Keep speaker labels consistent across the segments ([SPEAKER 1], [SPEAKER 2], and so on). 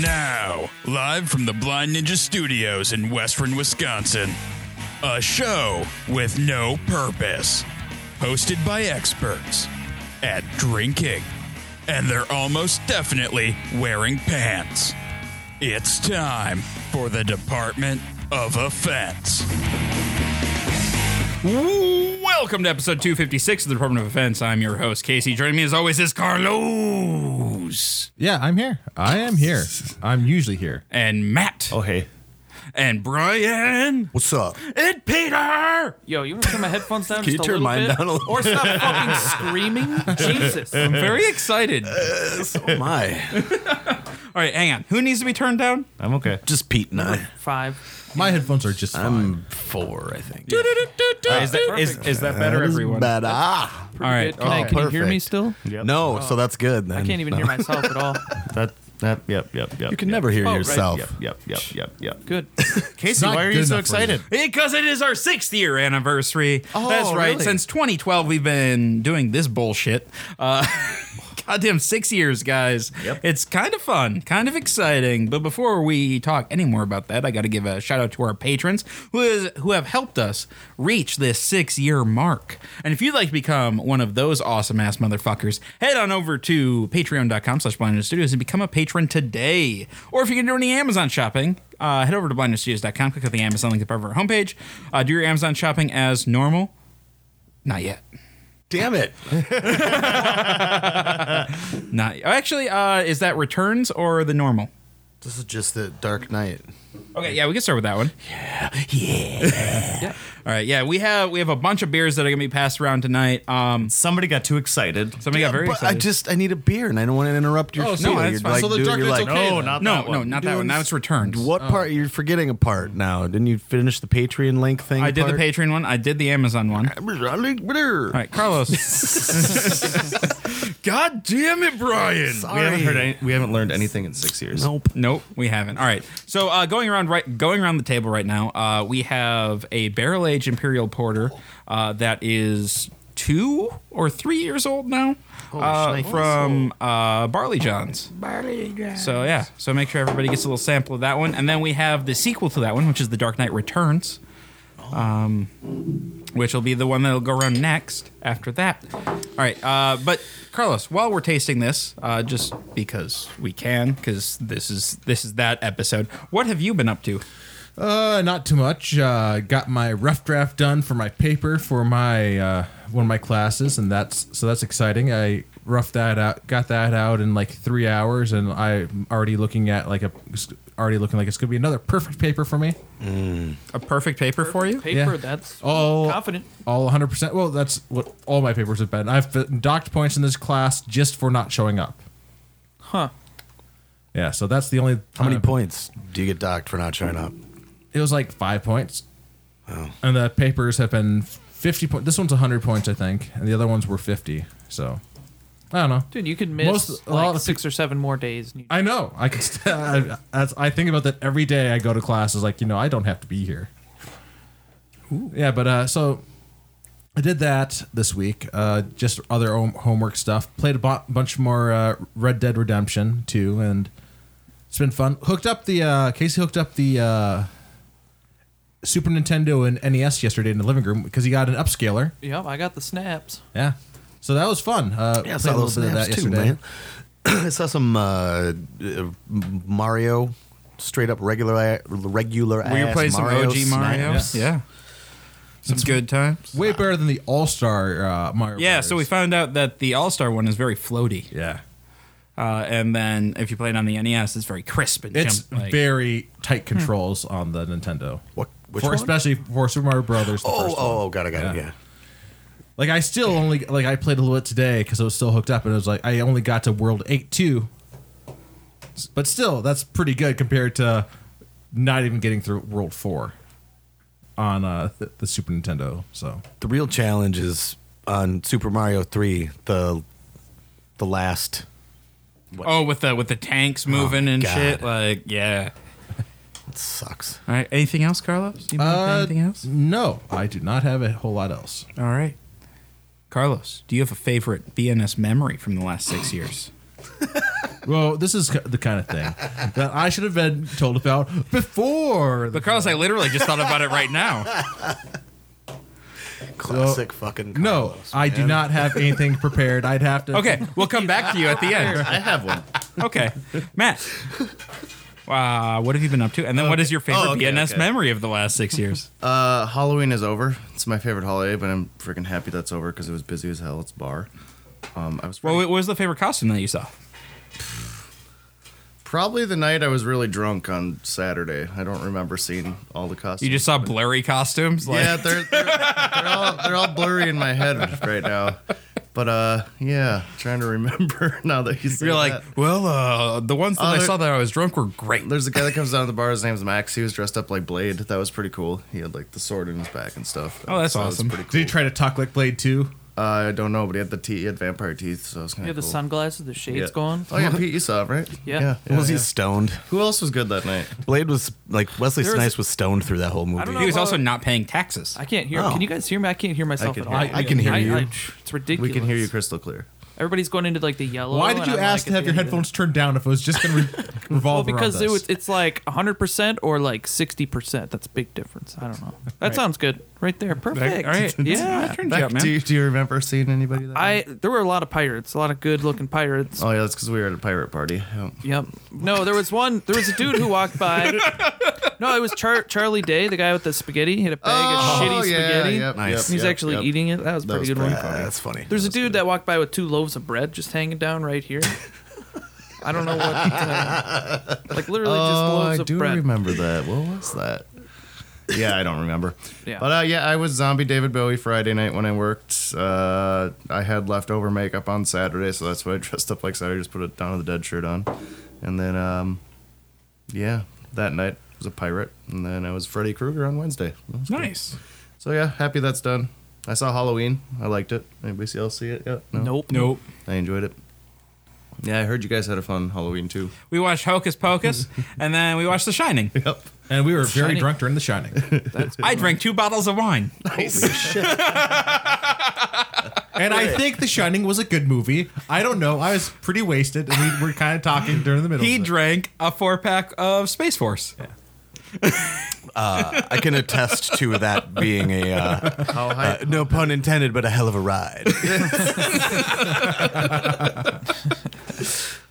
[SPEAKER 1] Now, live from the Blind Ninja Studios in Western Wisconsin, a show with no purpose, hosted by experts at drinking, and they're almost definitely wearing pants. It's time for the Department of Offense.
[SPEAKER 2] Welcome to episode 256 of the Department of Defense. I'm your host, Casey. Joining me as always is Carlos
[SPEAKER 3] Yeah, I'm here. I am here. I'm usually here.
[SPEAKER 2] and Matt
[SPEAKER 4] Oh hey.
[SPEAKER 2] and Brian
[SPEAKER 4] What's up?
[SPEAKER 2] and Peter.
[SPEAKER 5] Yo, you want to turn my headphones down?
[SPEAKER 4] Can
[SPEAKER 5] just
[SPEAKER 4] you turn
[SPEAKER 5] a little
[SPEAKER 4] mine
[SPEAKER 5] bit?
[SPEAKER 4] down a little-
[SPEAKER 5] Or stop fucking screaming? Jesus.
[SPEAKER 2] I'm very excited. All
[SPEAKER 4] Oh my.
[SPEAKER 2] right, hang on. Who needs to be turned down?
[SPEAKER 5] I'm okay.
[SPEAKER 4] Just Pete and I.
[SPEAKER 5] Five.
[SPEAKER 3] My headphones are just fine.
[SPEAKER 4] I'm four, I think.
[SPEAKER 2] Is that, is,
[SPEAKER 5] perfect.
[SPEAKER 2] is that better, everyone?
[SPEAKER 4] Bad. Ah.
[SPEAKER 2] All right.
[SPEAKER 5] Good. Can, I,
[SPEAKER 4] Oh,
[SPEAKER 5] can you hear me
[SPEAKER 4] perfect.
[SPEAKER 5] still?
[SPEAKER 4] No, so that's good.
[SPEAKER 5] I can't even hear myself at all.
[SPEAKER 6] That that yep yep yep.
[SPEAKER 4] You can
[SPEAKER 6] yep,
[SPEAKER 4] never hear
[SPEAKER 5] Oh, right.
[SPEAKER 4] yourself.
[SPEAKER 6] Yep yep yep yep yep.
[SPEAKER 5] Good.
[SPEAKER 6] Casey,
[SPEAKER 3] not
[SPEAKER 6] why are
[SPEAKER 3] good
[SPEAKER 6] you so
[SPEAKER 3] enough for you.
[SPEAKER 6] excited?
[SPEAKER 2] Because it is our sixth year anniversary.
[SPEAKER 4] Oh,
[SPEAKER 2] That's right.
[SPEAKER 4] really?
[SPEAKER 2] Since 2012, we've been doing this bullshit. Uh, goddamn six years, guys.
[SPEAKER 4] Yep.
[SPEAKER 2] It's kind of fun, kind of exciting. But before we talk any more about that, I got to give a shout out to our patrons who is who have helped us reach this six year mark. And if you'd like to become one of those awesome ass motherfuckers, head on over to patreon.com slash blind Ninja studios and become a patron today. Or if you can do any Amazon shopping, uh, head over to blindnessstudios.com, click on the Amazon link at the top of our homepage. Uh, do your Amazon shopping as normal. Not yet.
[SPEAKER 4] Damn it.
[SPEAKER 2] Not actually. Uh, is that returns or the normal?
[SPEAKER 4] This is just the Dark Knight.
[SPEAKER 2] Okay, yeah, we can start with that one. Yeah, yeah. All right, yeah, we have we have a bunch of beers that are gonna be passed around tonight. Um,
[SPEAKER 6] Somebody got too excited.
[SPEAKER 2] somebody got very
[SPEAKER 4] but
[SPEAKER 2] excited.
[SPEAKER 4] I just I need a beer and I don't want to interrupt your
[SPEAKER 2] Oh,
[SPEAKER 4] show.
[SPEAKER 2] no, that's
[SPEAKER 4] You're
[SPEAKER 2] fine.
[SPEAKER 4] like
[SPEAKER 3] So the
[SPEAKER 4] doing-
[SPEAKER 3] Dark
[SPEAKER 4] you're
[SPEAKER 3] Knight's
[SPEAKER 4] like,
[SPEAKER 3] okay.
[SPEAKER 6] No, not
[SPEAKER 2] no,
[SPEAKER 6] that
[SPEAKER 2] no,
[SPEAKER 6] one.
[SPEAKER 2] not that one.
[SPEAKER 4] doing
[SPEAKER 2] That was returns.
[SPEAKER 4] What part? You're forgetting a part now. Didn't you finish the Patreon link thing?
[SPEAKER 2] I did the
[SPEAKER 4] part?
[SPEAKER 2] Patreon one. I did the Amazon one. All
[SPEAKER 4] Patreon.
[SPEAKER 2] right, Carlos. God damn it, Brian.
[SPEAKER 6] We haven't heard. Any, we haven't learned anything in six years.
[SPEAKER 4] Nope.
[SPEAKER 2] Nope, we haven't. All right. So uh, going around right, going around the table right now, uh, we have a barrel aged imperial porter uh, that is two or three years old now uh,
[SPEAKER 4] shnikes.
[SPEAKER 2] from uh, Barley Johns. Barley Johns. So yeah. So make sure everybody gets a little sample of that one, and then we have the sequel to that one, which is the Dark Knight Returns. Um, which will be the one that'll go around next after that. All right, uh, but Carlos, while we're tasting this, uh, just because we can, because this is this is that episode. What have you been up to?
[SPEAKER 3] Uh, not too much. Uh, got my rough draft done for my paper for my uh, one of my classes, and that's so that's exciting. I roughed that out, got that out in like three hours, and I'm already looking at like a already looking like it's gonna be another perfect paper for me.
[SPEAKER 2] A perfect paper for you?
[SPEAKER 5] Paper,
[SPEAKER 3] Yeah. Oh.
[SPEAKER 5] that's
[SPEAKER 3] All
[SPEAKER 5] confident.
[SPEAKER 3] all 100. percent Well, that's what all my papers have been. I've docked points in this class just for not showing up.
[SPEAKER 5] Huh.
[SPEAKER 3] Yeah, so that's the only
[SPEAKER 4] How many
[SPEAKER 3] uh,
[SPEAKER 4] points do you get docked for not showing up?
[SPEAKER 3] it was like five points. And the papers have been 50 points. This one's 100 points, I think. And the other ones were 50. So, I don't know.
[SPEAKER 5] Dude, you could miss
[SPEAKER 3] Most- a lot
[SPEAKER 5] like
[SPEAKER 3] of
[SPEAKER 5] six or seven more days. and you-
[SPEAKER 3] I know. I can. St- I, that's, I think about that every day. I go to classes like you know I don't have to be here. Yeah, but uh, so I did that this week. Uh, just other hom- homework stuff. Played a bu- bunch more uh, Red Dead Redemption too, and it's been fun. Hooked up the uh, Casey hooked up the uh, Super Nintendo and NES yesterday in the living room because he got an upscaler.
[SPEAKER 5] Yep, I got the snaps.
[SPEAKER 3] Yeah, so that was fun. Uh,
[SPEAKER 4] Yeah, I
[SPEAKER 3] played a
[SPEAKER 4] saw
[SPEAKER 3] little
[SPEAKER 4] those
[SPEAKER 3] bit of that
[SPEAKER 4] snaps too,
[SPEAKER 3] yesterday.
[SPEAKER 4] man. I saw some uh, uh, Mario, straight up regular, regular.
[SPEAKER 2] Were you
[SPEAKER 4] ass
[SPEAKER 2] playing
[SPEAKER 4] Mario
[SPEAKER 2] some OG Mario?
[SPEAKER 4] snaps.
[SPEAKER 2] Yeah. Some good times.
[SPEAKER 3] Way better than the All Star uh, Mario.
[SPEAKER 2] Yeah, so
[SPEAKER 3] Brothers.
[SPEAKER 2] we found out that the All Star one is very floaty.
[SPEAKER 3] Yeah.
[SPEAKER 2] Uh, and then if you play it on the NES, it's very crisp and
[SPEAKER 3] It's
[SPEAKER 2] jump, like- hmm.
[SPEAKER 3] very tight controls on the Nintendo.
[SPEAKER 4] What? Which
[SPEAKER 3] for,
[SPEAKER 4] one?
[SPEAKER 3] Especially for Super Mario Brothers. The
[SPEAKER 4] Oh,
[SPEAKER 3] first one.
[SPEAKER 4] oh, oh, got it, got it.
[SPEAKER 3] Yeah.
[SPEAKER 4] Yeah.
[SPEAKER 3] Like I still only like I played a little bit today because it was still hooked up, and it was like I only got to World Eight Two. But still, that's pretty good compared to not even getting through World Four on uh, th- the Super Nintendo. So
[SPEAKER 4] The real challenge is on Super Mario Three, the the last.
[SPEAKER 2] Oh, with the with the tanks moving and
[SPEAKER 4] God.
[SPEAKER 2] shit. Like, yeah.
[SPEAKER 4] It sucks.
[SPEAKER 2] All right. Anything else, Carlos? You mind
[SPEAKER 3] Uh,
[SPEAKER 2] anything else?
[SPEAKER 3] no, I do not have a whole lot else.
[SPEAKER 2] All right. Carlos, do you have a favorite BNS memory from the last six years?
[SPEAKER 3] well, this is the kind of thing that I should have been told about before.
[SPEAKER 2] But Carlos, I literally just thought about it right now.
[SPEAKER 4] Classic fucking.
[SPEAKER 3] no,
[SPEAKER 4] Carlos,
[SPEAKER 3] I do
[SPEAKER 4] man.
[SPEAKER 3] not have anything prepared. I'd have to.
[SPEAKER 2] Okay, we'll come back to you at the end.
[SPEAKER 6] I have one.
[SPEAKER 2] Okay, Matt. Wow, what have you been up to? And then, what is your favorite
[SPEAKER 6] Oh, okay,
[SPEAKER 2] BNS
[SPEAKER 6] okay.
[SPEAKER 2] memory of the last six years?
[SPEAKER 6] Uh, Halloween is over. It's my favorite holiday, but I'm freaking happy that's over because it was busy as hell. It's bar. Um, I was
[SPEAKER 2] well,
[SPEAKER 6] pretty-
[SPEAKER 2] what was the favorite costume that you saw?
[SPEAKER 6] probably the night I was really drunk on Saturday. I don't remember seeing all the costumes.
[SPEAKER 2] You just saw blurry costumes. Like,
[SPEAKER 6] yeah, they're, they're, they're all they're all blurry in my head right now. But uh, yeah, trying to remember now that you say
[SPEAKER 2] You're
[SPEAKER 6] that.
[SPEAKER 2] like, well, uh, the ones that
[SPEAKER 6] Oh,
[SPEAKER 2] I
[SPEAKER 6] there-
[SPEAKER 2] saw that I was drunk were great.
[SPEAKER 6] There's a guy that comes down to the bar. His name's Max. He was dressed up like Blade. That was pretty cool. He had like the sword in his back and stuff.
[SPEAKER 2] Oh, that's
[SPEAKER 6] So it was
[SPEAKER 2] awesome.
[SPEAKER 6] pretty
[SPEAKER 3] Did you
[SPEAKER 6] cool.
[SPEAKER 3] try to talk like Blade Two?
[SPEAKER 6] uh, I don't know, but he had the te- he had vampire teeth, so it was kind
[SPEAKER 5] You
[SPEAKER 6] of
[SPEAKER 5] have the
[SPEAKER 6] cool.
[SPEAKER 5] sunglasses, the shades
[SPEAKER 6] Yeah.
[SPEAKER 5] going.
[SPEAKER 6] Oh yeah, Pete, you saw it, right?
[SPEAKER 5] Yeah.
[SPEAKER 6] yeah,
[SPEAKER 4] Was he
[SPEAKER 6] yeah.
[SPEAKER 4] stoned?
[SPEAKER 6] Who else was good that night?
[SPEAKER 4] Blade was like Wesley
[SPEAKER 5] There was-
[SPEAKER 4] Snipes was stoned through that whole movie.
[SPEAKER 5] don't
[SPEAKER 2] He was
[SPEAKER 5] Oh,
[SPEAKER 2] also
[SPEAKER 5] uh,
[SPEAKER 2] not paying taxes.
[SPEAKER 5] I can't hear.
[SPEAKER 4] Oh.
[SPEAKER 5] Can you guys hear me? I can't hear myself
[SPEAKER 6] can
[SPEAKER 5] at
[SPEAKER 6] hear
[SPEAKER 5] all.
[SPEAKER 6] you. I
[SPEAKER 4] can hear you.
[SPEAKER 5] it's ridiculous.
[SPEAKER 6] We can hear you crystal clear.
[SPEAKER 5] Everybody's going into like the yellow.
[SPEAKER 3] Why did
[SPEAKER 5] and
[SPEAKER 3] you
[SPEAKER 5] I'm,
[SPEAKER 3] ask to
[SPEAKER 5] like, at
[SPEAKER 3] have
[SPEAKER 5] the
[SPEAKER 3] your
[SPEAKER 5] end of the-
[SPEAKER 3] headphones turned down if it was just going to re-
[SPEAKER 5] Well,
[SPEAKER 3] revolve
[SPEAKER 5] because
[SPEAKER 3] around this?
[SPEAKER 5] it was, it's like 100% or like 60%. That's a big difference. I don't know. That sounds good. Right there. Perfect.
[SPEAKER 2] all right.
[SPEAKER 5] Yeah.
[SPEAKER 2] Turned you
[SPEAKER 6] Beck,
[SPEAKER 2] out, man.
[SPEAKER 6] do, you, do you remember seeing anybody? That night?
[SPEAKER 5] I there were a lot of pirates, a lot of good-looking pirates.
[SPEAKER 6] Oh yeah, that's because we were at a pirate party. Yeah.
[SPEAKER 5] Yep. No, there was one. There was a dude who walked by. No, it was Char- Charlie Day, the guy with the spaghetti. He had a bag of shitty spaghetti.
[SPEAKER 6] Oh, Yep,
[SPEAKER 4] Nice.
[SPEAKER 6] yep,
[SPEAKER 5] He's
[SPEAKER 6] yep,
[SPEAKER 5] actually
[SPEAKER 6] yep.
[SPEAKER 5] eating it. That was a
[SPEAKER 6] That
[SPEAKER 5] pretty
[SPEAKER 6] was
[SPEAKER 5] good
[SPEAKER 6] pretty
[SPEAKER 5] one.
[SPEAKER 4] Ah, that's funny.
[SPEAKER 5] There's a dude that walked by with two loaves of bread just hanging down right here. I don't know what. Uh, like literally just
[SPEAKER 6] Oh,
[SPEAKER 5] loaves
[SPEAKER 6] I
[SPEAKER 5] of
[SPEAKER 6] do
[SPEAKER 5] bread.
[SPEAKER 6] remember that. What was that? Yeah, I don't remember.
[SPEAKER 5] Yeah.
[SPEAKER 6] But uh, yeah, I was zombie David Bowie Friday night when I worked. Uh, I had leftover makeup on Saturday, so that's why I dressed up like Saturday. Just put a Dawn of the Dead shirt on, and then um, yeah, that night I was a pirate, and then I was Freddy Krueger on Wednesday.
[SPEAKER 2] Nice.
[SPEAKER 6] So yeah, happy that's done. I saw Halloween. I liked it. Anybody else see it yet? No.
[SPEAKER 5] Nope.
[SPEAKER 2] Nope.
[SPEAKER 6] I enjoyed it. Yeah, I heard you guys had a fun Halloween too.
[SPEAKER 2] We watched Hocus Pocus, and then we watched The Shining.
[SPEAKER 6] Yep.
[SPEAKER 3] and we were very
[SPEAKER 5] Shining.
[SPEAKER 3] drunk during The Shining,
[SPEAKER 2] I drank two bottles of wine.
[SPEAKER 3] and I think The Shining was a good movie. I don't know. I was pretty wasted, and we were kind of talking during the middle.
[SPEAKER 2] He
[SPEAKER 3] of it.
[SPEAKER 2] drank a four pack of Space Force.
[SPEAKER 4] I can attest to that being a uh,
[SPEAKER 6] How high?
[SPEAKER 4] uh, no pun intended, but a hell of a ride.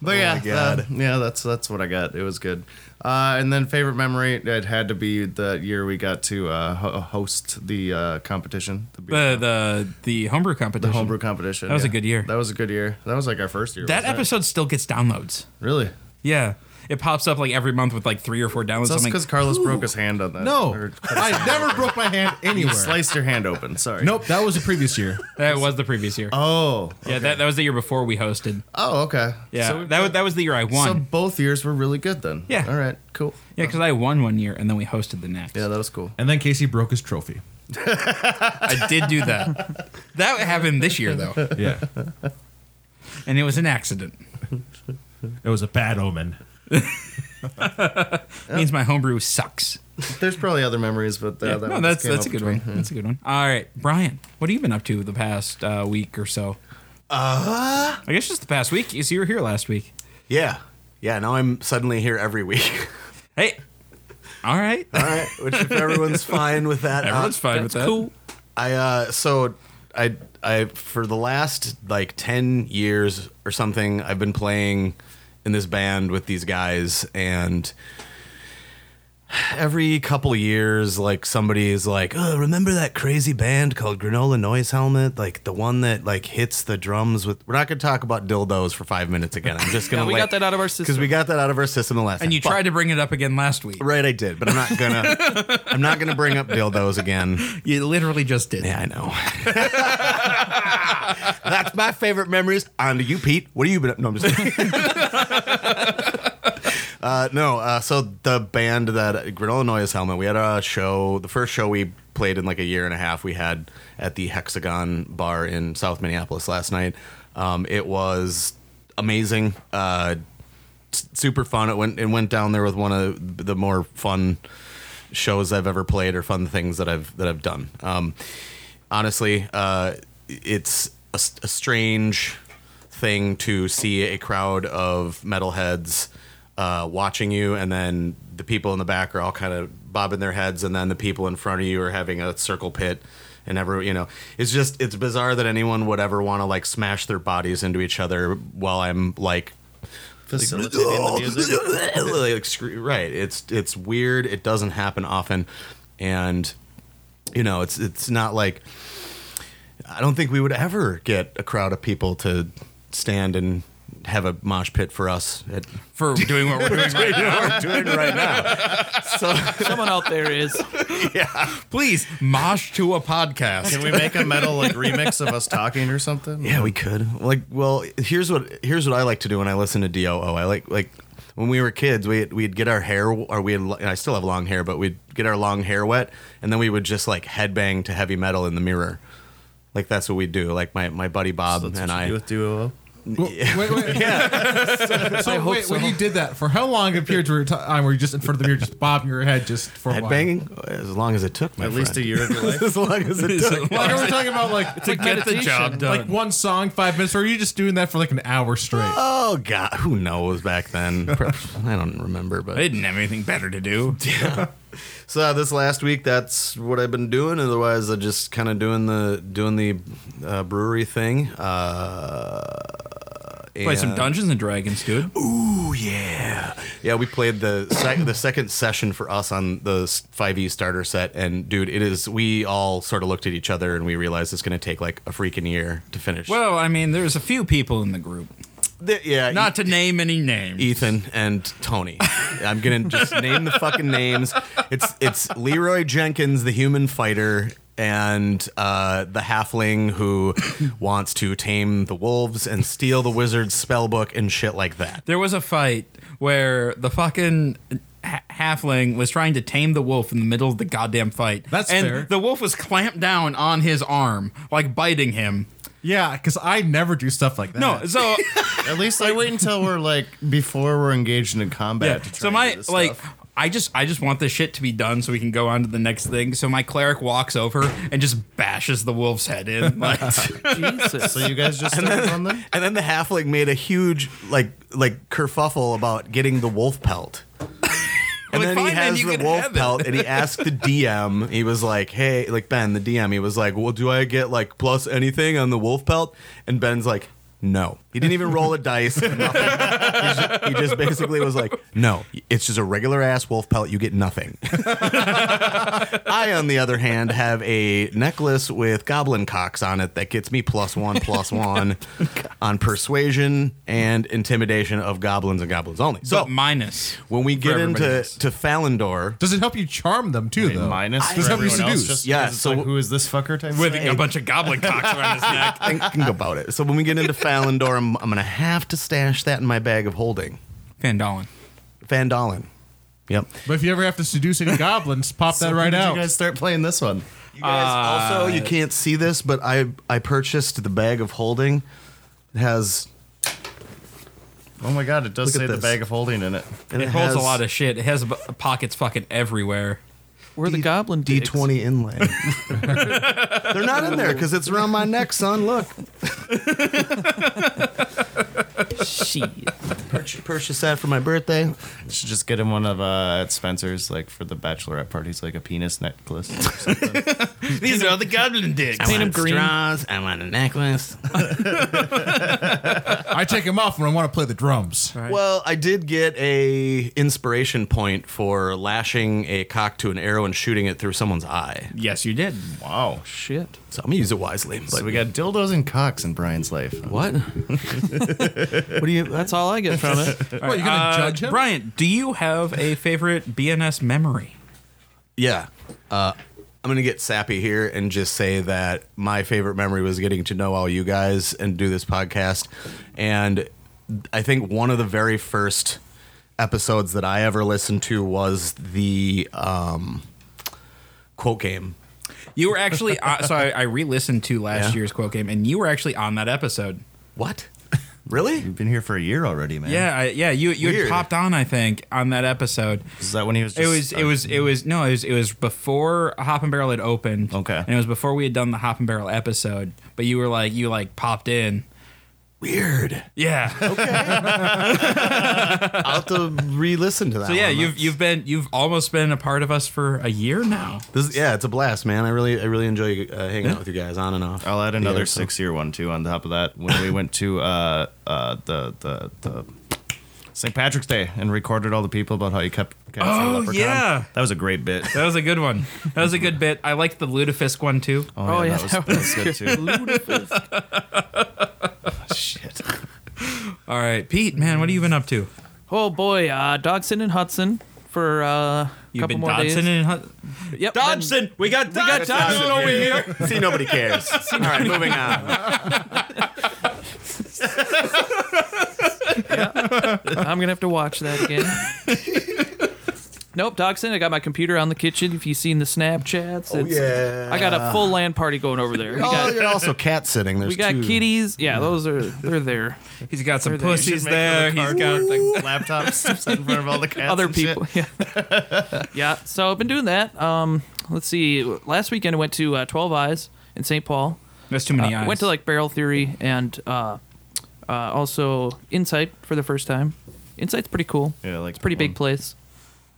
[SPEAKER 6] But yeah,
[SPEAKER 4] God.
[SPEAKER 6] uh, yeah, that's that's what I got. It was good. Uh, and then favorite memory, it had to be the year we got to uh, ho- host the uh, competition, the, beer-
[SPEAKER 2] The the the homebrew competition.
[SPEAKER 6] the homebrew competition.
[SPEAKER 2] That was a good year.
[SPEAKER 6] That was a good year. That was like our first year.
[SPEAKER 2] That
[SPEAKER 6] wasn't it?
[SPEAKER 2] episode still gets downloads.
[SPEAKER 6] really?
[SPEAKER 2] Yeah. It pops up like every month with like three or four downloads.
[SPEAKER 6] That's
[SPEAKER 2] I'm
[SPEAKER 6] because
[SPEAKER 2] like,
[SPEAKER 6] Carlos broke his hand on that.
[SPEAKER 3] No,
[SPEAKER 6] Or-
[SPEAKER 3] I never broke my hand
[SPEAKER 6] you
[SPEAKER 3] anywhere.
[SPEAKER 6] sliced your hand open. Sorry.
[SPEAKER 3] Nope, that was the previous year.
[SPEAKER 2] that was the previous year.
[SPEAKER 6] Oh.
[SPEAKER 2] Yeah, that, that was the year before we hosted.
[SPEAKER 6] Oh. Okay.
[SPEAKER 2] Yeah,
[SPEAKER 6] So,
[SPEAKER 2] that was that was the year I won.
[SPEAKER 6] so both years were really good then.
[SPEAKER 2] Yeah.
[SPEAKER 6] All right. Cool.
[SPEAKER 2] yeah, because I won one year and then we hosted the next.
[SPEAKER 6] Yeah, that was cool.
[SPEAKER 3] And then Casey broke his trophy.
[SPEAKER 2] I did do that. that happened this year though,
[SPEAKER 3] Yeah,
[SPEAKER 2] and it was an accident.
[SPEAKER 3] it was a bad omen.
[SPEAKER 2] means my homebrew sucks.
[SPEAKER 6] There's probably other memories, but uh,
[SPEAKER 2] Yeah,
[SPEAKER 6] that
[SPEAKER 2] no,
[SPEAKER 6] one
[SPEAKER 2] that's
[SPEAKER 6] just came
[SPEAKER 2] that's a
[SPEAKER 6] up
[SPEAKER 2] good
[SPEAKER 6] between-
[SPEAKER 2] one. That's a good one. All right, Brian, what have you been up to the past uh, week or so? Uh, I guess just the past week. You see, you were here last week.
[SPEAKER 4] Yeah, yeah. Now I'm suddenly here every week.
[SPEAKER 2] Hey, all right,
[SPEAKER 4] All right, which if everyone's fine with that, uh,
[SPEAKER 2] everyone's fine with
[SPEAKER 5] That's
[SPEAKER 2] that.
[SPEAKER 5] cool.
[SPEAKER 4] I uh, so I I for the last like ten years or something, I've been playing in this band with these guys, and every couple years, like somebody is like, "Oh, remember that crazy band called Granola Noise Helmet? Like the one that like hits the drums with." We're not gonna talk about dildos for five minutes again. I'm just gonna
[SPEAKER 5] we
[SPEAKER 4] like,
[SPEAKER 5] got that out of our
[SPEAKER 4] because we
[SPEAKER 5] system.
[SPEAKER 4] got that out of our system the last. time.
[SPEAKER 2] And you
[SPEAKER 4] But-
[SPEAKER 2] tried to bring it up again last week.
[SPEAKER 4] Right, I did, but I'm not gonna. I'm not gonna bring up dildos again.
[SPEAKER 2] You literally just did.
[SPEAKER 4] Yeah, I know. That's my favorite memories. On to you, Pete. What have you been up? No, I'm just kidding. uh, no, uh, so the band that Granola Noise Helmet, we had a show. The first show we played in like a year and a half, we had at the Hexagon Bar in South Minneapolis last night. Um, it was amazing. Uh, s- super fun. It went it went down there with one of the more fun shows I've ever played or fun things that I've that I've done. Um, honestly, uh, it's a, s- a strange thing to see a crowd of metalheads uh, watching you, and then the people in the back are all kind of bobbing their heads, and then the people in front of you are having a circle pit. And every, you know, it's just it's bizarre that anyone would ever want to like smash their bodies into each other while I'm like
[SPEAKER 6] Facilitating the music.
[SPEAKER 4] like, screw- right. It's it's weird. It doesn't happen often, and you know, it's it's not like I don't think we would ever get a crowd of people to stand and have a mosh pit for us. It,
[SPEAKER 2] for doing what we're doing. right now.
[SPEAKER 5] Someone out there is.
[SPEAKER 2] Please mosh to a podcast.
[SPEAKER 6] Can we make a metal like remix of us talking or something?
[SPEAKER 4] yeah, we could. Like, well, here's what here's what I like to do when I listen to DOO. I like like when we were kids, we we'd get our hair or we had, I still have long hair, but we'd get our long hair wet, and then we would just like headbang to heavy metal in the mirror. Like that's what we do. Like my, my buddy Bob
[SPEAKER 6] That's
[SPEAKER 4] and
[SPEAKER 6] what you
[SPEAKER 4] I.
[SPEAKER 6] do with duo.
[SPEAKER 3] Well, Wait, wait. So, so wait, when you did that, for how long a period of time were you just in front of the mirror, just bobbing your head just for a while?
[SPEAKER 4] Headbanging as long as it took. My
[SPEAKER 6] At least a
[SPEAKER 4] friend.
[SPEAKER 6] year of your life.
[SPEAKER 4] as long as it took.
[SPEAKER 3] Like, are we talking about like
[SPEAKER 5] Like meditation.
[SPEAKER 3] like one song, five minutes, or are you just doing that for like an hour straight?
[SPEAKER 4] Oh God, who knows back then? I don't remember, but
[SPEAKER 2] I didn't have anything better to do.
[SPEAKER 4] So uh, this last week, that's what I've been doing. Otherwise, I just kind of doing the doing the uh, brewery thing. Uh,
[SPEAKER 2] Play some
[SPEAKER 4] and-
[SPEAKER 2] Dungeons and Dragons, dude.
[SPEAKER 4] Ooh yeah, yeah. We played the sec- the second session for us on the five E starter set, and dude, it is. We all sort of looked at each other and we realized it's going to take like a freaking year to finish.
[SPEAKER 2] Well, I mean, there's a few people in the group.
[SPEAKER 4] Th- yeah,
[SPEAKER 2] Not to name any names.
[SPEAKER 4] Ethan and Tony. I'm gonna just name the fucking names. It's it's Leroy Jenkins, the human fighter, and uh, the halfling who wants to tame the wolves and steal the wizard's spell book and shit like that.
[SPEAKER 2] There was a fight where the fucking ha- halfling was trying to tame the wolf in the middle of the goddamn fight.
[SPEAKER 3] That's
[SPEAKER 2] and
[SPEAKER 3] fair.
[SPEAKER 2] the wolf was clamped down on his arm, like biting him.
[SPEAKER 3] Yeah, because I never do stuff like that.
[SPEAKER 2] No, so
[SPEAKER 6] At least I wait until we're like before we're engaged in combat.
[SPEAKER 2] yeah.
[SPEAKER 6] To try
[SPEAKER 2] So
[SPEAKER 6] and
[SPEAKER 2] my
[SPEAKER 6] do this
[SPEAKER 2] like
[SPEAKER 6] stuff.
[SPEAKER 2] I just I just want this shit to be done so we can go on to the next thing. So my cleric walks over and just bashes the wolf's head in. Like
[SPEAKER 5] Jesus.
[SPEAKER 6] So you guys just started on them.
[SPEAKER 4] And then the halfling made a huge like like kerfuffle about getting the wolf pelt. And
[SPEAKER 2] Like,
[SPEAKER 4] then he
[SPEAKER 2] fine, then
[SPEAKER 4] has
[SPEAKER 2] you
[SPEAKER 4] the
[SPEAKER 2] can
[SPEAKER 4] wolf
[SPEAKER 2] have it.
[SPEAKER 4] pelt, and he asked the DM. He was like, "Hey, like Ben, the DM." He was like, "Well, do I get like plus anything on the wolf pelt?" And Ben's like, "No." He didn't even roll a dice. nothing. he, just, he just basically was like, "No, it's just a regular ass wolf pelt. You get nothing." I, on the other hand, have a necklace with goblin cocks on it that gets me plus one, plus one on persuasion and intimidation of goblins and goblins only. So
[SPEAKER 2] but minus.
[SPEAKER 4] when we get
[SPEAKER 2] everybody
[SPEAKER 4] into
[SPEAKER 2] else.
[SPEAKER 4] to Falindor,
[SPEAKER 3] Does it help you charm them too, though?
[SPEAKER 6] Minus
[SPEAKER 3] Does
[SPEAKER 6] for
[SPEAKER 3] it help you
[SPEAKER 6] everyone else.
[SPEAKER 3] seduce?
[SPEAKER 6] Just
[SPEAKER 4] Yeah,
[SPEAKER 6] because it's
[SPEAKER 4] so-
[SPEAKER 6] like, who is this fucker? Type.
[SPEAKER 2] With
[SPEAKER 6] thing?
[SPEAKER 2] a bunch of goblin cocks around his neck.
[SPEAKER 4] think about it. So when we get into Falindor, I'm, I'm going to have to stash that in my bag of holding.
[SPEAKER 2] Fandolin.
[SPEAKER 4] Fandolin. Yep.
[SPEAKER 3] But if you ever have to seduce any goblins, pop that
[SPEAKER 6] So
[SPEAKER 3] right
[SPEAKER 6] when did
[SPEAKER 3] out.
[SPEAKER 6] You guys start playing this one.
[SPEAKER 4] You guys, also,
[SPEAKER 2] Uh,
[SPEAKER 4] you can't see this, but I I purchased the bag of holding. It has
[SPEAKER 6] Oh my god! It does
[SPEAKER 4] Look at
[SPEAKER 6] say the
[SPEAKER 4] this.
[SPEAKER 6] bag of holding in it.
[SPEAKER 4] and
[SPEAKER 2] It holds a
[SPEAKER 4] has
[SPEAKER 2] lot of shit. It has b- pockets fucking everywhere.
[SPEAKER 5] We're the goblin
[SPEAKER 4] D
[SPEAKER 5] dicks.
[SPEAKER 4] twenty inlay. They're not in there because it's around my neck, son. Look,
[SPEAKER 5] Shit.
[SPEAKER 4] purchase, purchase that for my birthday.
[SPEAKER 6] You should just get him one of uh, at Spencer's, like for the bachelorette parties, like a penis necklace. or something.
[SPEAKER 2] These are the goblin dicks.
[SPEAKER 5] Paint him green.
[SPEAKER 4] straws. I want a necklace.
[SPEAKER 3] I take them off when I want to play the drums.
[SPEAKER 4] Well, I did get a inspiration point for lashing a cock to an arrow and shooting it through someone's eye.
[SPEAKER 2] Yes, you did.
[SPEAKER 6] wow.
[SPEAKER 5] Shit.
[SPEAKER 4] So I'm gonna use it wisely. But
[SPEAKER 6] So we got dildos and cocks in Brian's life.
[SPEAKER 4] what? what do you? That's
[SPEAKER 5] That's all I get from it.
[SPEAKER 3] What, you gonna
[SPEAKER 2] Uh,
[SPEAKER 3] judge him?
[SPEAKER 2] Brian, do you have a favorite BNS memory?
[SPEAKER 4] yeah. Uh, I'm gonna get sappy here and just say that my favorite memory was getting to know all you guys and do this podcast, and I think one of the very first episodes that I ever listened to was the um, quote game.
[SPEAKER 2] You were actually uh, so I, I re-listened to last
[SPEAKER 4] Yeah.
[SPEAKER 2] year's quote game, and you were actually on that episode.
[SPEAKER 4] What? Really?
[SPEAKER 6] You've been here for a year already, man.
[SPEAKER 2] Yeah, I, yeah, you you had
[SPEAKER 4] Weird.
[SPEAKER 2] popped on, I think, on that episode.
[SPEAKER 6] Is that when he was? Just
[SPEAKER 2] It was it was it was no, it was it was before Hop and Barrel had opened.
[SPEAKER 6] Okay.
[SPEAKER 2] and it was before we had done the Hop and Barrel episode. But you were like you like popped in.
[SPEAKER 4] Weird.
[SPEAKER 2] Yeah.
[SPEAKER 4] I'll have to re-listen to that.
[SPEAKER 2] So yeah,
[SPEAKER 4] one.
[SPEAKER 2] you've you've been you've almost been a part of us for a year now.
[SPEAKER 4] This is, yeah, it's a blast, man. I really, I really enjoy uh, hanging out with you guys on and off.
[SPEAKER 6] I'll add another
[SPEAKER 4] Yeah, so-
[SPEAKER 6] six year one too on top of that. When we went to uh, uh, the the the St. Patrick's Day and recorded all the people about how you kept. cats and
[SPEAKER 2] Oh,
[SPEAKER 6] leprechaun.
[SPEAKER 2] yeah.
[SPEAKER 6] that was a great bit.
[SPEAKER 2] That was a good one. That was a good bit. I like the Ludafisk one too.
[SPEAKER 5] Oh, yeah,
[SPEAKER 6] that was,
[SPEAKER 5] that
[SPEAKER 6] that was good too.
[SPEAKER 2] All right, Pete, man, what have you been up to?
[SPEAKER 5] Oh boy, uh, Dodson and Hudson for uh, a
[SPEAKER 2] You've
[SPEAKER 5] couple
[SPEAKER 2] been
[SPEAKER 5] more
[SPEAKER 2] Dodson
[SPEAKER 5] days.
[SPEAKER 2] and Hud-
[SPEAKER 5] Yep,
[SPEAKER 2] Dodson. We got Dodson,
[SPEAKER 4] Dodson
[SPEAKER 2] over here.
[SPEAKER 4] See, nobody cares. All right, moving on.
[SPEAKER 5] then I'm gonna have to watch that again. nope, Dodson. I got my computer on the kitchen. If you've seen the Snapchats, oh,
[SPEAKER 4] yeah.
[SPEAKER 5] I got a full land party going over there. We
[SPEAKER 4] Oh,
[SPEAKER 5] got,
[SPEAKER 4] you're also cat sitting. There's
[SPEAKER 5] we got
[SPEAKER 4] two.
[SPEAKER 5] kitties. Yeah, those are they're there.
[SPEAKER 2] He's got some
[SPEAKER 5] They're there.
[SPEAKER 2] pussies there. He's got the
[SPEAKER 6] Laptops set in front of all the cats.
[SPEAKER 5] Other
[SPEAKER 6] and shit.
[SPEAKER 5] people. Yeah. yeah. So I've been doing that. Um, let's see. Last weekend I went to uh, Twelve Eyes in St. Paul.
[SPEAKER 2] That's too many
[SPEAKER 5] Uh,
[SPEAKER 2] eyes.
[SPEAKER 5] Went to like Barrel Theory and uh, uh, also Insight for the first time. Insight's pretty cool.
[SPEAKER 6] Yeah, I like
[SPEAKER 5] it's a pretty
[SPEAKER 6] that
[SPEAKER 5] big
[SPEAKER 6] one.
[SPEAKER 5] place.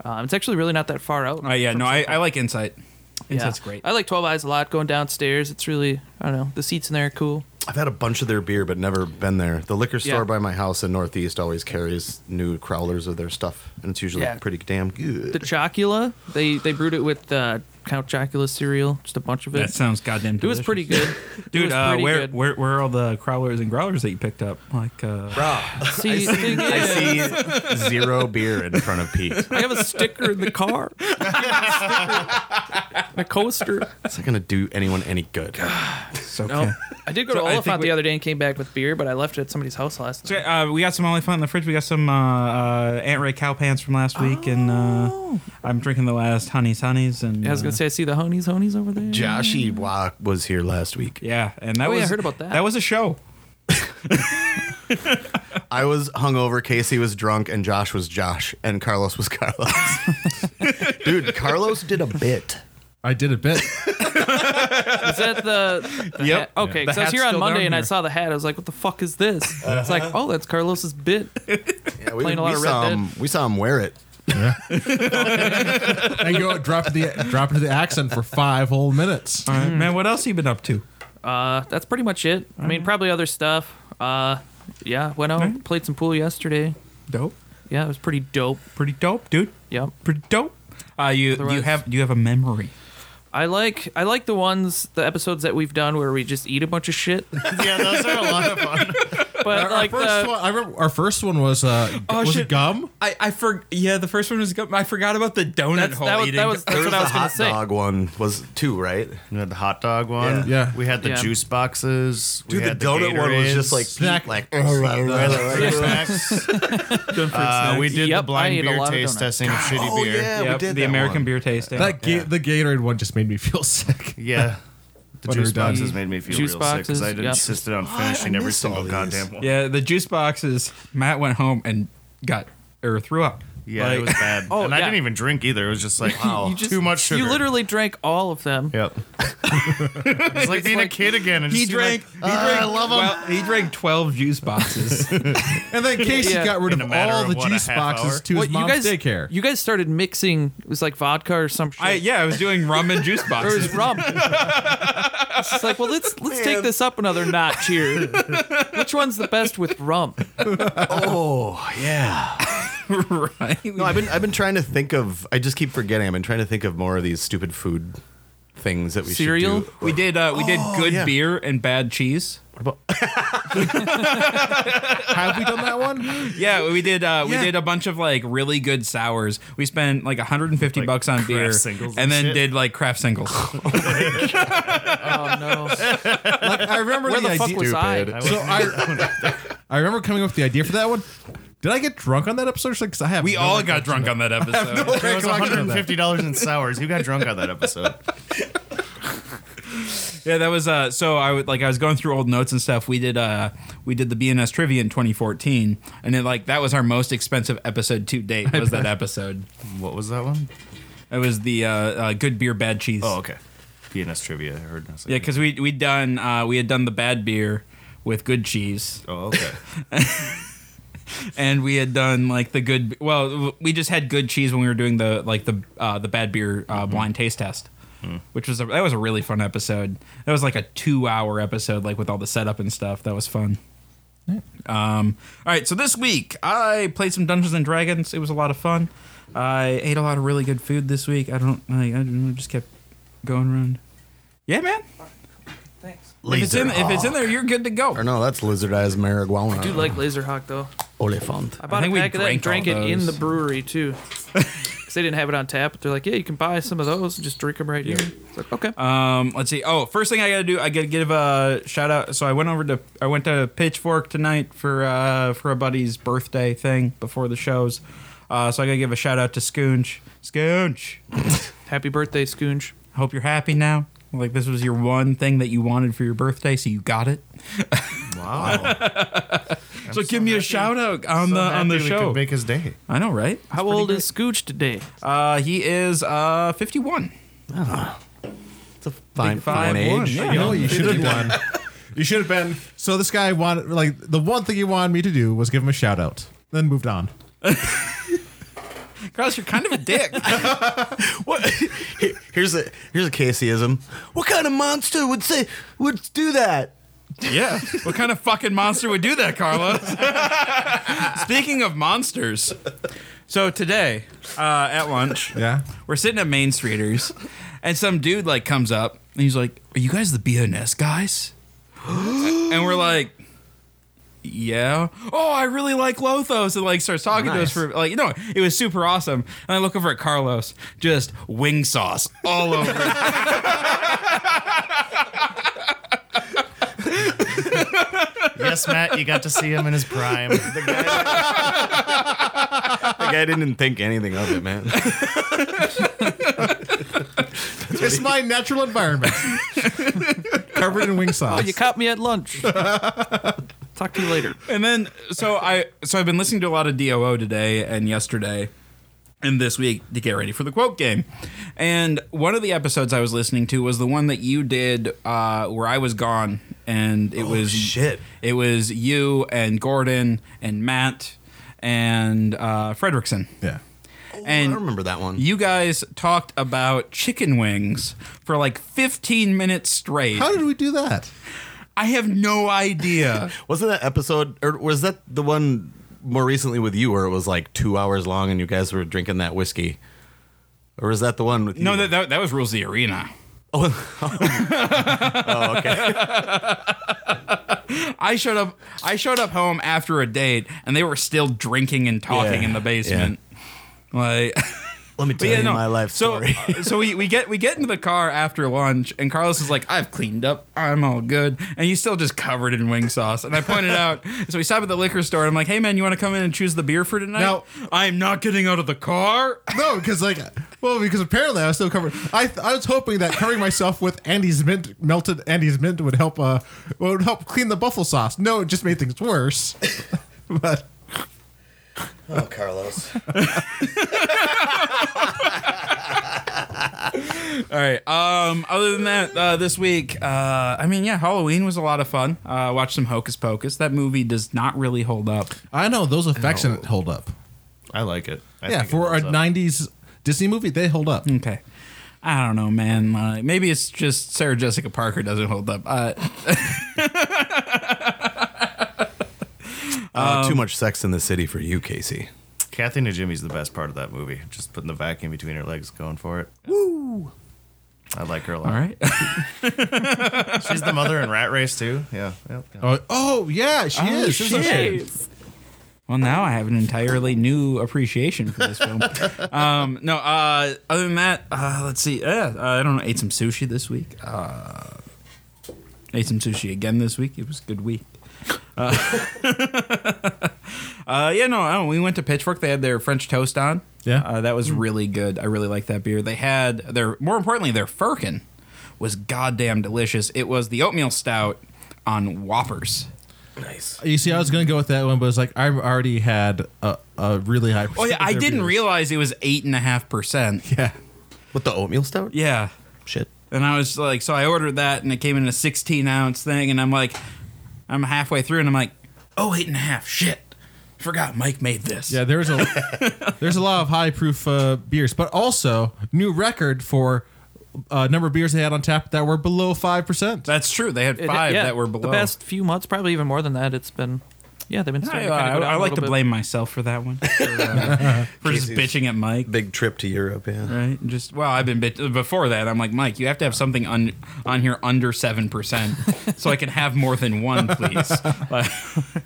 [SPEAKER 5] Um, it's actually really not that far out.
[SPEAKER 2] Oh yeah, no, I, I like Insight.
[SPEAKER 5] Yeah. Uh,
[SPEAKER 2] Insight's great.
[SPEAKER 5] I like Twelve Eyes a lot. Going downstairs, it's really I don't know. The seats in there are cool.
[SPEAKER 4] I've had a bunch of their beer, but never been there. The liquor store
[SPEAKER 5] Yeah.
[SPEAKER 4] by my house in Northeast always carries new crowlers of their stuff, and it's usually
[SPEAKER 5] Yeah.
[SPEAKER 4] pretty damn good.
[SPEAKER 5] The Chocula, they they brewed it with uh, Count Chocula cereal, just a bunch of it.
[SPEAKER 2] That sounds goddamn.
[SPEAKER 5] it was pretty good, It
[SPEAKER 2] Dude,
[SPEAKER 5] was
[SPEAKER 2] uh,
[SPEAKER 5] pretty
[SPEAKER 2] where,
[SPEAKER 5] good.
[SPEAKER 2] where where are all the crawlers and growlers that you picked up? Like, uh,
[SPEAKER 5] See, the thing
[SPEAKER 4] I
[SPEAKER 5] is,
[SPEAKER 4] see zero beer in front of Pete.
[SPEAKER 5] I have a sticker in the car, a coaster.
[SPEAKER 4] It's not gonna do anyone any good.
[SPEAKER 2] it's okay.
[SPEAKER 5] No, I did go
[SPEAKER 2] So
[SPEAKER 5] to
[SPEAKER 2] I think
[SPEAKER 5] Oliphant
[SPEAKER 2] we-
[SPEAKER 5] the other day and came back with beer, but I left it at somebody's house last
[SPEAKER 2] So,
[SPEAKER 5] night.
[SPEAKER 2] uh, we got some Oliphant in the fridge. We got some uh, uh, Aunt Ray cow pants from last week, and uh, I'm drinking the last honeys honeys. And
[SPEAKER 5] Oh. I was gonna
[SPEAKER 2] uh,
[SPEAKER 5] say I see the honies honies over there.
[SPEAKER 4] Joshy Wa was here last week.
[SPEAKER 2] yeah, and that
[SPEAKER 5] Oh, yeah, I
[SPEAKER 2] was
[SPEAKER 5] heard about that.
[SPEAKER 2] That was a show.
[SPEAKER 4] I was hungover, Casey was drunk, and Josh was Josh, and Carlos was Carlos. Dude, Carlos did a bit.
[SPEAKER 3] I did a bit.
[SPEAKER 5] Is that the? the
[SPEAKER 2] Yep.
[SPEAKER 5] hat? Okay,
[SPEAKER 2] The
[SPEAKER 5] because I was
[SPEAKER 2] hat's
[SPEAKER 5] here on
[SPEAKER 2] still down
[SPEAKER 5] Monday and I
[SPEAKER 2] here. Uh-huh.
[SPEAKER 5] saw the hat. I was like, "What the fuck is this?" It's like, "Oh, that's Carlos's bit."
[SPEAKER 4] Yeah, we,
[SPEAKER 5] Playing a lot
[SPEAKER 4] we
[SPEAKER 5] of
[SPEAKER 4] saw
[SPEAKER 5] Red
[SPEAKER 4] him, we saw him wear it.
[SPEAKER 3] I go drop the drop into the accent for five whole minutes.
[SPEAKER 2] All right, man.
[SPEAKER 5] Hmm.
[SPEAKER 2] What else you been up to?
[SPEAKER 5] Uh, that's pretty much it. I
[SPEAKER 2] Uh-huh.
[SPEAKER 5] mean, probably other stuff. Uh, yeah, went out,
[SPEAKER 2] Alright.
[SPEAKER 5] played some pool yesterday.
[SPEAKER 2] Dope,
[SPEAKER 5] Yeah, it was pretty dope.
[SPEAKER 2] pretty dope, dude.
[SPEAKER 5] Yep.
[SPEAKER 2] Pretty dope. Uh, you you
[SPEAKER 5] Otherwise-
[SPEAKER 2] have you have a memory.
[SPEAKER 5] I like I like the ones the episodes that we've done where we just eat a bunch of shit.
[SPEAKER 6] Yeah, those are a lot of fun.
[SPEAKER 5] But
[SPEAKER 3] Our,
[SPEAKER 5] like
[SPEAKER 3] our first
[SPEAKER 5] the,
[SPEAKER 3] one, I remember our first one was uh,
[SPEAKER 2] Oh,
[SPEAKER 3] was
[SPEAKER 2] shit.
[SPEAKER 3] it gum?
[SPEAKER 2] I I for yeah the first one was I forgot about the donut
[SPEAKER 5] That's- hole that was- eating. that was-
[SPEAKER 4] There
[SPEAKER 5] That's
[SPEAKER 4] was
[SPEAKER 5] what
[SPEAKER 4] the
[SPEAKER 5] I was gonna
[SPEAKER 4] hot
[SPEAKER 5] say.
[SPEAKER 4] dog one was two, right?
[SPEAKER 6] We had the hot dog one.
[SPEAKER 3] Yeah. Yeah.
[SPEAKER 6] We had the
[SPEAKER 5] Yeah.
[SPEAKER 6] juice boxes.
[SPEAKER 4] Dude,
[SPEAKER 6] we
[SPEAKER 4] the
[SPEAKER 6] had
[SPEAKER 4] donut one was just like
[SPEAKER 6] Gatorades,
[SPEAKER 4] Pete,
[SPEAKER 3] Snack.
[SPEAKER 4] like
[SPEAKER 6] the snacks. Uh, we did
[SPEAKER 5] Yep, I
[SPEAKER 6] the blind
[SPEAKER 5] ate a
[SPEAKER 6] beer
[SPEAKER 5] lot of
[SPEAKER 6] taste
[SPEAKER 5] donuts.
[SPEAKER 6] testing of shitty
[SPEAKER 4] Oh,
[SPEAKER 6] beer.
[SPEAKER 4] yeah, we did
[SPEAKER 2] the
[SPEAKER 4] that
[SPEAKER 2] American
[SPEAKER 4] one.
[SPEAKER 2] beer tasting.
[SPEAKER 3] That ga- the Gatorade one just made me feel sick.
[SPEAKER 6] Yeah. The
[SPEAKER 3] When we
[SPEAKER 6] juice
[SPEAKER 3] were done.
[SPEAKER 6] boxes made me feel
[SPEAKER 5] Juice
[SPEAKER 6] real sick because
[SPEAKER 5] boxes,
[SPEAKER 6] I did
[SPEAKER 5] yep.
[SPEAKER 6] insisted on finishing
[SPEAKER 4] I
[SPEAKER 6] every
[SPEAKER 4] missed all
[SPEAKER 6] single
[SPEAKER 4] these.
[SPEAKER 6] goddamn one.
[SPEAKER 2] yeah, the juice boxes. Matt went home and got or threw up.
[SPEAKER 6] Yeah,
[SPEAKER 2] Like-
[SPEAKER 6] it was bad.
[SPEAKER 5] Oh,
[SPEAKER 6] and I
[SPEAKER 5] yeah.
[SPEAKER 6] didn't even drink either. It was just like wow,
[SPEAKER 5] you just-
[SPEAKER 6] too much sugar.
[SPEAKER 5] You literally drank all of them.
[SPEAKER 6] Yep. it's like being a kid again. And
[SPEAKER 2] He
[SPEAKER 6] just being
[SPEAKER 2] drank.
[SPEAKER 6] like,
[SPEAKER 2] He drank. well, he drank twelve juice boxes.
[SPEAKER 3] And then Casey
[SPEAKER 5] Yeah.
[SPEAKER 3] got rid
[SPEAKER 6] In
[SPEAKER 3] of
[SPEAKER 6] a matter
[SPEAKER 3] all
[SPEAKER 6] of
[SPEAKER 3] the
[SPEAKER 6] what, a
[SPEAKER 3] juice
[SPEAKER 6] half
[SPEAKER 3] boxes
[SPEAKER 6] hour?
[SPEAKER 3] to his
[SPEAKER 5] What you
[SPEAKER 3] mom's
[SPEAKER 5] guys?
[SPEAKER 3] daycare.
[SPEAKER 5] You guys started mixing. It was like vodka or some shit.
[SPEAKER 2] I yeah, I was doing rum and juice
[SPEAKER 5] Or it
[SPEAKER 2] boxes.
[SPEAKER 5] was rum. It's just like, well, let's let's take this up another notch here. Which one's the best with rum?
[SPEAKER 4] Oh, yeah.
[SPEAKER 2] right?
[SPEAKER 4] No, I've been I've been trying to think of. I just keep forgetting. I've been trying to think of more of these stupid food things that we
[SPEAKER 5] Cereal?
[SPEAKER 4] should do.
[SPEAKER 2] We did. Uh, we did good
[SPEAKER 4] yeah.
[SPEAKER 2] beer and bad cheese.
[SPEAKER 3] Have we done that one?
[SPEAKER 2] Yeah, we did. Uh, We did a bunch of like really good sours. We spent like 150
[SPEAKER 6] Like
[SPEAKER 2] bucks on
[SPEAKER 6] craft
[SPEAKER 2] beer,
[SPEAKER 6] singles
[SPEAKER 2] and
[SPEAKER 6] and
[SPEAKER 2] then
[SPEAKER 6] shit?
[SPEAKER 2] did like craft singles.
[SPEAKER 5] Oh no!
[SPEAKER 3] I remember
[SPEAKER 5] Where
[SPEAKER 3] the,
[SPEAKER 5] the fuck
[SPEAKER 3] idea.
[SPEAKER 5] was I?
[SPEAKER 4] Stupid.
[SPEAKER 3] so I, I remember coming up with the idea for that one. Did I get drunk on that episode? Because I have.
[SPEAKER 2] We
[SPEAKER 3] no
[SPEAKER 2] all
[SPEAKER 3] recollection.
[SPEAKER 2] got drunk on that episode.
[SPEAKER 6] It was
[SPEAKER 3] recollection of that.
[SPEAKER 6] $150 in sours. You got drunk on that episode.
[SPEAKER 2] Yeah, that was uh so I would like I was going through old notes and stuff. We did uh we did the BNS trivia in 2014 and then like that was our most expensive episode to date was that episode.
[SPEAKER 6] What was that one?
[SPEAKER 2] It was the uh, uh good beer bad
[SPEAKER 3] Oh,
[SPEAKER 2] cheese.
[SPEAKER 6] Oh, okay. PNS trivia. I heard. I was like,
[SPEAKER 2] Yeah, cuz we we done uh we had done the bad beer with good cheese.
[SPEAKER 6] Oh, okay.
[SPEAKER 2] and we had done like the good well we just had good cheese when we were doing the like the uh, the bad beer uh, blind taste test which was a, that was a really fun episode that was like a two hour episode like with all the setup and stuff that was fun um, all right so this week i played some dungeons and dragons it was a lot of fun i ate a lot of really good food this week i don't like, i don't know, just kept going around yeah man
[SPEAKER 5] Thanks.
[SPEAKER 2] if it's in if it's in there you're good to go
[SPEAKER 4] Or no, that's lizard eyes marijuana.
[SPEAKER 5] I do like Laser Hawk though.
[SPEAKER 4] Oliphant.
[SPEAKER 5] I bought
[SPEAKER 2] think
[SPEAKER 5] a
[SPEAKER 2] we
[SPEAKER 5] pack of that and
[SPEAKER 2] drank
[SPEAKER 5] drank it
[SPEAKER 2] all
[SPEAKER 5] in the
[SPEAKER 2] those.
[SPEAKER 5] brewery too. 'Cause they didn't have it on tap, but they're like, yeah, you can buy some of those and just drink them right here. It's like, okay.
[SPEAKER 2] Um, let's see. Oh, first thing I gotta do, I gotta give a shout out. So I went over to I went to Pitchfork tonight for uh for a buddy's birthday thing before the shows. Uh, so I gotta give a shout out to Scoonch. Scoonch,
[SPEAKER 5] Happy birthday, Scoonge.
[SPEAKER 2] hope you're happy now. Like this was your one thing that you wanted for your birthday, so you got it.
[SPEAKER 6] Wow.
[SPEAKER 2] so give me a shout out on the on the show.
[SPEAKER 6] Could make his day.
[SPEAKER 2] I know, right?
[SPEAKER 5] How old is Scooch today?
[SPEAKER 2] Uh, he is uh 51.
[SPEAKER 4] It's a fine, fine
[SPEAKER 2] Five one,
[SPEAKER 4] age.
[SPEAKER 2] yeah.
[SPEAKER 3] You know what you should have done? You should have been. So this guy wanted, like, the one thing he wanted me to do was give him a shout out, then moved on.
[SPEAKER 2] Cross, you're kind of a dick.
[SPEAKER 4] What? Here's a here's a Caseyism. What kind of monster would say would do that?
[SPEAKER 2] Yeah. What kind of fucking monster would do that, Carlos? Speaking of monsters, so today uh, at lunch,
[SPEAKER 3] Yeah.
[SPEAKER 2] we're sitting at Main Streeters, and some dude like comes up and he's like, "Are you guys the BNS guys?" and we're like. Yeah. Oh, I really like Lothos, and like starts talking to us for like you know it was super awesome. And I look over at Carlos, just wing sauce all over.
[SPEAKER 7] Yes, Matt, you got to see him in his prime.
[SPEAKER 4] Like I didn't think anything of it, man.
[SPEAKER 3] It's my natural environment. Covered in wing sauce.
[SPEAKER 5] Oh, you caught me at lunch. Talk to you later.
[SPEAKER 2] and then so I so I've been listening to a lot of DOO today and yesterday and this week to get ready for the quote game. And one of the episodes I was listening to was the one that you did uh, where I was gone and it was
[SPEAKER 4] Oh, shit.
[SPEAKER 2] It was you and Gordon and Matt and uh, Fredrickson.
[SPEAKER 3] yeah.
[SPEAKER 2] and
[SPEAKER 4] Oh, I remember that one.
[SPEAKER 2] You guys talked about chicken wings for like 15 minutes straight.
[SPEAKER 3] How did we do that?
[SPEAKER 2] I have no idea.
[SPEAKER 4] Wasn't that episode or was that the one more recently with you where it was like two hours long and you guys were drinking that whiskey? Or was that the one with
[SPEAKER 2] no,
[SPEAKER 4] you?
[SPEAKER 2] that, that that was rules of the arena.
[SPEAKER 4] oh, okay.
[SPEAKER 2] I showed up. I showed up home after a date, and they were still drinking and talking
[SPEAKER 4] Yeah,
[SPEAKER 2] in the basement. Like,
[SPEAKER 4] Let me tell
[SPEAKER 2] yeah,
[SPEAKER 4] you
[SPEAKER 2] no.
[SPEAKER 4] my life
[SPEAKER 2] so
[SPEAKER 4] story.
[SPEAKER 2] so we, we get we get into the car after lunch, and Carlos is like, "I've cleaned up. I'm all good," and he's still just covered in wing sauce. And I pointed out, so we stop at the liquor store. And I'm like, "Hey man, you want to come in and choose the beer for tonight?"
[SPEAKER 3] Now-
[SPEAKER 2] I'm not getting out of the car.
[SPEAKER 3] No, because like, well, because apparently I was still covered. I I was hoping that covering myself with Andy's mint, melted Andy's mint would help. Uh, would help clean the buffalo sauce. No, it just made things worse. but
[SPEAKER 4] oh, Carlos.
[SPEAKER 2] All right. Um, other than that, uh, this week, uh, I mean, yeah, Halloween was a lot of fun. Uh, watched some Hocus Pocus. That movie does not really hold up.
[SPEAKER 3] I know those effects didn't hold up.
[SPEAKER 6] I like it. I
[SPEAKER 3] yeah,
[SPEAKER 6] think it
[SPEAKER 3] for a
[SPEAKER 6] holds up. Hmm.
[SPEAKER 3] '90s Disney movie, they hold up.
[SPEAKER 2] Okay. I don't know, man. Like, maybe it's just Sarah Jessica Parker doesn't hold up. Uh,
[SPEAKER 4] Uh, too much sex in the city for you, Casey.
[SPEAKER 6] Kathy and Jimmy's the best part of that movie. Just putting the vacuum between her legs, going for it. Woo! I like her a lot.
[SPEAKER 2] all right.
[SPEAKER 6] She's the mother in Rat Race too. Yeah. Yep.
[SPEAKER 3] Oh, oh yeah, she is. She's a-
[SPEAKER 2] well, now I have an entirely new appreciation for this film. um, no, uh, other than that, uh, let's see. Yeah, uh, I don't know. Ate some sushi this week. Uh, ate some sushi again this week. It was a good week. Uh, uh, yeah, no, I don't, we went to Pitchfork. They had their French toast on.
[SPEAKER 3] Yeah. Mm.
[SPEAKER 2] uh, that was really good. I really like that beer. They had their more importantly their firkin was goddamn delicious. It was the oatmeal stout on Whoppers.
[SPEAKER 3] You see, I was gonna go with that one, but it's like I already had a, a really high.
[SPEAKER 2] Oh yeah, I didn't realize it was eight and a half percent.
[SPEAKER 3] Yeah,
[SPEAKER 4] With the oatmeal stout?
[SPEAKER 2] Yeah,
[SPEAKER 4] Shit.
[SPEAKER 2] and I was like, so I ordered that, and it came in a sixteen ounce thing, and I'm like, I'm halfway through and I'm like, oh, eight and a half. Shit. Forgot Mike made this.
[SPEAKER 3] Yeah, there's a there's a lot of high proof uh, beers, but also new record for uh, number of beers they had on tap that were below five percent.
[SPEAKER 2] That's true. They had
[SPEAKER 5] It-
[SPEAKER 2] five
[SPEAKER 5] yeah,
[SPEAKER 2] that were below.
[SPEAKER 5] The past few months, probably even more than that. It's been, yeah, they've been
[SPEAKER 2] I,
[SPEAKER 5] starting to
[SPEAKER 2] I-
[SPEAKER 5] kind of go down
[SPEAKER 2] I
[SPEAKER 5] a
[SPEAKER 2] like to
[SPEAKER 5] little bit.
[SPEAKER 2] blame myself for that one. For, uh, for just
[SPEAKER 4] Jesus.
[SPEAKER 2] bitching at Mike.
[SPEAKER 4] Big trip to Europe, yeah.
[SPEAKER 2] Right? And Just well, I've been bit before that. I'm like, Mike, you have to have something on on here under seven percent, so I can have more than one, please. But-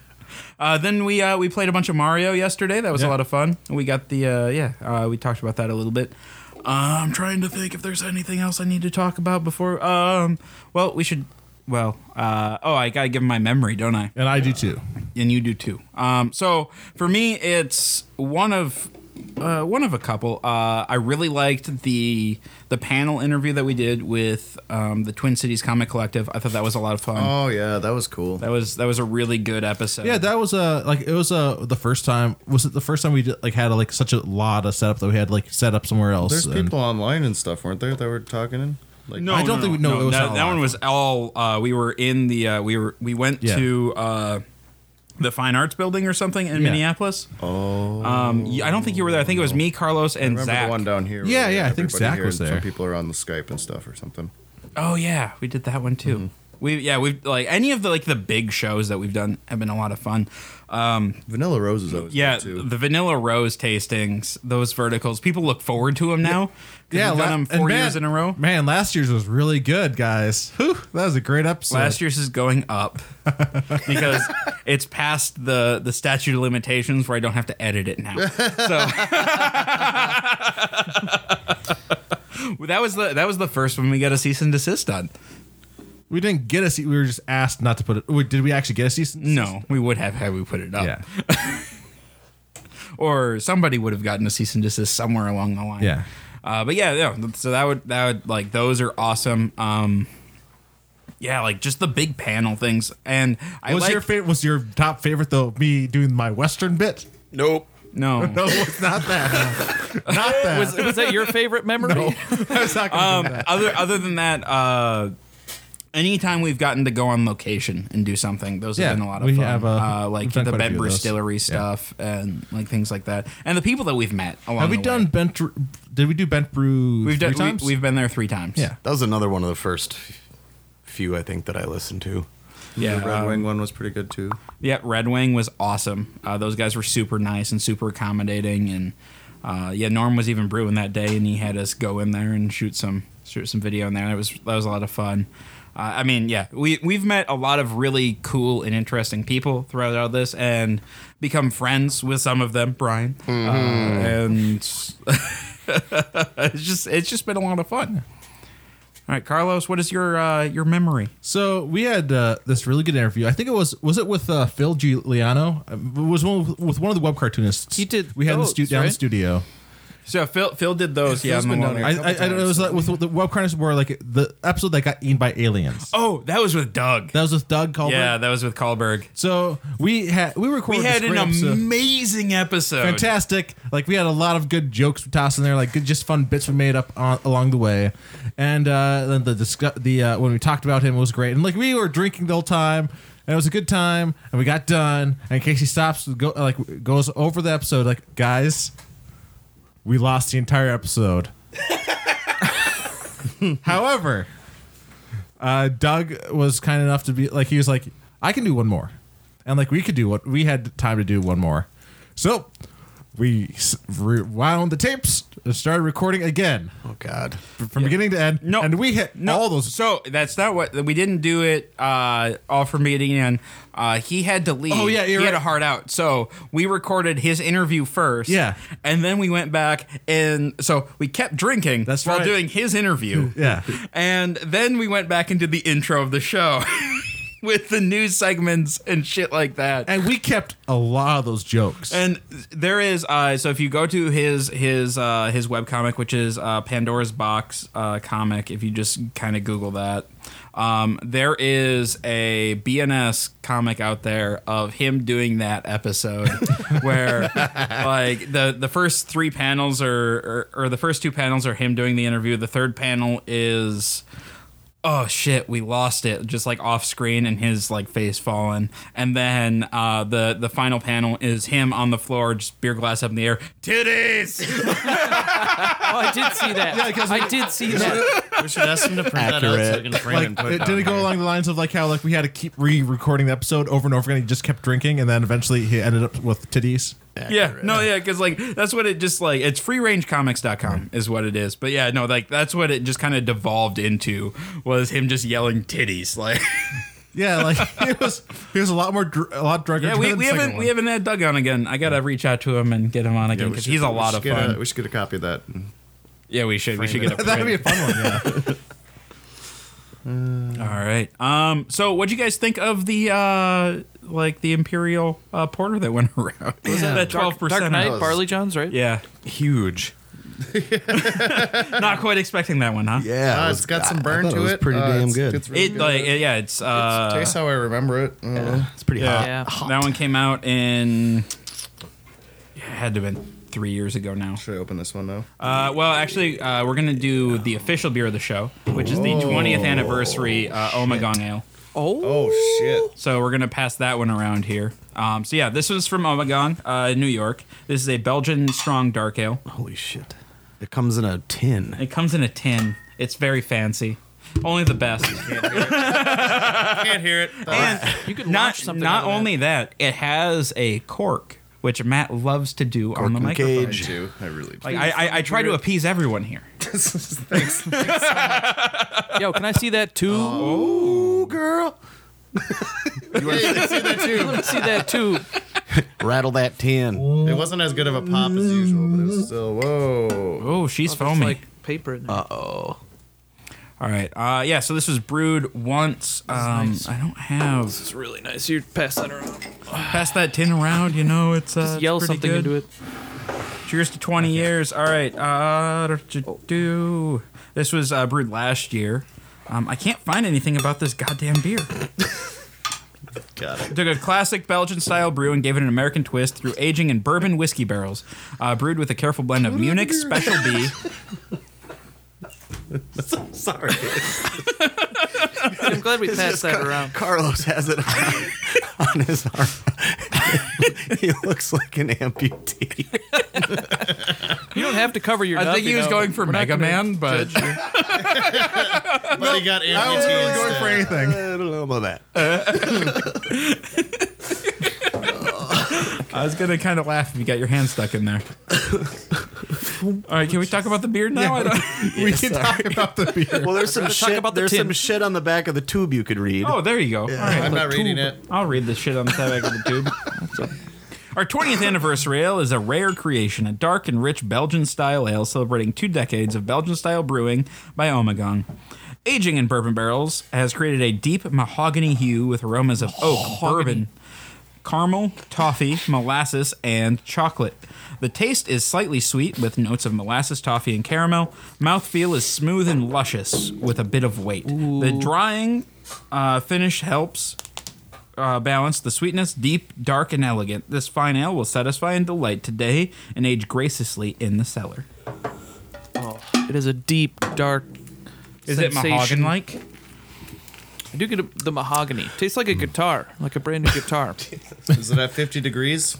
[SPEAKER 2] uh, then we uh, we played a bunch of Mario yesterday. That was a
[SPEAKER 3] Yeah.
[SPEAKER 2] lot of fun. We got the uh, yeah. Uh, we talked about that a little bit. Uh, I'm trying to think if there's anything else I need to talk about before. Um, well, we should. Well, uh, oh, I gotta give 'em my memory, don't I?
[SPEAKER 3] And I do too.
[SPEAKER 2] and you do too. Um, so for me, it's one of uh, one of a couple. Uh, I really liked the the panel interview that we did with um, the Twin Cities Comic Collective. I thought that was a lot of fun.
[SPEAKER 6] Oh yeah, that was cool.
[SPEAKER 2] That was that was a really good episode.
[SPEAKER 3] Yeah, that was uh, like it was uh, the first time. Was it the first time we did, like had like such a lot of setup that we had like set up somewhere else?
[SPEAKER 6] There's
[SPEAKER 3] and-
[SPEAKER 6] people online and stuff, weren't there, that were talking in? Like,
[SPEAKER 3] I don't think we- no, it was
[SPEAKER 2] Oh, that,
[SPEAKER 3] not
[SPEAKER 2] that one
[SPEAKER 3] live.
[SPEAKER 2] was all. Uh, we were in the uh, we were we went
[SPEAKER 3] Yeah.
[SPEAKER 2] to uh, the Fine Arts Building or something in
[SPEAKER 3] Yeah.
[SPEAKER 2] Minneapolis.
[SPEAKER 6] Oh,
[SPEAKER 2] Um, you- I don't think you were there. I think it was me, Carlos, and
[SPEAKER 6] remember
[SPEAKER 2] Zach.
[SPEAKER 6] the one down here?
[SPEAKER 3] Yeah,
[SPEAKER 6] where
[SPEAKER 3] yeah, I think
[SPEAKER 6] everybody
[SPEAKER 3] Zach
[SPEAKER 6] here
[SPEAKER 3] was
[SPEAKER 6] and
[SPEAKER 3] there.
[SPEAKER 6] Some people are on the Skype and stuff or something.
[SPEAKER 2] Oh yeah, we did that one too.
[SPEAKER 3] Mm-hmm.
[SPEAKER 2] We yeah we've like any of the like the big shows that we've done have been a lot of fun. Um,
[SPEAKER 6] Vanilla Rose is always
[SPEAKER 2] yeah,
[SPEAKER 6] good, too.
[SPEAKER 2] the vanilla rose tastings, those verticals, people look forward to them now. 'cause
[SPEAKER 3] Yeah,
[SPEAKER 2] we've
[SPEAKER 3] la-
[SPEAKER 2] done them
[SPEAKER 3] and
[SPEAKER 2] four
[SPEAKER 3] man-
[SPEAKER 2] years in a row.
[SPEAKER 3] Man, last year's was really good, guys. Whew, that was a great episode.
[SPEAKER 2] Last year's is going up because it's past the the statute of limitations where I don't have to edit it now. So Well, that was the that was the first one we got a cease and desist on.
[SPEAKER 3] we didn't get a seat. We were just asked not to put it. Wait, did we actually get a seat?
[SPEAKER 2] No, we would have had we put it up.
[SPEAKER 3] Yeah.
[SPEAKER 2] or somebody would have gotten a cease and desist somewhere along the line.
[SPEAKER 3] Yeah.
[SPEAKER 2] Uh, but yeah, yeah. So that would that would like those are awesome. Um, yeah, like just the big panel things, and I
[SPEAKER 3] Was
[SPEAKER 2] like
[SPEAKER 3] your favorite? Was your top favorite though? Me doing my western bit?
[SPEAKER 4] Nope.
[SPEAKER 2] no.
[SPEAKER 3] No, it's not that. not that.
[SPEAKER 5] Was, was that your favorite memory? Oh,
[SPEAKER 3] I was not gonna
[SPEAKER 2] Um,
[SPEAKER 3] do that.
[SPEAKER 2] other other than that, uh, anytime we've gotten to go on location and do something, those
[SPEAKER 3] Yeah,
[SPEAKER 2] have been a lot of
[SPEAKER 3] we
[SPEAKER 2] fun.
[SPEAKER 3] have, uh,
[SPEAKER 2] uh, like
[SPEAKER 3] we've done
[SPEAKER 2] the
[SPEAKER 3] quite a
[SPEAKER 2] Bed
[SPEAKER 3] few of those.
[SPEAKER 2] Distillery stuff and like things like that, and the people that we've met along.
[SPEAKER 3] Have we
[SPEAKER 2] the
[SPEAKER 3] done
[SPEAKER 2] Way.
[SPEAKER 3] bent? Did we do bent brew?
[SPEAKER 2] We've
[SPEAKER 3] three
[SPEAKER 2] done.
[SPEAKER 3] times?
[SPEAKER 2] We, have been there three times.
[SPEAKER 3] Yeah.
[SPEAKER 4] That was another one of the first f- few I think that I listened to.
[SPEAKER 2] yeah.
[SPEAKER 6] the Red
[SPEAKER 2] um,
[SPEAKER 6] Wing one was pretty good too.
[SPEAKER 2] Yeah, Red Wing was awesome. Uh, those guys were super nice and super accommodating, and uh, yeah, Norm was even brewing that day, and he had us go in there and shoot some shoot some video in there. That was that was a lot of fun. Uh, I mean, yeah, we we've met a lot of really cool and interesting people throughout all this, and become friends with some of them, Brian. Uh, and it's just it's just been a lot of fun. All right, Carlos, what is your uh, your memory?
[SPEAKER 3] So we had uh, this really good interview. I think it was was it with uh, Phil Giuliano? Um, It was one with, with one of the web cartoonists.
[SPEAKER 5] He did
[SPEAKER 3] We had in the stu-
[SPEAKER 5] those,
[SPEAKER 3] down in the
[SPEAKER 5] right?
[SPEAKER 3] studio.
[SPEAKER 2] So Phil Phil did those, yeah.
[SPEAKER 6] Phil's
[SPEAKER 2] on the
[SPEAKER 6] been
[SPEAKER 2] wall
[SPEAKER 6] down
[SPEAKER 2] there.
[SPEAKER 6] here.
[SPEAKER 3] I,
[SPEAKER 6] couple
[SPEAKER 3] I, I don't know. It was like with the web cartoonists were like the episode that got eaten by aliens.
[SPEAKER 2] Oh, that was with Doug.
[SPEAKER 3] That was with Doug Culver.
[SPEAKER 2] yeah, that was with Kahlberg.
[SPEAKER 3] So we had we recorded. uh,
[SPEAKER 2] We had
[SPEAKER 3] this
[SPEAKER 2] an
[SPEAKER 3] great episode.
[SPEAKER 2] amazing episode.
[SPEAKER 3] fantastic. Like we had a lot of good jokes tossed in there, like good, just fun bits we made up on, along the way. And uh, then the discu- the uh, when we talked about him it was great. And like we were drinking the whole time, and it was a good time. And we got done. And Casey stops, go like goes over the episode, like guys, we lost the entire episode. However, uh, Doug was kind enough to be like he was like, I can do one more, and like we could do what we had time to do one more, so we s- rewound the tapes, and started recording again
[SPEAKER 4] Oh God.
[SPEAKER 3] from beginning to end,
[SPEAKER 2] No.
[SPEAKER 3] and we hit
[SPEAKER 2] No,
[SPEAKER 3] all those.
[SPEAKER 2] So that's not what we didn't do it uh, all from beginning to end. Uh, he had to leave.
[SPEAKER 3] Oh, yeah,
[SPEAKER 2] he
[SPEAKER 3] you're
[SPEAKER 2] had
[SPEAKER 3] right.
[SPEAKER 2] a hard out. So we recorded his interview first.
[SPEAKER 3] Yeah.
[SPEAKER 2] and then we went back and so we kept drinking.
[SPEAKER 3] That's
[SPEAKER 2] while
[SPEAKER 3] right.
[SPEAKER 2] doing his interview.
[SPEAKER 3] Yeah.
[SPEAKER 2] and then we went back and did the intro of the show with the news segments and shit like that.
[SPEAKER 3] And we kept a lot of those jokes.
[SPEAKER 2] And there is uh, so if you go to his his uh, his webcomic, which is uh, Pandora's Box uh, comic, if you just kind of Google that, um, there is a BNS comic out there of him doing that episode where like the the first three panels are or, or the first two panels are him doing the interview. The third panel is oh shit, we lost it, just like off screen and his like face fallen. And then uh, the the final panel is him on the floor, just beer glass up in the air, titties.
[SPEAKER 5] Oh, I did see that. I did see that.
[SPEAKER 7] We should ask him to print that out so we can frame
[SPEAKER 3] Like,
[SPEAKER 7] and put
[SPEAKER 3] it,
[SPEAKER 7] down
[SPEAKER 3] did it go
[SPEAKER 7] here.
[SPEAKER 3] along the lines of like how like we had to keep re-recording the episode over and over again? He just kept drinking, and then eventually he ended up with titties.
[SPEAKER 2] yeah, no, yeah, because like that's what it just like it's freerangecomics.com is what it is. But yeah, no, like that's what it just kind of devolved into was him just yelling titties. Like
[SPEAKER 3] Yeah, like he was he was a lot more dr- a lot drunker.
[SPEAKER 2] yeah, we, we haven't we haven't had Doug on again. I gotta reach out to him and get him on again
[SPEAKER 6] we
[SPEAKER 2] because
[SPEAKER 6] should-
[SPEAKER 2] he's a
[SPEAKER 6] we
[SPEAKER 2] lot
[SPEAKER 6] should
[SPEAKER 2] of
[SPEAKER 6] get
[SPEAKER 2] fun.
[SPEAKER 6] A, we should get a copy of that.
[SPEAKER 2] yeah, we should we should get a
[SPEAKER 3] That'd be a fun one. Yeah.
[SPEAKER 2] All right. Um. So, what'd you guys think of the uh, like the imperial uh, porter that went around? Was it that twelve
[SPEAKER 5] Dark
[SPEAKER 2] percent?
[SPEAKER 5] Knight, Barley Johns, right?
[SPEAKER 2] Yeah.
[SPEAKER 4] Huge.
[SPEAKER 2] Not quite expecting that one, huh?
[SPEAKER 4] Yeah,
[SPEAKER 6] Uh,
[SPEAKER 4] it
[SPEAKER 6] it's
[SPEAKER 4] was-
[SPEAKER 6] got some
[SPEAKER 4] I- I
[SPEAKER 6] burn
[SPEAKER 4] thought
[SPEAKER 6] to
[SPEAKER 4] It was pretty
[SPEAKER 6] Uh,
[SPEAKER 4] damn
[SPEAKER 6] it's-
[SPEAKER 4] good.
[SPEAKER 6] It's really
[SPEAKER 2] It
[SPEAKER 6] good.
[SPEAKER 2] like yeah, it's uh,
[SPEAKER 6] tastes how I remember it. Uh,
[SPEAKER 4] it's pretty hot.
[SPEAKER 5] Yeah.
[SPEAKER 2] that one came out in it had to have been three years ago now.
[SPEAKER 6] Should I open this one now?
[SPEAKER 2] Uh, well, actually, uh, we're gonna do the official beer of the show, which is
[SPEAKER 4] Oh.
[SPEAKER 2] the twentieth anniversary uh, Omegon Ale.
[SPEAKER 5] Oh,
[SPEAKER 6] Oh shit!
[SPEAKER 2] So we're gonna pass that one around here. Um, so yeah, this was from Omegon, uh, New York. This is a Belgian strong dark ale.
[SPEAKER 4] Holy shit! It comes in a tin.
[SPEAKER 2] It comes in a tin. It's very fancy. Only the best.
[SPEAKER 6] Can't hear it.
[SPEAKER 5] you could
[SPEAKER 2] not
[SPEAKER 5] launch something. out
[SPEAKER 2] not
[SPEAKER 5] of that.
[SPEAKER 2] only that, it has a cork, which Matt loves to do on the
[SPEAKER 4] and
[SPEAKER 2] microphone.
[SPEAKER 6] I
[SPEAKER 4] cage.
[SPEAKER 6] do. I really do.
[SPEAKER 2] Like I, I, I try to appease everyone here.
[SPEAKER 6] Thanks.
[SPEAKER 2] Oh.
[SPEAKER 5] Yo, can I see that too?
[SPEAKER 4] Ooh, girl.
[SPEAKER 5] Let me see that too.
[SPEAKER 4] Rattle that tin.
[SPEAKER 6] It wasn't as good of a pop as usual, but it was still whoa.
[SPEAKER 2] Oh, she's foaming.
[SPEAKER 5] Like paper. In there.
[SPEAKER 2] Uh. All right. Uh, yeah. So this was brewed once. Um, I don't have
[SPEAKER 5] it's really nice. You pass that around.
[SPEAKER 2] pass that tin around. You know, it's uh,
[SPEAKER 5] Just yell
[SPEAKER 2] it's
[SPEAKER 5] something into it. Oh.
[SPEAKER 2] Cheers to 20 years. All right. Uh, do this was uh, brewed last year. Um, I can't find anything about this goddamn beer.
[SPEAKER 6] Got it.
[SPEAKER 2] Took a classic Belgian style brew and gave it an American twist through aging in bourbon whiskey barrels. Uh, brewed with a careful blend of Munich Special B.
[SPEAKER 4] Sorry,
[SPEAKER 5] I'm glad we passed that around.
[SPEAKER 4] Carlos has it on, on his arm. he looks like an amputee.
[SPEAKER 5] You don't have to cover your.
[SPEAKER 2] I
[SPEAKER 5] nub,
[SPEAKER 2] think he
[SPEAKER 5] you
[SPEAKER 2] was
[SPEAKER 5] know.
[SPEAKER 2] going for
[SPEAKER 5] We're not
[SPEAKER 2] Mega
[SPEAKER 5] gonna-
[SPEAKER 2] Man, but
[SPEAKER 6] But he got
[SPEAKER 3] I was really going for anything.
[SPEAKER 4] I don't know about that.
[SPEAKER 2] I was gonna kind of laugh if you got your hand stuck in there. All right, can we talk about the beard now? I don't-
[SPEAKER 3] we can talk about the beer.
[SPEAKER 4] Well, there's some shit.
[SPEAKER 5] about the
[SPEAKER 4] there's
[SPEAKER 5] tin.
[SPEAKER 4] some shit on the back of the tube you could read.
[SPEAKER 2] Oh, there you go. All right,
[SPEAKER 6] I'm
[SPEAKER 2] look,
[SPEAKER 6] not reading it.
[SPEAKER 2] I'll read the shit on the back of the tube. Our 20th anniversary ale is a rare creation, a dark and rich Belgian style ale celebrating two decades of Belgian style brewing by Omegang. Aging in bourbon barrels has created a deep mahogany hue with aromas of oak, bourbon, caramel, toffee, molasses, and chocolate. The taste is slightly sweet with notes of molasses, toffee, and caramel. Mouthfeel is smooth and luscious with a bit of weight. The drying uh, finish helps uh, balance the sweetness, deep, dark, and elegant. This fine ale will satisfy and delight today and age graciously in the cellar.
[SPEAKER 5] It is a deep, dark. sensation.
[SPEAKER 2] like?
[SPEAKER 5] I do get a, the mahogany. Tastes like a guitar, like a brand new guitar.
[SPEAKER 6] Is it at 50 degrees?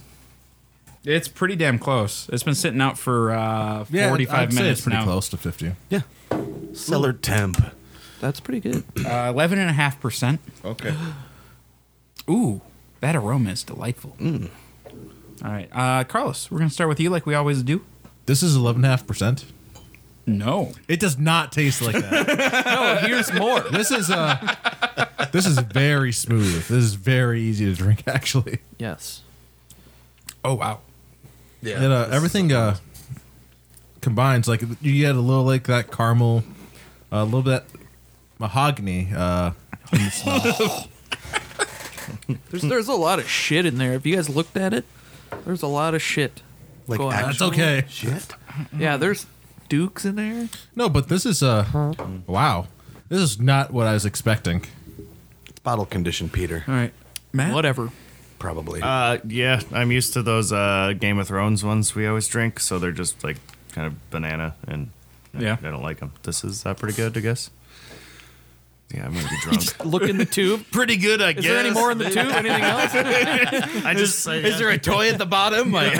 [SPEAKER 2] It's pretty damn close. It's been sitting out for uh, 45
[SPEAKER 3] I'd say
[SPEAKER 2] minutes
[SPEAKER 3] it's pretty
[SPEAKER 2] now.
[SPEAKER 3] close to fifty.
[SPEAKER 4] yeah. Cellar temp.
[SPEAKER 5] That's pretty good.
[SPEAKER 2] Uh, 11.5%.
[SPEAKER 6] Okay.
[SPEAKER 2] Ooh, that aroma is delightful. All right. Uh, Carlos, we're going to start with you like we always do.
[SPEAKER 3] This is eleven and a half percent.
[SPEAKER 2] No.
[SPEAKER 3] It does not taste like that.
[SPEAKER 2] Oh,
[SPEAKER 5] No, here's more.
[SPEAKER 3] this is uh, this is very smooth. This is very easy to drink. Actually,
[SPEAKER 5] Yes.
[SPEAKER 2] Oh, wow.
[SPEAKER 4] Yeah.
[SPEAKER 3] and, uh, everything uh, combines. Like you get a little like that caramel, a little bit mahogany. Uh, in the smell.
[SPEAKER 5] There's there's a lot of shit in there. Have you guys looked at it? There's a lot of shit. Mm-hmm.
[SPEAKER 4] like
[SPEAKER 5] Go on.
[SPEAKER 4] actual
[SPEAKER 3] That's okay.
[SPEAKER 4] shit.
[SPEAKER 5] Yeah, there's dukes in there.
[SPEAKER 3] No, but this is uh, wow. This is not what I was expecting.
[SPEAKER 4] It's bottle conditioned, Peter.
[SPEAKER 5] All right.
[SPEAKER 2] Matt?
[SPEAKER 5] Whatever.
[SPEAKER 4] Probably.
[SPEAKER 7] Uh, yeah, I'm used to those uh, Game of Thrones ones we always drink, so they're just like kind of banana, and I-
[SPEAKER 2] Yeah.
[SPEAKER 7] I don't like them. This is uh, pretty good, I guess. Yeah, I'm gonna be drunk.
[SPEAKER 5] Look in the tube.
[SPEAKER 2] Pretty good, uh, I
[SPEAKER 5] Is there any more in the tube? Anything else?
[SPEAKER 7] I just. I,
[SPEAKER 2] Is there a toy at the bottom? Like,
[SPEAKER 5] Is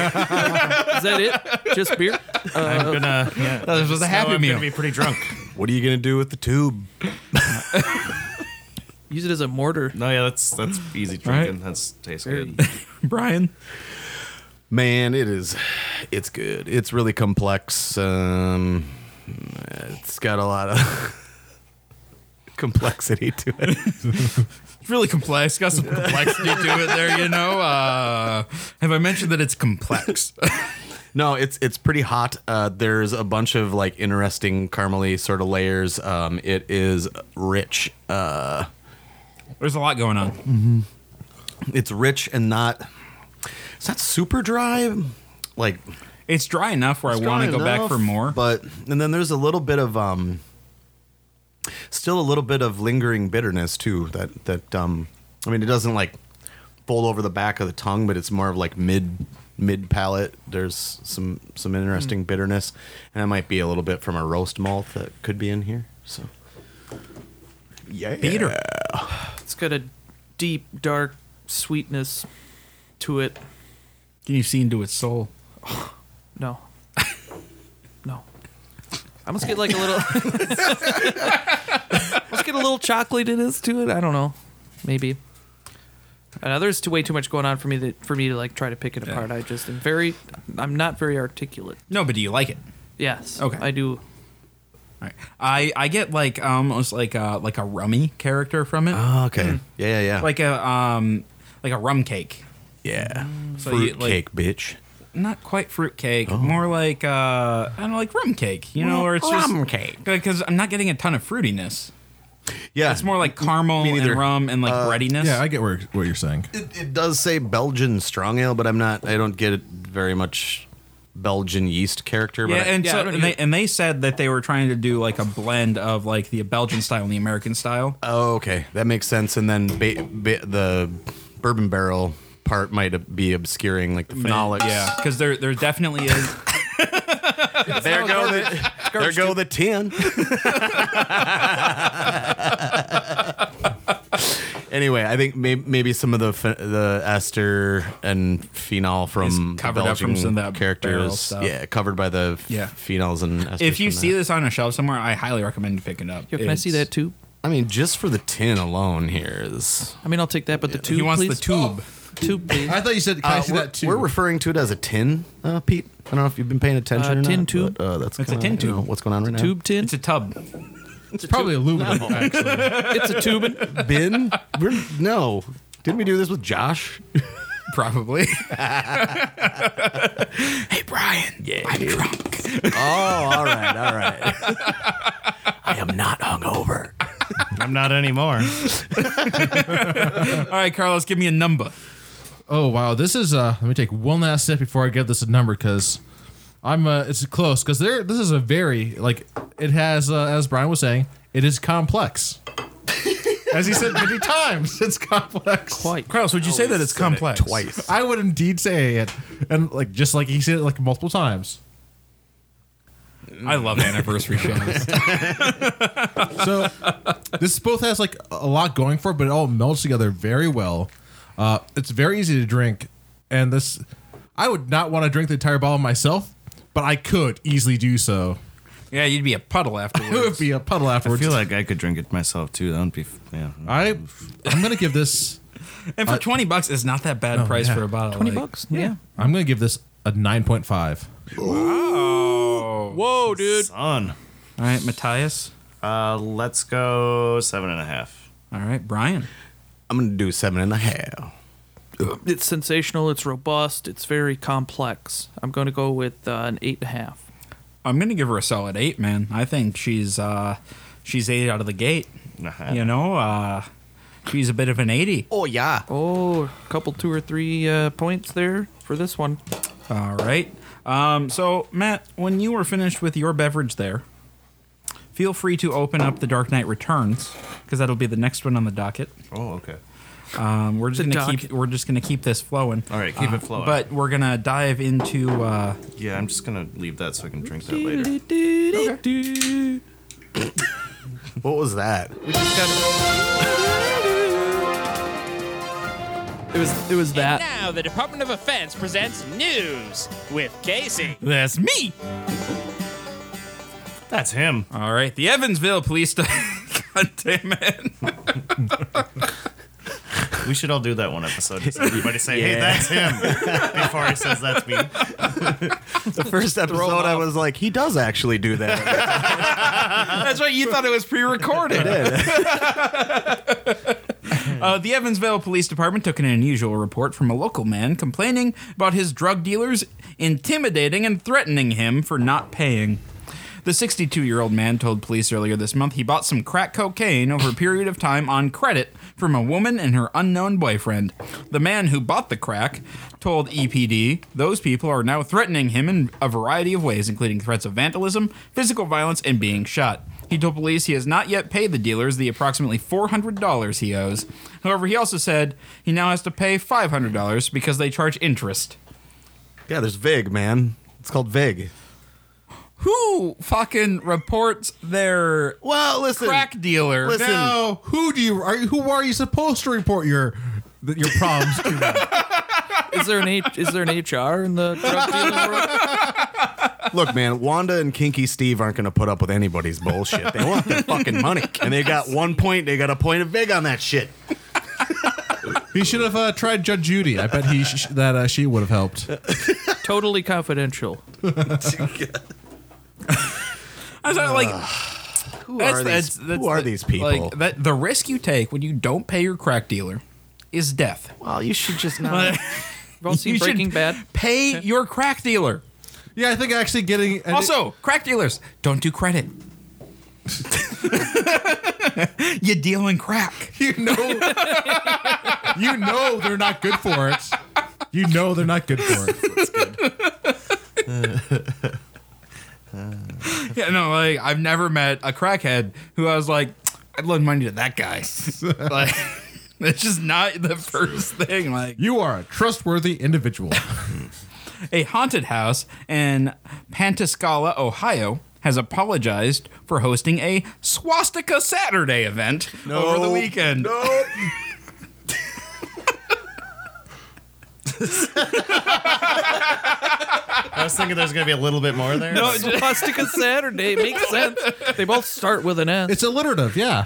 [SPEAKER 5] that it? Just beer?
[SPEAKER 7] I'm gonna. Yeah,
[SPEAKER 2] this was a
[SPEAKER 7] Just
[SPEAKER 2] Happy
[SPEAKER 7] know I'm
[SPEAKER 2] Meal.
[SPEAKER 7] gonna be pretty drunk.
[SPEAKER 4] What are you gonna do with the tube?
[SPEAKER 5] Use it as a mortar.
[SPEAKER 7] No, yeah, that's that's easy drinking. That's tastes good.
[SPEAKER 2] Brian,
[SPEAKER 4] Man, it is. It's good. It's really complex. Um, it's got a lot of complexity to it.
[SPEAKER 2] it's really complex. Got some complexity to it there, you know. Uh, have I mentioned that it's complex?
[SPEAKER 4] No, it's it's pretty hot. Uh, there's a bunch of like interesting caramely sort of layers. Um, it is rich. Uh,
[SPEAKER 2] There's a lot going on.
[SPEAKER 4] it's rich and not. It's not super dry. Like
[SPEAKER 2] It's dry enough where I want to
[SPEAKER 4] strong
[SPEAKER 2] go back
[SPEAKER 4] enough,
[SPEAKER 2] for more.
[SPEAKER 4] But and then there's a little bit of um, still a little bit of lingering bitterness too. That that um, I mean, it doesn't like fold over the back of the tongue, but it's more of like mid mid palate. There's some some
[SPEAKER 2] Hmm.
[SPEAKER 4] interesting bitterness, and it might be a little bit from a roast malt that could be in here. So yeah,
[SPEAKER 2] Peter,
[SPEAKER 5] It's got a deep, dark sweetness to it.
[SPEAKER 2] can you see into its soul?
[SPEAKER 5] No. No. I must get like a little. I must get a little chocolatiness to it. I don't know. Maybe. I know there's too way too much going on for me that for me to like try to pick it apart. I just am very. I'm not very articulate.
[SPEAKER 2] No, but do you like it?
[SPEAKER 5] Yes.
[SPEAKER 2] Okay.
[SPEAKER 5] I do.
[SPEAKER 2] All right. I I get like um, almost like a like a rummy character from it,
[SPEAKER 4] Oh, okay, yeah, yeah, yeah,
[SPEAKER 2] like a um like a rum cake.
[SPEAKER 4] yeah,
[SPEAKER 2] hmm. So
[SPEAKER 4] fruit
[SPEAKER 2] you, like-
[SPEAKER 4] cake, bitch.
[SPEAKER 2] Not quite fruit cake, more like uh I don't know, like rum cake, you know, or it's
[SPEAKER 4] Rum
[SPEAKER 2] just, cake because I'm not getting a ton of fruitiness.
[SPEAKER 4] Yeah,
[SPEAKER 2] It's more like caramel and
[SPEAKER 4] neither.
[SPEAKER 2] rum and like breadiness.
[SPEAKER 3] Yeah, I get where, what you're saying.
[SPEAKER 4] It, it does say Belgian strong ale, but I'm not. I don't get it very much Belgian yeast character. But
[SPEAKER 2] Yeah,
[SPEAKER 4] I-
[SPEAKER 2] and
[SPEAKER 5] Yeah, I
[SPEAKER 2] so
[SPEAKER 5] don't
[SPEAKER 2] and they,
[SPEAKER 5] either.
[SPEAKER 2] and they said that they were trying to do like a blend of like the Belgian style and the American style.
[SPEAKER 4] oh, okay, that makes sense. And then ba- ba- the bourbon barrel part might be obscuring like the phenolics.
[SPEAKER 2] Yeah, because there there definitely is.
[SPEAKER 4] there go the there go the tin. anyway, I think may- maybe some of the phe- the ester and phenol from
[SPEAKER 2] Is
[SPEAKER 4] the
[SPEAKER 2] covered up from
[SPEAKER 4] Belgian
[SPEAKER 2] some of that barrel
[SPEAKER 4] characters,
[SPEAKER 2] stuff.
[SPEAKER 4] yeah, covered by the f-
[SPEAKER 2] Yeah.
[SPEAKER 4] phenols and esters
[SPEAKER 2] If you
[SPEAKER 4] from
[SPEAKER 2] see
[SPEAKER 4] that.
[SPEAKER 2] this on a shelf somewhere, I highly recommend picking it up.
[SPEAKER 5] Yo, can I see
[SPEAKER 2] It's-
[SPEAKER 5] that tube?
[SPEAKER 4] I mean, just for the tin alone here is.
[SPEAKER 5] I mean, I'll take that, but the tube.
[SPEAKER 2] He wants
[SPEAKER 5] please? Oh.
[SPEAKER 2] the tube.
[SPEAKER 5] Tube, please.
[SPEAKER 3] I thought you said, can I see
[SPEAKER 4] uh, we're,
[SPEAKER 3] that too?
[SPEAKER 4] we're referring to it as a tin, uh, Pete. I don't know if you've been paying attention.
[SPEAKER 5] Uh,
[SPEAKER 4] or
[SPEAKER 5] tin
[SPEAKER 4] not,
[SPEAKER 5] tube?
[SPEAKER 4] But, uh, that's
[SPEAKER 2] It's a
[SPEAKER 4] kinda,
[SPEAKER 2] tin
[SPEAKER 4] you know,
[SPEAKER 2] tube.
[SPEAKER 4] what's going on right now?
[SPEAKER 5] tube tin.
[SPEAKER 2] It's a tub.
[SPEAKER 3] it's probably aluminum. actually.
[SPEAKER 5] It's a tube.
[SPEAKER 4] Bin? We're, no. Didn't we do this with Josh?
[SPEAKER 2] Probably. hey, Brian.
[SPEAKER 4] Yeah.
[SPEAKER 2] I'm drunk.
[SPEAKER 4] oh, all right, all right. I am not hungover.
[SPEAKER 7] I'm not anymore.
[SPEAKER 2] All right, Carlos, give me a number.
[SPEAKER 3] Oh wow, this is. Uh, let me take one last sip before I give this a number because I'm. Uh, it's close because there. This is a very like it has. Uh, as Brian was saying, it is complex. as he said many times, it's complex.
[SPEAKER 5] Quite.
[SPEAKER 2] Carlos, would you say that it's complex?
[SPEAKER 4] Twice.
[SPEAKER 3] I would indeed say it, and like just like he said it like multiple times.
[SPEAKER 2] I love anniversary shows.
[SPEAKER 3] So this both has like a lot going for it, but it all melds together very well. Uh, it's very easy to drink, and this I would not want to drink the entire bottle myself, but I could easily do so.
[SPEAKER 2] yeah, you'd be a puddle
[SPEAKER 3] It would
[SPEAKER 2] afterwards.
[SPEAKER 3] be a puddle
[SPEAKER 7] I
[SPEAKER 3] afterwards.
[SPEAKER 7] feel like I could drink it myself too. That would be. f- Yeah.
[SPEAKER 3] I I'm gonna give this
[SPEAKER 2] and for 20 bucks, it's not that bad price
[SPEAKER 3] yeah.
[SPEAKER 2] for a bottle.
[SPEAKER 5] 20
[SPEAKER 2] like-
[SPEAKER 5] bucks? Yeah.
[SPEAKER 3] I'm gonna give this a nine point five.
[SPEAKER 5] Whoa, dude.
[SPEAKER 7] Son.
[SPEAKER 2] All right, Matthias.
[SPEAKER 7] Uh, let's go seven and a half.
[SPEAKER 2] All right, Brian.
[SPEAKER 4] I'm going to do seven and a half.
[SPEAKER 5] It's sensational. It's robust. It's very complex. I'm going to go with uh, an eight and a half.
[SPEAKER 2] I'm going to give her a solid eight, man. I think she's uh, she's eight out of the gate.
[SPEAKER 7] Nah.
[SPEAKER 2] You know, uh, she's a bit of an 80.
[SPEAKER 4] Oh, yeah.
[SPEAKER 5] Oh, a couple, two or three uh, points there for this one.
[SPEAKER 2] All right. Um, so, Matt, when you were finished with your beverage there, feel free to open up The Dark Knight Returns because that'll be the next one on the docket.
[SPEAKER 7] Oh, okay.
[SPEAKER 2] Um, we're just
[SPEAKER 5] The
[SPEAKER 2] gonna keep
[SPEAKER 5] docket.
[SPEAKER 2] we're just gonna keep this flowing.
[SPEAKER 7] All right, keep
[SPEAKER 2] Uh,
[SPEAKER 7] it flowing.
[SPEAKER 2] But we're gonna dive into uh,
[SPEAKER 7] yeah, I'm just gonna leave that so I can drink that later.
[SPEAKER 4] What was that?
[SPEAKER 5] We just got. It was it was that.
[SPEAKER 8] Now the Department of Defense presents news with Casey.
[SPEAKER 2] That's me.
[SPEAKER 7] That's him.
[SPEAKER 2] All right, the Evansville Police. St- God damn it!
[SPEAKER 7] We should all do that one episode. Just everybody say, "Hey, that's him," before he says, "That's me."
[SPEAKER 4] The first episode, I was like, he does actually do that.
[SPEAKER 2] That's right. You thought it was pre-recorded. Uh, the Evansville Police Department took an unusual report from a local man complaining about his drug dealers intimidating and threatening him for not paying. The 62 year old man told police earlier this month he bought some crack cocaine over a period of time on credit from a woman and her unknown boyfriend. The man who bought the crack told EPD those people are now threatening him in a variety of ways, including threats of vandalism, physical violence, and being shot. He told police he has not yet paid the dealers the approximately $400 he owes. However, he also said he now has to pay $500 because they charge interest.
[SPEAKER 4] yeah, there's Vig, man. It's called Vig.
[SPEAKER 2] Who fucking reports their
[SPEAKER 4] Well, listen.
[SPEAKER 2] crack dealer?
[SPEAKER 4] Listen.
[SPEAKER 3] Now, Oh, who do you are? you- Who are you supposed to report your th- your problems to?
[SPEAKER 5] Is there an H, is there an HR in the drug dealing world?
[SPEAKER 4] Look, man, Wanda and Kinky Steve aren't going to put up with anybody's bullshit. They want their fucking money. And they got one point. They got a point of Vig on that shit.
[SPEAKER 3] he should have uh, tried Judge Judy. I bet he sh- that uh, she would have helped.
[SPEAKER 5] Totally confidential.
[SPEAKER 2] I was like,
[SPEAKER 4] Who
[SPEAKER 2] That's-
[SPEAKER 4] are
[SPEAKER 2] that's-
[SPEAKER 4] these,
[SPEAKER 2] that's
[SPEAKER 4] who are
[SPEAKER 2] the-
[SPEAKER 4] these people?
[SPEAKER 2] Like that, the risk you take when you don't pay your crack dealer is death.
[SPEAKER 4] well, you should just not.
[SPEAKER 5] You've all seen
[SPEAKER 2] You should
[SPEAKER 5] Breaking Bad.
[SPEAKER 2] Pay your crack dealer.
[SPEAKER 3] Yeah, I think actually getting and
[SPEAKER 2] Also, crack dealers don't do credit. you deal in crack.
[SPEAKER 3] it- you know, you know they're not good for it. You know they're not good for it.
[SPEAKER 2] Yeah, no, like I've never met a crackhead who I was like, I'd loan money to that guy. like, it's just not the first thing. Like,
[SPEAKER 3] You are a trustworthy individual.
[SPEAKER 2] A haunted house in Pantascala, Ohio, has apologized for hosting a swastika Saturday event over the weekend.
[SPEAKER 4] No.
[SPEAKER 7] I was thinking there's gonna be a little bit more there.
[SPEAKER 5] No, Swastika Saturday makes sense. They both start with an S.
[SPEAKER 3] It's alliterative, yeah.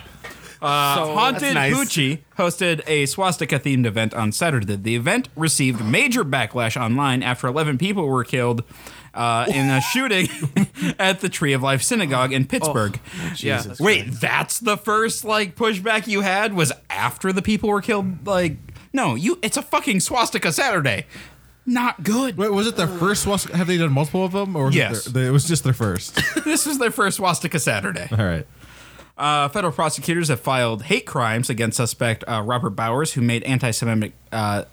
[SPEAKER 5] so
[SPEAKER 2] Haunted
[SPEAKER 4] nice.
[SPEAKER 2] Poochie hosted a swastika themed event on Saturday. The event received major backlash online after 11 people were killed uh, in a shooting at the Tree of Life Synagogue
[SPEAKER 4] Oh.
[SPEAKER 2] in Pittsburgh.
[SPEAKER 5] yeah.
[SPEAKER 2] Wait, that's the first like pushback you had was after the people were killed. Like, no, you. It's a fucking swastika Saturday. Not good.
[SPEAKER 3] Wait, was it their first? swast- Have they done multiple of them? Or was it
[SPEAKER 2] Yes.
[SPEAKER 3] their- they- it was just their first.
[SPEAKER 2] This was their first swastika Saturday.
[SPEAKER 3] All right.
[SPEAKER 2] Uh, federal prosecutors have filed hate crimes against suspect uh, Robert Bowers, who made anti-Semitic. Uh,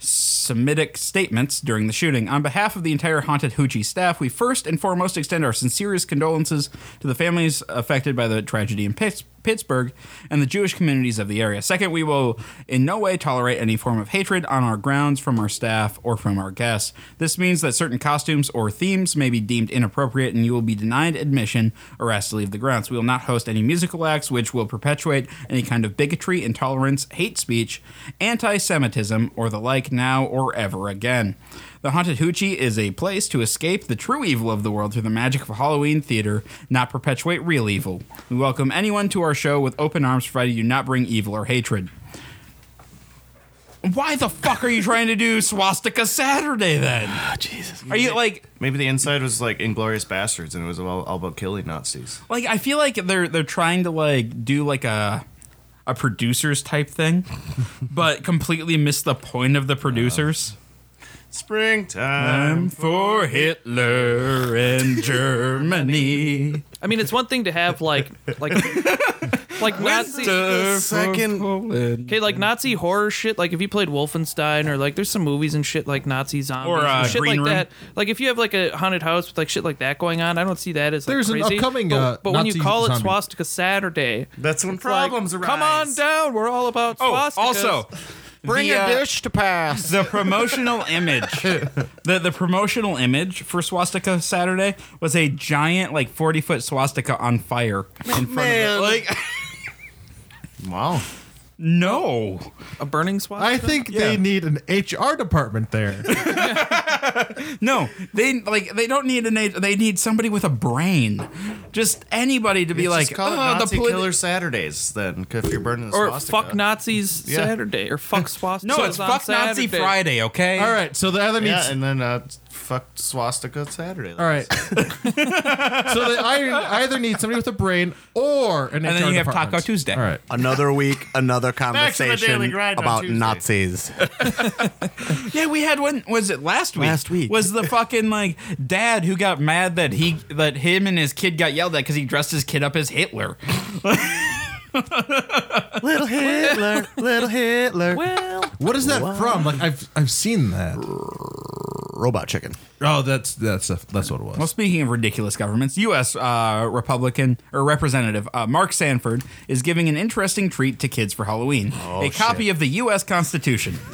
[SPEAKER 2] Semitic statements during the shooting. On behalf of the entire Haunted Hoochie staff, we first and foremost extend our sincerest condolences to the families affected by the tragedy in Pitts- Pittsburgh and the Jewish communities of the area. Second, we will in no way tolerate any form of hatred on our grounds from our staff or from our guests. This means that certain costumes or themes may be deemed inappropriate and you will be denied admission or asked to leave the grounds. We will not host any musical acts which will perpetuate any kind of bigotry, intolerance, hate speech, anti Semitism, or the like now or ever again. The Haunted Hoochie is a place to escape the true evil of the world through the magic of Halloween theater, not perpetuate real evil. We welcome anyone to our show with open arms, provided you not bring evil or hatred. Why the fuck are you trying to do Swastika Saturday then? Jesus. Are you like
[SPEAKER 7] Maybe the inside was like Inglorious Bastards, and it was all, all about killing Nazis.
[SPEAKER 2] like I feel like they're they're trying to like do like a a producers type thing, but completely miss the point of the producers.
[SPEAKER 7] Springtime.
[SPEAKER 2] for Hitler in Germany.
[SPEAKER 5] I mean, it's one thing to have like like like Nazi
[SPEAKER 4] Second.
[SPEAKER 5] okay, like Nazi horror shit. Like if you played Wolfenstein or like there's some movies and shit like Nazi zombies
[SPEAKER 2] Or, uh,
[SPEAKER 5] and shit
[SPEAKER 2] Green
[SPEAKER 5] like
[SPEAKER 2] Room.
[SPEAKER 5] that. Like if you have like a haunted house with like shit like that going on, I don't see that as like,
[SPEAKER 3] There's an
[SPEAKER 5] crazy.
[SPEAKER 3] upcoming,
[SPEAKER 5] But,
[SPEAKER 3] uh,
[SPEAKER 5] but when you
[SPEAKER 3] Nazi
[SPEAKER 5] call it
[SPEAKER 3] zombie.
[SPEAKER 5] Swastika Saturday,
[SPEAKER 7] That's when
[SPEAKER 5] like,
[SPEAKER 7] problems arise.
[SPEAKER 5] Come on down. We're all about
[SPEAKER 2] Oh,
[SPEAKER 5] swastikas.
[SPEAKER 2] also, Bring a dish.
[SPEAKER 9] to pass.
[SPEAKER 2] the promotional image the, the promotional image for swastika saturday was a giant like 40 foot swastika on fire in front of it like
[SPEAKER 7] Wow.
[SPEAKER 2] no
[SPEAKER 5] A burning swastika.
[SPEAKER 3] I think they need an HR department there.
[SPEAKER 2] no they like they don't need an age they need somebody with a brain just anybody to be like
[SPEAKER 7] Just call
[SPEAKER 2] "Oh,
[SPEAKER 7] it Nazi
[SPEAKER 2] the polit-"
[SPEAKER 7] Killer Saturdays then, if you're burning the
[SPEAKER 5] or
[SPEAKER 7] swastika.
[SPEAKER 5] fuck Nazis Saturday or fuck swastika.
[SPEAKER 2] no it's fuck nazi friday okay
[SPEAKER 3] All right, so the other needs.
[SPEAKER 7] Yeah, and then uh, fuck swastika Saturday.
[SPEAKER 3] All right. so they either, either need somebody with a brain or an
[SPEAKER 2] and
[SPEAKER 3] HR
[SPEAKER 2] then you have
[SPEAKER 3] department.
[SPEAKER 2] taco tuesday
[SPEAKER 3] All right.
[SPEAKER 4] Another week, another
[SPEAKER 7] to the Daily
[SPEAKER 4] conversation
[SPEAKER 7] Grind on
[SPEAKER 4] about
[SPEAKER 7] Tuesday.
[SPEAKER 4] Nazis.
[SPEAKER 2] Yeah, we had one. Was it last week?
[SPEAKER 4] Last week.
[SPEAKER 2] was the fucking like dad who got mad that he that him and his kid got yelled at because he dressed his kid up as Hitler.
[SPEAKER 4] little Hitler, little Hitler.
[SPEAKER 5] Well,
[SPEAKER 3] What is that from? Like I've I've seen that.
[SPEAKER 4] Robot chicken.
[SPEAKER 3] Oh, that's that's a, that's what it was.
[SPEAKER 2] Well, speaking of ridiculous governments, U.S. Uh, Republican or Representative uh, Mark Sanford is giving an interesting treat to kids for Halloween: a copy of the U.S. Constitution.
[SPEAKER 7] Oh,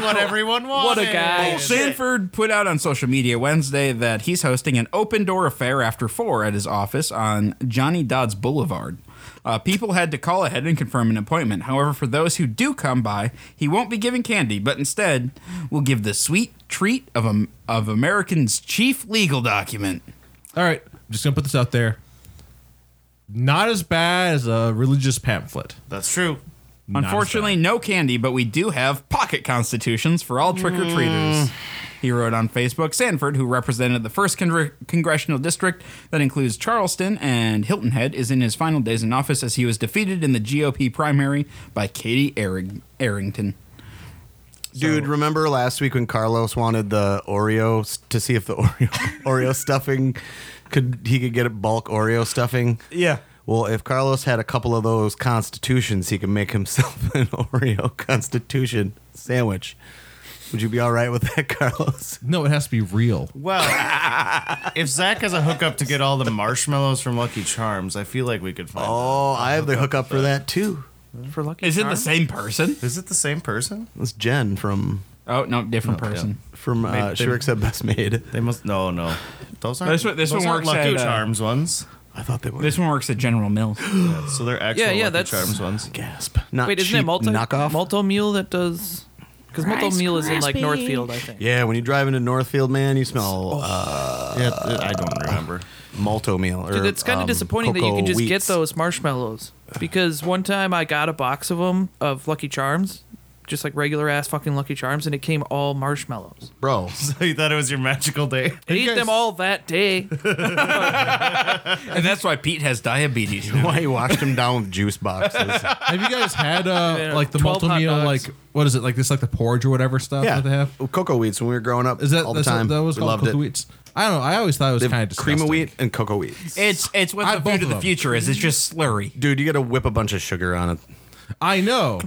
[SPEAKER 7] what everyone wants.
[SPEAKER 5] what a guy.
[SPEAKER 2] Sanford put out on social media Wednesday that he's hosting an open door affair after four at his office on Johnny Dodds Boulevard. Uh, people had to call ahead and confirm an appointment. However, for those who do come by, he won't be giving candy, but instead will give the sweet treat of a, of American's chief legal document.
[SPEAKER 3] All right, I'm just gonna put this out there. Not as bad as a religious pamphlet.
[SPEAKER 7] That's true.
[SPEAKER 3] Not as
[SPEAKER 2] Unfortunately, no candy, but we do have pocket constitutions for all trick or treaters. He wrote on Facebook Sanford, who represented the 1st con- congressional district that includes Charleston and Hilton Head, is in his final days in office as he was defeated in the GOP primary by Katie Arring- Arrington.
[SPEAKER 4] Dude, remember last week when Carlos wanted the Oreo s- to see if the Oreo Oreo stuffing could he could get a bulk Oreo stuffing?
[SPEAKER 2] Yeah.
[SPEAKER 4] Well, if Carlos had a couple of those constitutions, he could make himself an Oreo constitution sandwich. Would you be all right with that, Carlos?
[SPEAKER 3] No, it has to be real.
[SPEAKER 7] Well, if Zach has a hookup to get all the marshmallows from Lucky Charms, I feel like we could find.
[SPEAKER 4] Oh, I have the hookup for that too.
[SPEAKER 5] for lucky.
[SPEAKER 2] Is it the
[SPEAKER 5] Charms?
[SPEAKER 2] same person?
[SPEAKER 7] Is it the same person?
[SPEAKER 4] That's Jen from
[SPEAKER 2] Oh, no, different person.
[SPEAKER 4] from uh,
[SPEAKER 7] Made-
[SPEAKER 4] Sure Except Best Made.
[SPEAKER 7] They must. No, no. Those aren't.
[SPEAKER 2] This one- this
[SPEAKER 7] those
[SPEAKER 2] one
[SPEAKER 7] aren't
[SPEAKER 2] works
[SPEAKER 7] Lucky
[SPEAKER 2] at, uh,
[SPEAKER 7] Charms ones.
[SPEAKER 4] I thought they were
[SPEAKER 2] This one works at General Mills.
[SPEAKER 7] So they're actual
[SPEAKER 5] yeah,
[SPEAKER 7] Lucky
[SPEAKER 5] that's-
[SPEAKER 7] Charms ones.
[SPEAKER 4] gasp. Not
[SPEAKER 5] Wait, isn't
[SPEAKER 4] cheap
[SPEAKER 5] it Malta?
[SPEAKER 4] knockoff.
[SPEAKER 5] Malto Mule that does. Because Malto Mule is in like Northfield, I think.
[SPEAKER 4] yeah, when you drive into Northfield, man, you
[SPEAKER 2] Oh,
[SPEAKER 4] smell uh,
[SPEAKER 7] Yeah, th- I don't remember.
[SPEAKER 4] malto meal. Or,
[SPEAKER 5] Dude, it's kind of
[SPEAKER 4] um,
[SPEAKER 5] disappointing that you can
[SPEAKER 4] cocoa
[SPEAKER 5] just get
[SPEAKER 4] wheats.
[SPEAKER 5] those marshmallows. Because one time I got a box of them of Lucky Charms, just like regular ass fucking Lucky Charms, and it came all marshmallows.
[SPEAKER 4] bro.
[SPEAKER 7] So you thought it was your magical day?
[SPEAKER 5] I ate them all that day.
[SPEAKER 2] and that's why Pete has diabetes.
[SPEAKER 4] Why he washed him down with juice boxes?
[SPEAKER 3] Have you guys had
[SPEAKER 5] Yeah,
[SPEAKER 3] uh, like the
[SPEAKER 5] 12
[SPEAKER 3] multi
[SPEAKER 5] hot
[SPEAKER 3] meal,
[SPEAKER 5] dogs.
[SPEAKER 3] like what is it, like this, like the porridge or whatever stuff
[SPEAKER 4] yeah,
[SPEAKER 3] that they have?
[SPEAKER 4] cocoa wheats when we were growing up.
[SPEAKER 3] Is that
[SPEAKER 4] all the
[SPEAKER 3] that's what-
[SPEAKER 4] time?
[SPEAKER 3] That was
[SPEAKER 4] we
[SPEAKER 3] called
[SPEAKER 4] loved
[SPEAKER 3] cooked
[SPEAKER 4] it.
[SPEAKER 3] wheats. I don't know. I always thought it was
[SPEAKER 4] They have
[SPEAKER 3] kind of
[SPEAKER 4] cream of wheat and cocoa wheats.
[SPEAKER 2] It's it's what
[SPEAKER 3] I
[SPEAKER 2] the
[SPEAKER 3] both of
[SPEAKER 2] food of the
[SPEAKER 3] them.
[SPEAKER 2] future is. It's just slurry.
[SPEAKER 4] Dude, you got to whip a bunch of sugar on it.
[SPEAKER 3] I know,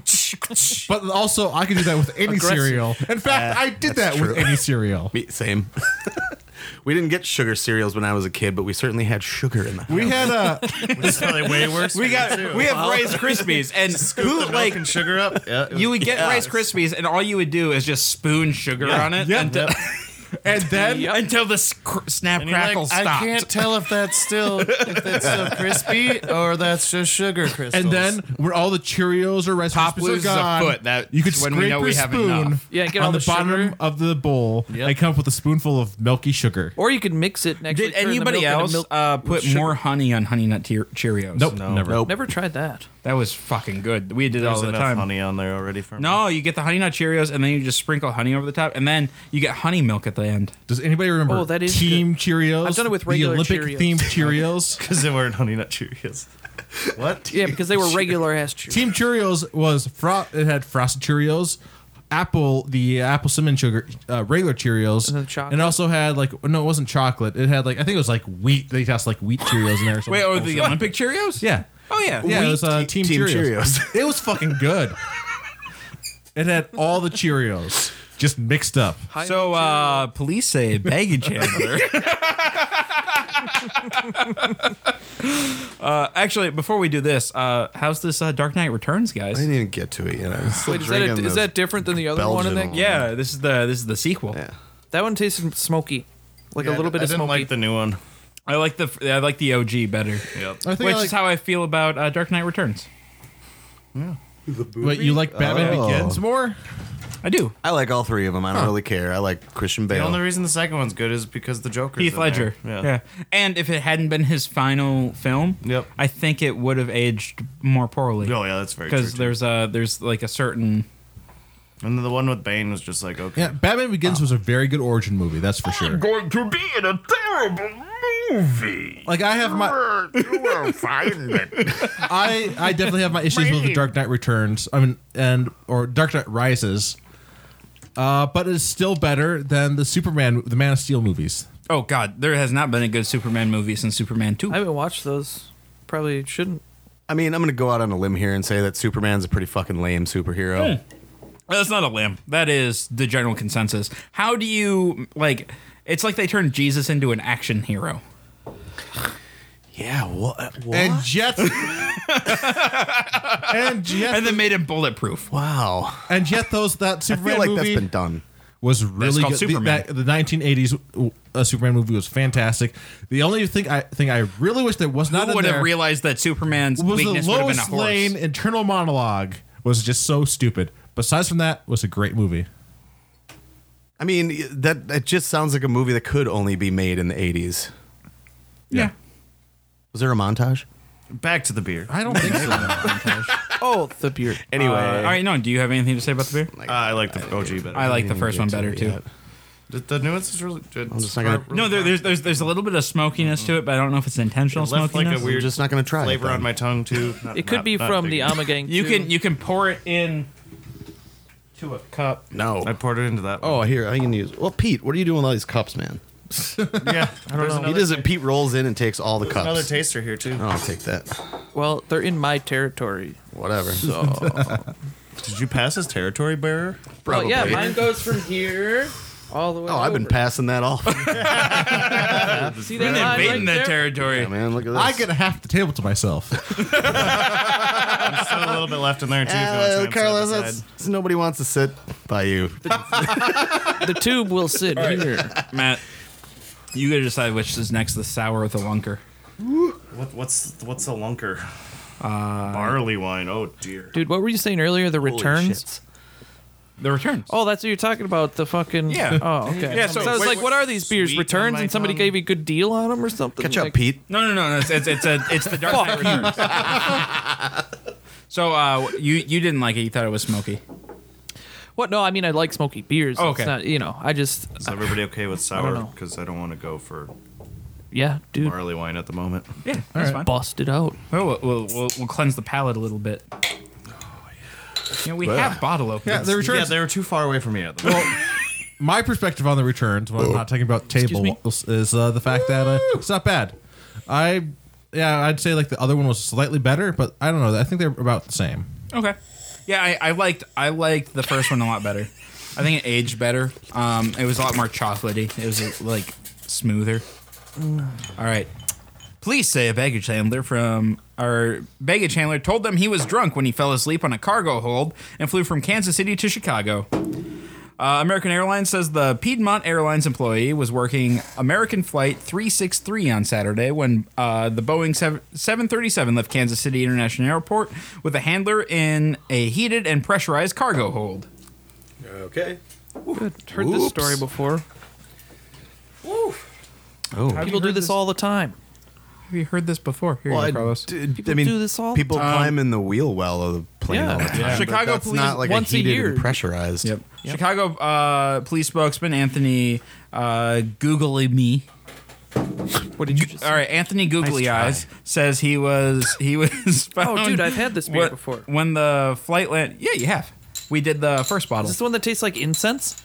[SPEAKER 3] but also I can do that with any cereal. In fact, I did that
[SPEAKER 4] that's
[SPEAKER 3] with
[SPEAKER 4] true.
[SPEAKER 3] any cereal.
[SPEAKER 4] Me, same. we didn't get sugar cereals when I was a kid, but we certainly had sugar in the house.
[SPEAKER 3] We had uh, a
[SPEAKER 7] It's probably way worse.
[SPEAKER 2] We got we have Rice Krispies and who like
[SPEAKER 7] and sugar up. Yeah, it was-
[SPEAKER 2] you would get Rice Krispies and all you would do is just spoon sugar on it until,
[SPEAKER 3] and then
[SPEAKER 2] until the s- cr- snap
[SPEAKER 7] And you're like,
[SPEAKER 2] crackle stopped.
[SPEAKER 7] I can't tell if that's still if that's still crispy or that's just sugar crystals.
[SPEAKER 3] and then when all the Cheerios or Rice
[SPEAKER 2] Top
[SPEAKER 3] Krispies
[SPEAKER 2] loses
[SPEAKER 3] are
[SPEAKER 2] a
[SPEAKER 3] gone,
[SPEAKER 2] foot. That-
[SPEAKER 3] you could
[SPEAKER 2] when
[SPEAKER 3] scrape
[SPEAKER 2] we know
[SPEAKER 3] your
[SPEAKER 2] we have
[SPEAKER 3] spoon
[SPEAKER 2] enough.
[SPEAKER 5] Yeah, get
[SPEAKER 3] on
[SPEAKER 5] all
[SPEAKER 3] the,
[SPEAKER 5] the
[SPEAKER 3] bottom
[SPEAKER 5] sugar.
[SPEAKER 3] of the bowl and come up with a spoonful of milky sugar.
[SPEAKER 5] Or you could mix it next.
[SPEAKER 2] Did anybody else uh, put more honey on Honey Nut Cheer- Cheerios?
[SPEAKER 3] Nope, never.
[SPEAKER 5] Never tried that.
[SPEAKER 2] that was fucking good. We did it
[SPEAKER 7] there's
[SPEAKER 2] all the
[SPEAKER 7] enough
[SPEAKER 2] time.
[SPEAKER 7] honey on there already for me.
[SPEAKER 2] No, you get the Honey Nut Cheerios and then you just sprinkle honey over the top, and then you get honey milk at the end.
[SPEAKER 3] Does anybody remember
[SPEAKER 5] Oh, that is
[SPEAKER 3] Team Cheerios?
[SPEAKER 5] I've done it with
[SPEAKER 3] the
[SPEAKER 5] regular
[SPEAKER 3] Olympic
[SPEAKER 5] Cheerios.
[SPEAKER 3] themed Cheerios.
[SPEAKER 7] because they weren't honey nut Cheerios. What?
[SPEAKER 5] Yeah, because they were regular ass chew.
[SPEAKER 3] Team Cheerios was fro- it had frosted Cheerios, apple the apple cinnamon sugar uh, regular Cheerios,
[SPEAKER 5] And then chocolate.
[SPEAKER 3] it also had like no, it wasn't chocolate. It had like I think it was like wheat. They tossed like wheat Cheerios in there. Or something.
[SPEAKER 2] Wait, oh, the Olympic Cheerios?
[SPEAKER 3] yeah.
[SPEAKER 2] Oh yeah.
[SPEAKER 3] Yeah, it
[SPEAKER 2] Wheat-
[SPEAKER 3] was uh, Team,
[SPEAKER 4] Team
[SPEAKER 3] Cheerios.
[SPEAKER 4] Cheerios.
[SPEAKER 3] it was fucking good. It had all the Cheerios just mixed up.
[SPEAKER 2] So uh, police say baggage handler Uh, actually, before we do this, uh, how's this uh, Dark Knight Returns, guys?
[SPEAKER 4] I didn't even get to it yet. I was still
[SPEAKER 5] Wait, is that,
[SPEAKER 4] drinking
[SPEAKER 5] a, is
[SPEAKER 4] this.
[SPEAKER 5] that different than the other one? I
[SPEAKER 4] Belgian
[SPEAKER 5] think.
[SPEAKER 4] one.
[SPEAKER 2] Yeah, this is the this is the sequel.
[SPEAKER 4] Yeah.
[SPEAKER 5] That one tasted smoky, like a
[SPEAKER 7] Yeah,
[SPEAKER 5] little bit
[SPEAKER 7] I
[SPEAKER 5] of
[SPEAKER 7] didn't
[SPEAKER 5] smoky.
[SPEAKER 7] like the new one.
[SPEAKER 2] I like the I like the OG better. Yep.
[SPEAKER 3] I think
[SPEAKER 2] Which
[SPEAKER 3] I like-
[SPEAKER 2] is how I feel about uh, Dark Knight Returns.
[SPEAKER 3] Wait, you like Batman
[SPEAKER 4] Oh.
[SPEAKER 3] Begins more?
[SPEAKER 2] I do.
[SPEAKER 4] I like all three of them. I don't really care. I like Christian
[SPEAKER 7] The
[SPEAKER 4] Bale.
[SPEAKER 7] only reason the second one's good is because the Joker's
[SPEAKER 2] Heath
[SPEAKER 7] in there.
[SPEAKER 2] Ledger.
[SPEAKER 7] Yeah.
[SPEAKER 2] And if it hadn't been his final film,
[SPEAKER 7] Yep.
[SPEAKER 2] I think it would have aged more poorly.
[SPEAKER 7] Oh yeah, that's very true.
[SPEAKER 2] Because
[SPEAKER 7] too.
[SPEAKER 2] there's uh there's like a certain
[SPEAKER 7] and then the one with Bane was just like okay.
[SPEAKER 3] Yeah, Batman Begins was a very good origin movie, that's for sure.
[SPEAKER 1] going to be in a terrible movie.
[SPEAKER 3] Like I have my
[SPEAKER 1] you will find it.
[SPEAKER 3] I, I definitely have my issues with the Dark Knight Returns. I mean, and or Dark Knight Rises. Uh, but it's still better than the Superman, the Man of Steel movies.
[SPEAKER 2] Oh God, there has not been a good Superman movie since Superman Two.
[SPEAKER 5] I haven't watched those. Probably shouldn't.
[SPEAKER 4] I mean, I'm gonna go out on a limb here and say that Superman's a pretty fucking lame superhero.
[SPEAKER 3] Hmm.
[SPEAKER 2] That's not a limb. That is the general consensus. How do you like? It's like they turned Jesus into an action hero.
[SPEAKER 4] Yeah. What? what?
[SPEAKER 3] And Jet And Jet
[SPEAKER 2] And then made him bulletproof.
[SPEAKER 4] wow.
[SPEAKER 3] and yet those that
[SPEAKER 4] I
[SPEAKER 3] Superman
[SPEAKER 4] feel like
[SPEAKER 3] movie
[SPEAKER 4] that's been done.
[SPEAKER 3] was really
[SPEAKER 2] called
[SPEAKER 3] good. The-
[SPEAKER 2] Superman.
[SPEAKER 3] that- The, 1980s uh, Superman movie was fantastic. The only thing I thing I really wish that was not
[SPEAKER 2] Who
[SPEAKER 3] in
[SPEAKER 2] would
[SPEAKER 3] there
[SPEAKER 2] have realized that Superman's
[SPEAKER 3] was
[SPEAKER 2] weakness
[SPEAKER 3] the
[SPEAKER 2] would have been a
[SPEAKER 3] Lois
[SPEAKER 2] horse?
[SPEAKER 3] Lane internal monologue was just so stupid. Besides from that, was a great movie.
[SPEAKER 4] I mean, that that just sounds like a movie that could only be made in the 80s.
[SPEAKER 2] Yeah.
[SPEAKER 4] Was there a montage?
[SPEAKER 7] Back to the beer.
[SPEAKER 3] I don't think so.
[SPEAKER 5] Oh, the beard.
[SPEAKER 4] Anyway,
[SPEAKER 2] Uh, all right. No. Do you have anything to say about the beer?
[SPEAKER 7] Uh, I like the OG better.
[SPEAKER 2] I like the
[SPEAKER 4] didn't
[SPEAKER 2] first
[SPEAKER 4] get
[SPEAKER 2] one
[SPEAKER 4] to
[SPEAKER 2] better
[SPEAKER 4] it
[SPEAKER 2] too.
[SPEAKER 4] yet.
[SPEAKER 7] the, the nuance is really. I'm
[SPEAKER 4] just not gonna-
[SPEAKER 2] No, there, there's there's there's a little bit of smokiness to it, but I don't know if it's intentional
[SPEAKER 7] It left like a
[SPEAKER 2] smokiness.
[SPEAKER 7] weird
[SPEAKER 4] I'm just not gonna try. it
[SPEAKER 7] flavor
[SPEAKER 4] then.
[SPEAKER 7] on my tongue too. Not-
[SPEAKER 5] It could
[SPEAKER 7] not-
[SPEAKER 5] be
[SPEAKER 7] not
[SPEAKER 5] from
[SPEAKER 7] big
[SPEAKER 5] the
[SPEAKER 7] deal.
[SPEAKER 5] Amagang.
[SPEAKER 2] you
[SPEAKER 5] too.
[SPEAKER 2] can you can pour it in to a cup.
[SPEAKER 4] No.
[SPEAKER 7] I poured it into that.
[SPEAKER 4] oh, here I can use. Well, Pete, what are you doing with all these cups, man?
[SPEAKER 7] yeah, I don't know.
[SPEAKER 4] he doesn't. Pete rolls in and takes all the cups.
[SPEAKER 7] Another taster here too.
[SPEAKER 4] Oh, I'll take that.
[SPEAKER 5] Well, they're in my territory.
[SPEAKER 4] Whatever.
[SPEAKER 7] Did you pass his territory bearer?
[SPEAKER 5] Well, Oh, yeah,
[SPEAKER 4] Probably.
[SPEAKER 5] mine goes from here all the way.
[SPEAKER 4] Oh, I've been
[SPEAKER 5] over.
[SPEAKER 4] passing that off.
[SPEAKER 5] See that line right
[SPEAKER 2] invading
[SPEAKER 5] there?
[SPEAKER 2] that territory.
[SPEAKER 4] Yeah, man, look at this.
[SPEAKER 3] I get half the table to myself.
[SPEAKER 7] There's still a little bit left in there too. if you want to
[SPEAKER 4] Uh,
[SPEAKER 7] try and set it
[SPEAKER 4] Carlos,
[SPEAKER 7] aside.
[SPEAKER 4] that's, nobody wants to sit by you.
[SPEAKER 5] The tube will sit here.
[SPEAKER 2] Matt, you gotta decide which is next: the sour or the lunker.
[SPEAKER 7] What, what's what's a lunker? Barley wine. Oh dear.
[SPEAKER 5] Dude, what were you saying earlier? The returns?
[SPEAKER 2] The returns.
[SPEAKER 5] Oh, that's what you're talking about. The fucking.
[SPEAKER 2] Yeah.
[SPEAKER 5] Oh, okay.
[SPEAKER 2] Yeah,
[SPEAKER 5] so,
[SPEAKER 2] so
[SPEAKER 5] I was
[SPEAKER 2] wait,
[SPEAKER 5] like, what are these beers?
[SPEAKER 7] sweet on
[SPEAKER 5] Returns?
[SPEAKER 7] my
[SPEAKER 5] And somebody
[SPEAKER 7] tongue.
[SPEAKER 5] gave you a good deal on them or something?
[SPEAKER 4] Catch
[SPEAKER 5] Like,
[SPEAKER 4] up, Pete.
[SPEAKER 2] No, no, no, no. It's it's it's, a, it's the Dark Knight Returns. so uh, you you didn't like it. You thought it was smoky.
[SPEAKER 5] What? No, I mean, I like smoky beers.
[SPEAKER 2] Oh,
[SPEAKER 5] It's
[SPEAKER 2] okay.
[SPEAKER 5] not, you know, I just.
[SPEAKER 7] Is everybody okay with
[SPEAKER 5] don't
[SPEAKER 7] sour?
[SPEAKER 5] know.
[SPEAKER 7] Because I don't want to go for
[SPEAKER 5] Yeah, dude.
[SPEAKER 7] barley wine at the moment.
[SPEAKER 2] Yeah, that's fine.
[SPEAKER 5] Busted out.
[SPEAKER 2] Oh, Well, we'll, we'll, we'll, we'll cleanse the palate a little bit. You know, we have bottle openers.
[SPEAKER 3] yeah, the
[SPEAKER 7] Yeah,
[SPEAKER 3] returns.
[SPEAKER 7] they were too far away from me at the moment.
[SPEAKER 3] well, my perspective on the returns,
[SPEAKER 4] Oh.
[SPEAKER 3] when I'm not talking about table, is uh, the fact that uh, it's not bad. I yeah, I'd say like the other one was slightly better, but I don't know. I think they're about the same.
[SPEAKER 2] Okay. Yeah, I, I liked I liked the first one a lot better. I think it aged better. Um, it was a lot more chocolatey. It was like smoother. All right. Police say a baggage handler from our baggage handler told them he was drunk when he fell asleep on a cargo hold and flew from Kansas City to Chicago. Uh, American Airlines says the Piedmont Airlines employee was working American Flight 363 on Saturday when uh, the Boeing 7- 737 left Kansas City International Airport with a handler in a heated and pressurized cargo hold.
[SPEAKER 4] Okay.
[SPEAKER 5] Heard this story before.
[SPEAKER 4] Oh.
[SPEAKER 2] Have you
[SPEAKER 5] People do
[SPEAKER 2] heard
[SPEAKER 5] this all the time.
[SPEAKER 2] Have you heard this before? Here
[SPEAKER 4] Well,
[SPEAKER 2] you
[SPEAKER 4] I,
[SPEAKER 2] go, Carlos.
[SPEAKER 4] d-
[SPEAKER 5] People
[SPEAKER 4] I mean,
[SPEAKER 5] do this all the
[SPEAKER 4] people climb in the wheel well of the plane
[SPEAKER 5] Yeah.
[SPEAKER 4] all the time. but
[SPEAKER 2] Chicago
[SPEAKER 4] that's
[SPEAKER 2] police
[SPEAKER 4] not like
[SPEAKER 5] once a
[SPEAKER 4] a heated
[SPEAKER 5] year.
[SPEAKER 4] and pressurized.
[SPEAKER 2] Yep. Chicago uh, police spokesman Anthony uh, Googly Me.
[SPEAKER 5] What did you just
[SPEAKER 2] All right, Anthony Googly Eyes says he was he was. Found
[SPEAKER 5] Oh, dude, I've had this beer
[SPEAKER 2] when-
[SPEAKER 5] before.
[SPEAKER 2] When the flight land, yeah, you have. We did the first bottle.
[SPEAKER 5] Is this the one that tastes like incense?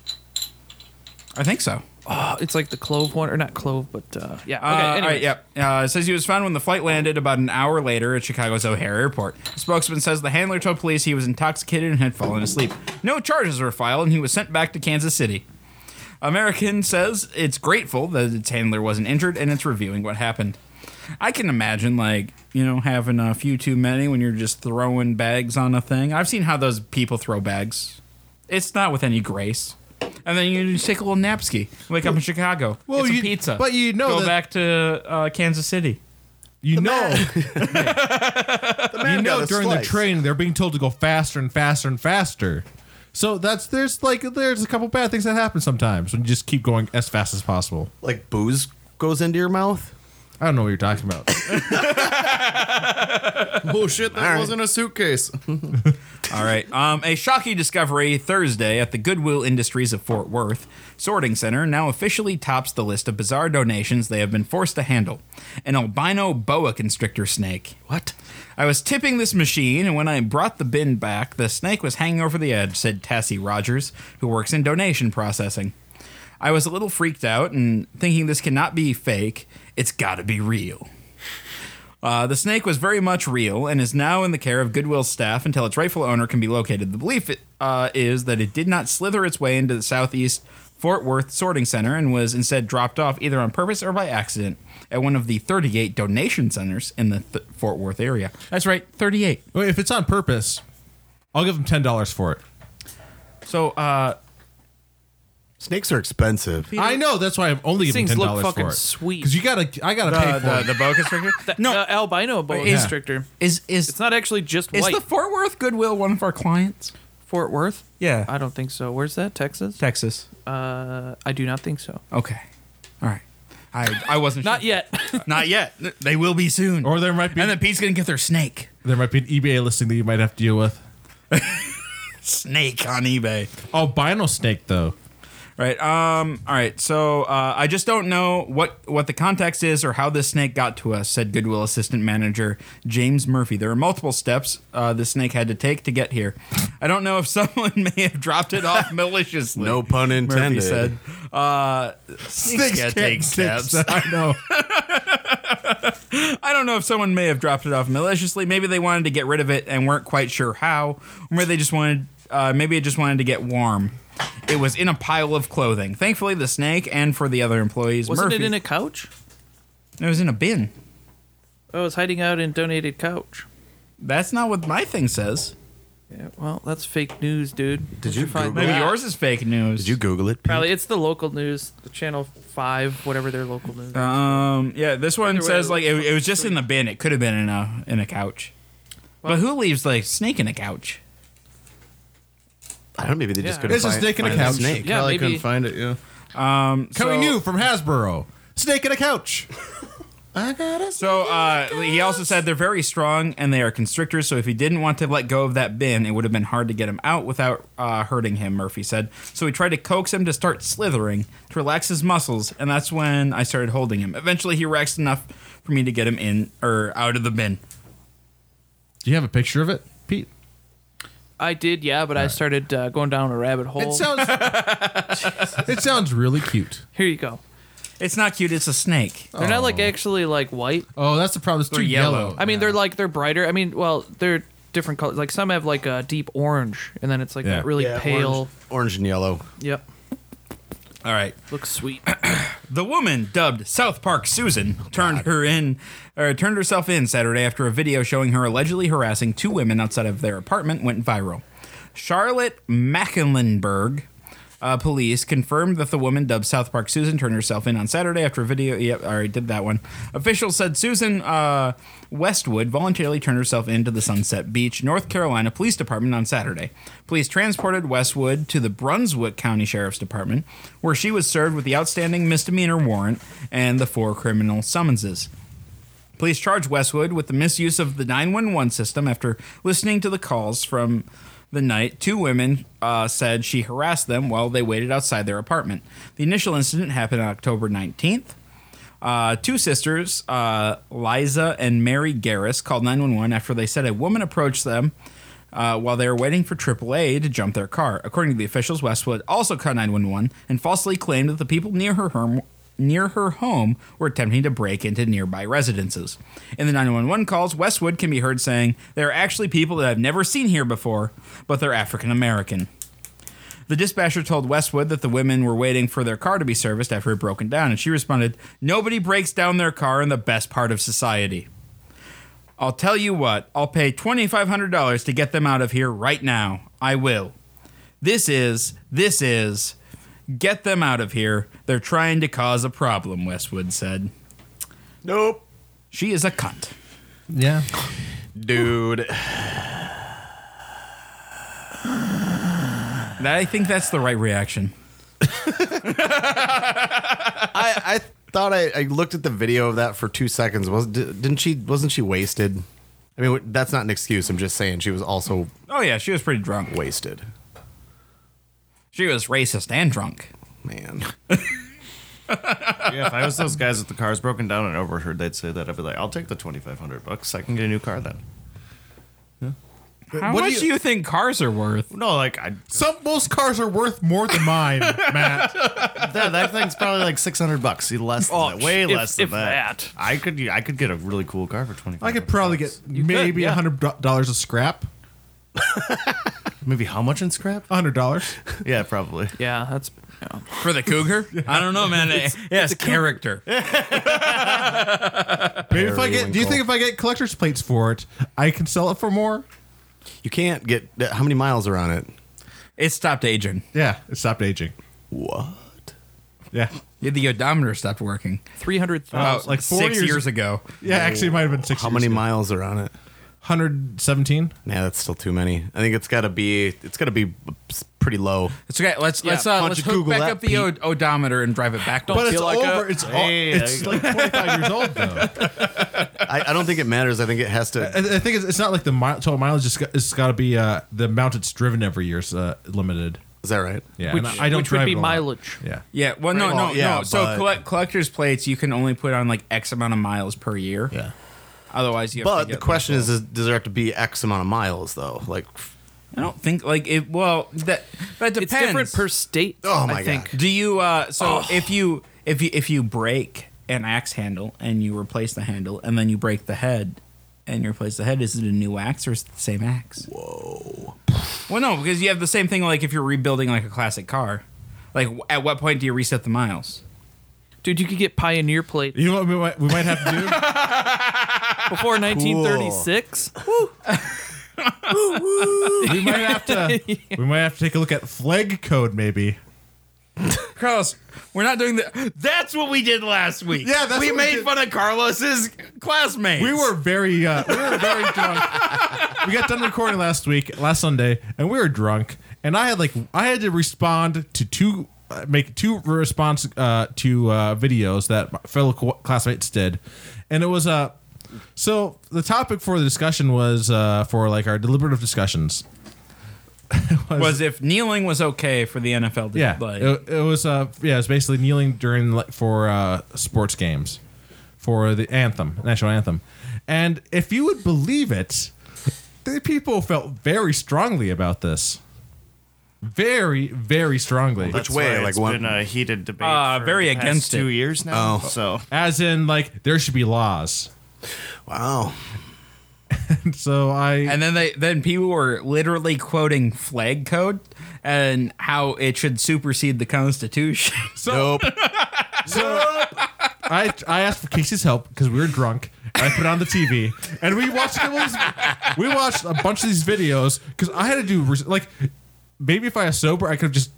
[SPEAKER 2] I think so.
[SPEAKER 5] Oh, it's like the clove one, or not clove, but uh, yeah.
[SPEAKER 2] Uh,
[SPEAKER 5] Okay,
[SPEAKER 2] all
[SPEAKER 5] anyway.
[SPEAKER 2] right, yep. Uh, it says he was found when the flight landed about an hour later at Chicago's O'Hare Airport. The spokesman says the handler told police he was intoxicated and had fallen asleep. No charges were filed, and he was sent back to Kansas City. American says it's grateful that its handler wasn't injured and it's reviewing what happened. I can imagine, like, you know, having a few too many when you're just throwing bags on a thing. I've seen how those people throw bags. It's not with any grace. And then you just take a little napski, wake up in Chicago,
[SPEAKER 3] Well,
[SPEAKER 2] get some
[SPEAKER 3] you-
[SPEAKER 2] pizza,
[SPEAKER 3] but you know
[SPEAKER 2] go
[SPEAKER 3] that-
[SPEAKER 2] back to uh, Kansas City.
[SPEAKER 3] You know, you
[SPEAKER 4] got
[SPEAKER 3] know
[SPEAKER 4] a
[SPEAKER 3] during their
[SPEAKER 4] slice.
[SPEAKER 3] training they're being told to go faster and faster and faster. So that's there's like there's a couple bad things that happen sometimes when you just keep going as fast as possible.
[SPEAKER 4] Like booze goes into your mouth.
[SPEAKER 3] I don't know what you're talking about.
[SPEAKER 6] Oh shit, that wasn't a suitcase.
[SPEAKER 2] All right. Um, a shocking discovery Thursday at the Goodwill Industries of Fort Worth Sorting Center now officially tops the list of bizarre donations they have been forced to handle. An albino boa constrictor snake. What? I was tipping this machine, and when I brought the bin back, the snake was hanging over the edge, said Tassie Rogers, who works in donation processing. I was a little freaked out and thinking this cannot be fake. It's gotta be real. Uh, the snake was very much real and is now in the care of Goodwill staff until its rightful owner can be located. The belief uh, is that it did not slither its way into the southeast Fort Worth sorting center and was instead dropped off either on purpose or by accident at one of the 38 donation centers in the th- Fort Worth area. That's right, 38.
[SPEAKER 3] Wait, if it's on purpose, I'll give them ten dollars for it.
[SPEAKER 2] So, uh,
[SPEAKER 4] Snakes are expensive.
[SPEAKER 5] Peter,
[SPEAKER 3] I know that's why I'm only giving
[SPEAKER 5] things
[SPEAKER 3] ten
[SPEAKER 5] look
[SPEAKER 3] dollars
[SPEAKER 5] fucking
[SPEAKER 3] for it.
[SPEAKER 5] sweet.
[SPEAKER 3] because you gotta, I gotta pay
[SPEAKER 2] the,
[SPEAKER 3] for
[SPEAKER 2] the,
[SPEAKER 3] it.
[SPEAKER 2] the boa constrictor?
[SPEAKER 5] no,
[SPEAKER 2] no,
[SPEAKER 5] the albino boa
[SPEAKER 2] is-
[SPEAKER 5] constrictor.
[SPEAKER 2] is, is,
[SPEAKER 5] It's not actually just
[SPEAKER 2] is
[SPEAKER 5] white.
[SPEAKER 2] the Fort Worth Goodwill one of our clients?
[SPEAKER 5] Fort Worth?
[SPEAKER 2] Yeah.
[SPEAKER 5] I don't think so. Where's that? Texas?
[SPEAKER 2] Texas.
[SPEAKER 5] Uh, I do not think so.
[SPEAKER 2] Okay. All right. I, I wasn't
[SPEAKER 5] Not
[SPEAKER 2] sure.
[SPEAKER 5] yet.
[SPEAKER 2] Not yet. They will be soon.
[SPEAKER 3] Or there might be-
[SPEAKER 2] And then Pete's gonna get their snake.
[SPEAKER 3] there might be an eBay listing that you might have to deal with.
[SPEAKER 2] Snake on eBay.
[SPEAKER 3] Albino Oh, snake though.
[SPEAKER 2] Right. Um. All right. So uh, I just don't know what what the context is or how this snake got to us," said Goodwill assistant manager James Murphy. There are multiple steps uh, the snake had to take to get here. I don't know if someone may have dropped it off maliciously.
[SPEAKER 4] No pun
[SPEAKER 2] Murphy
[SPEAKER 4] intended.
[SPEAKER 2] said. Uh, snakes can't take steps.
[SPEAKER 3] I know.
[SPEAKER 2] I don't know if someone may have dropped it off maliciously. Maybe they wanted to get rid of it and weren't quite sure how, or they just wanted. Uh, maybe it just wanted to get warm. It was in a pile of clothing. Thankfully, the snake and for the other employees,
[SPEAKER 5] Wasn't
[SPEAKER 2] Murphy,
[SPEAKER 5] it in a couch?
[SPEAKER 2] it was in a bin.
[SPEAKER 5] Oh, it's hiding out in donated couch.
[SPEAKER 2] That's not what my thing says.
[SPEAKER 5] Yeah, well, that's fake news, dude. Did you find
[SPEAKER 2] Maybe
[SPEAKER 5] that?
[SPEAKER 2] yours is fake news.
[SPEAKER 4] Did you Google it? Pete?
[SPEAKER 5] Probably it's the local news, the channel five, whatever their local news. is.
[SPEAKER 2] Um. Yeah. This one
[SPEAKER 5] Either way,
[SPEAKER 2] says
[SPEAKER 5] it
[SPEAKER 2] like it,
[SPEAKER 5] looks
[SPEAKER 2] it was just in the bin. It could have been in a in a couch. but who leaves like snake in a couch?
[SPEAKER 4] I don't. know, Maybe they
[SPEAKER 5] Yeah.
[SPEAKER 4] just couldn't
[SPEAKER 3] It's a
[SPEAKER 4] find-
[SPEAKER 3] snake in a
[SPEAKER 4] find the
[SPEAKER 3] couch.
[SPEAKER 4] snake.
[SPEAKER 5] yeah,
[SPEAKER 6] Probably
[SPEAKER 5] maybe.
[SPEAKER 6] couldn't find it. Yeah.
[SPEAKER 3] Coming
[SPEAKER 2] So-
[SPEAKER 3] new from Hasbro. Snake in a couch.
[SPEAKER 2] So uh, he also said they're very strong and they are constrictors. So if he didn't want to let go of that bin, it would have been hard to get him out without uh, hurting him. Murphy said. So he tried to coax him to start slithering to relax his muscles, and that's when I started holding him. Eventually, he relaxed enough for me to get him in or out of the bin.
[SPEAKER 3] Do you have a picture of it, Pete?
[SPEAKER 5] I did, yeah, but I started uh, going down a rabbit hole.
[SPEAKER 3] It sounds. it sounds really cute.
[SPEAKER 5] Here you go.
[SPEAKER 2] It's not cute. It's a snake.
[SPEAKER 5] They're not like actually like white.
[SPEAKER 3] Oh, that's the problem. It's too
[SPEAKER 2] They're
[SPEAKER 3] yellow.
[SPEAKER 2] yellow.
[SPEAKER 5] I mean, they're like they're brighter. I mean, well, they're different colors. Like some have like a deep orange, and then it's like
[SPEAKER 3] Yeah.
[SPEAKER 5] that really
[SPEAKER 4] Yeah,
[SPEAKER 5] pale.
[SPEAKER 4] Orange, orange and yellow.
[SPEAKER 5] Yep,
[SPEAKER 2] All right.
[SPEAKER 5] looks sweet.
[SPEAKER 2] The woman dubbed South Park Susan turned her in or turned herself in Saturday after a video showing her allegedly harassing two women outside of their apartment went viral. Charlotte Mecklenburg uh, police confirmed that the woman dubbed South Park Susan turned herself in on Saturday after a video. Yep, I already did that one. Officials said Susan uh, Westwood voluntarily turned herself into the Sunset Beach, North Carolina Police Department on Saturday. Police transported Westwood to the Brunswick County Sheriff's Department, where she was served with the outstanding misdemeanor warrant and the four criminal summonses. Police charged Westwood with the misuse of the 911 system after listening to the calls from the night. Two women uh, said she harassed them while they waited outside their apartment. The initial incident happened on October 19th. Uh, two sisters, uh, Liza and Mary Garris, called 911 after they said a woman approached them uh, while they were waiting for AAA to jump their car. According to the officials, Westwood also called 911 and falsely claimed that the people near her home near her home were attempting to break into nearby residences. In the 911 calls, Westwood can be heard saying, "There are actually people that I've never seen here before, but they're African American." The dispatcher told Westwood that the women were waiting for their car to be serviced after it broken down, and she responded, Nobody breaks down their car in the best part of society. I'll tell you what, I'll pay $2,500 to get them out of here right now. I will. This is, this is, get them out of here. They're trying to cause a problem, Westwood said.
[SPEAKER 4] Nope.
[SPEAKER 2] She is a cunt.
[SPEAKER 3] Yeah.
[SPEAKER 4] Dude.
[SPEAKER 2] And I think that's the right reaction.
[SPEAKER 4] I, I thought I, I looked at the video of that for two seconds. Was di- didn't she? Wasn't she wasted? I mean, wh- that's not an excuse. I'm just saying she was also
[SPEAKER 2] Oh, yeah, she was pretty drunk.
[SPEAKER 4] wasted.
[SPEAKER 2] She was racist and drunk.
[SPEAKER 4] Man,
[SPEAKER 7] Yeah, if I was those guys with the cars broken down and overheard, they'd say that. I'd be like, I'll take the 2500 bucks. I can get a new car then.
[SPEAKER 2] How
[SPEAKER 4] what do
[SPEAKER 2] much do you, think cars are worth?
[SPEAKER 7] No, like, I,
[SPEAKER 3] Some most cars are worth more than mine, Matt.
[SPEAKER 7] that, that thing's probably like 600 bucks. See, Less than that. Way
[SPEAKER 5] if-
[SPEAKER 7] less
[SPEAKER 5] if
[SPEAKER 7] than Oh, that.
[SPEAKER 5] that.
[SPEAKER 7] I could I could get a really cool car for 25
[SPEAKER 3] I could probably get maybe a
[SPEAKER 5] yeah.
[SPEAKER 3] hundred dollars of scrap.
[SPEAKER 7] Maybe how much in scrap?
[SPEAKER 3] hundred dollars.
[SPEAKER 7] Yeah, probably.
[SPEAKER 5] Yeah, that's yeah.
[SPEAKER 2] For the cougar? I don't know, man. It it has character.
[SPEAKER 3] Maybe if I get, do you think if I get collector's plates for it, I can sell it for more?
[SPEAKER 4] you can't get how many miles are on it?
[SPEAKER 2] It stopped aging.
[SPEAKER 3] Yeah, it stopped aging.
[SPEAKER 4] What?
[SPEAKER 3] Yeah,
[SPEAKER 2] Yeah, The odometer stopped working
[SPEAKER 5] three hundred
[SPEAKER 3] Uh,
[SPEAKER 5] thousand.
[SPEAKER 3] like four
[SPEAKER 2] six years,
[SPEAKER 3] years,
[SPEAKER 2] ago.
[SPEAKER 3] Yeah, actually, it might have been six.
[SPEAKER 4] How many miles are on it?
[SPEAKER 3] Hundred seventeen.
[SPEAKER 4] Nah, that's still too many. I think it's got to be. It's got to be pretty low.
[SPEAKER 2] It's okay. Let's
[SPEAKER 5] Yeah,
[SPEAKER 2] let's uh,
[SPEAKER 4] why don't
[SPEAKER 2] let's
[SPEAKER 4] you
[SPEAKER 2] hook
[SPEAKER 4] Google
[SPEAKER 2] back
[SPEAKER 4] that,
[SPEAKER 2] up the od- odometer and drive it back.
[SPEAKER 3] But it's
[SPEAKER 5] feel
[SPEAKER 4] uh,
[SPEAKER 5] like
[SPEAKER 3] over.
[SPEAKER 5] a-
[SPEAKER 3] it's all,
[SPEAKER 7] Hey, there
[SPEAKER 3] it's
[SPEAKER 7] you
[SPEAKER 3] like twenty five years old though.
[SPEAKER 4] I, I don't think it matters. I think it has to.
[SPEAKER 3] I, I think it's, it's not like the mile, total mileage. Just got, it's got to be uh, the amount it's driven every year is uh, limited.
[SPEAKER 4] Is that right?
[SPEAKER 3] Yeah,
[SPEAKER 5] which,
[SPEAKER 3] and I don't
[SPEAKER 5] which would
[SPEAKER 3] drive
[SPEAKER 5] be
[SPEAKER 3] it a lot.
[SPEAKER 5] mileage.
[SPEAKER 3] Yeah,
[SPEAKER 2] yeah. Well, no,
[SPEAKER 4] Well,
[SPEAKER 2] no,
[SPEAKER 4] yeah,
[SPEAKER 2] no. So
[SPEAKER 4] but-
[SPEAKER 2] collect, collector's plates, you can only put on like X amount of miles per year.
[SPEAKER 4] Yeah.
[SPEAKER 2] Otherwise, you. Have to
[SPEAKER 4] But
[SPEAKER 2] get,
[SPEAKER 4] the
[SPEAKER 2] like,
[SPEAKER 4] question
[SPEAKER 2] a-
[SPEAKER 4] is, is, does there have to be X amount of miles though? Like,
[SPEAKER 2] I don't think like it. Well, that that
[SPEAKER 5] It's
[SPEAKER 2] depends.
[SPEAKER 5] different per state.
[SPEAKER 4] Oh my
[SPEAKER 5] I think.
[SPEAKER 4] God.
[SPEAKER 2] Do you uh so if you if you if you break an axe handle and you replace the handle and then you break the head and you replace the head, is it a new axe or is it the same axe? Whoa. Well no, because you have the same thing like if you're rebuilding like a classic car. Like w- at what point do you reset the miles?
[SPEAKER 5] Dude, you could get Pioneer plate
[SPEAKER 3] you know what we might, we might have to do.
[SPEAKER 5] before 1936.
[SPEAKER 3] we might have to. We might have to take a look at flag code, maybe.
[SPEAKER 2] Carlos, we're not doing that. That's what we did last week.
[SPEAKER 3] Yeah, that's
[SPEAKER 2] we
[SPEAKER 3] what we
[SPEAKER 2] made
[SPEAKER 3] did.
[SPEAKER 2] fun of Carlos's classmates.
[SPEAKER 3] We were very, uh, we were very drunk. We got done recording last week, last Sunday, and we were drunk. And I had like, I had to respond to two, uh, make two response uh, to uh, videos that my fellow co- classmates did, and it was uh, so the topic for the discussion was uh, for like our deliberative discussions.
[SPEAKER 2] was if kneeling was okay for the NFL to
[SPEAKER 3] Yeah,
[SPEAKER 2] play.
[SPEAKER 3] it, it was uh, yeah, it was basically kneeling during like, for uh, sports games, for the anthem, national anthem, and if you would believe it, the people felt very strongly about this, very very strongly,
[SPEAKER 4] Which way?
[SPEAKER 7] Sorry,
[SPEAKER 4] Like
[SPEAKER 7] it's
[SPEAKER 4] one-
[SPEAKER 7] been a heated debate.
[SPEAKER 2] Uh,
[SPEAKER 7] for
[SPEAKER 2] very
[SPEAKER 7] the past
[SPEAKER 2] against
[SPEAKER 7] two
[SPEAKER 2] it.
[SPEAKER 7] years now.
[SPEAKER 4] Oh.
[SPEAKER 7] so
[SPEAKER 3] as in like there should be laws.
[SPEAKER 4] wow.
[SPEAKER 3] So I
[SPEAKER 2] And then they then people were literally quoting flag code and how it should supersede the Constitution.
[SPEAKER 3] so so I I asked for Casey's help because we were drunk. and I put it on the TV, and we watched all these- we watched a bunch of these videos because I had to do res- like maybe if I was sober I could have just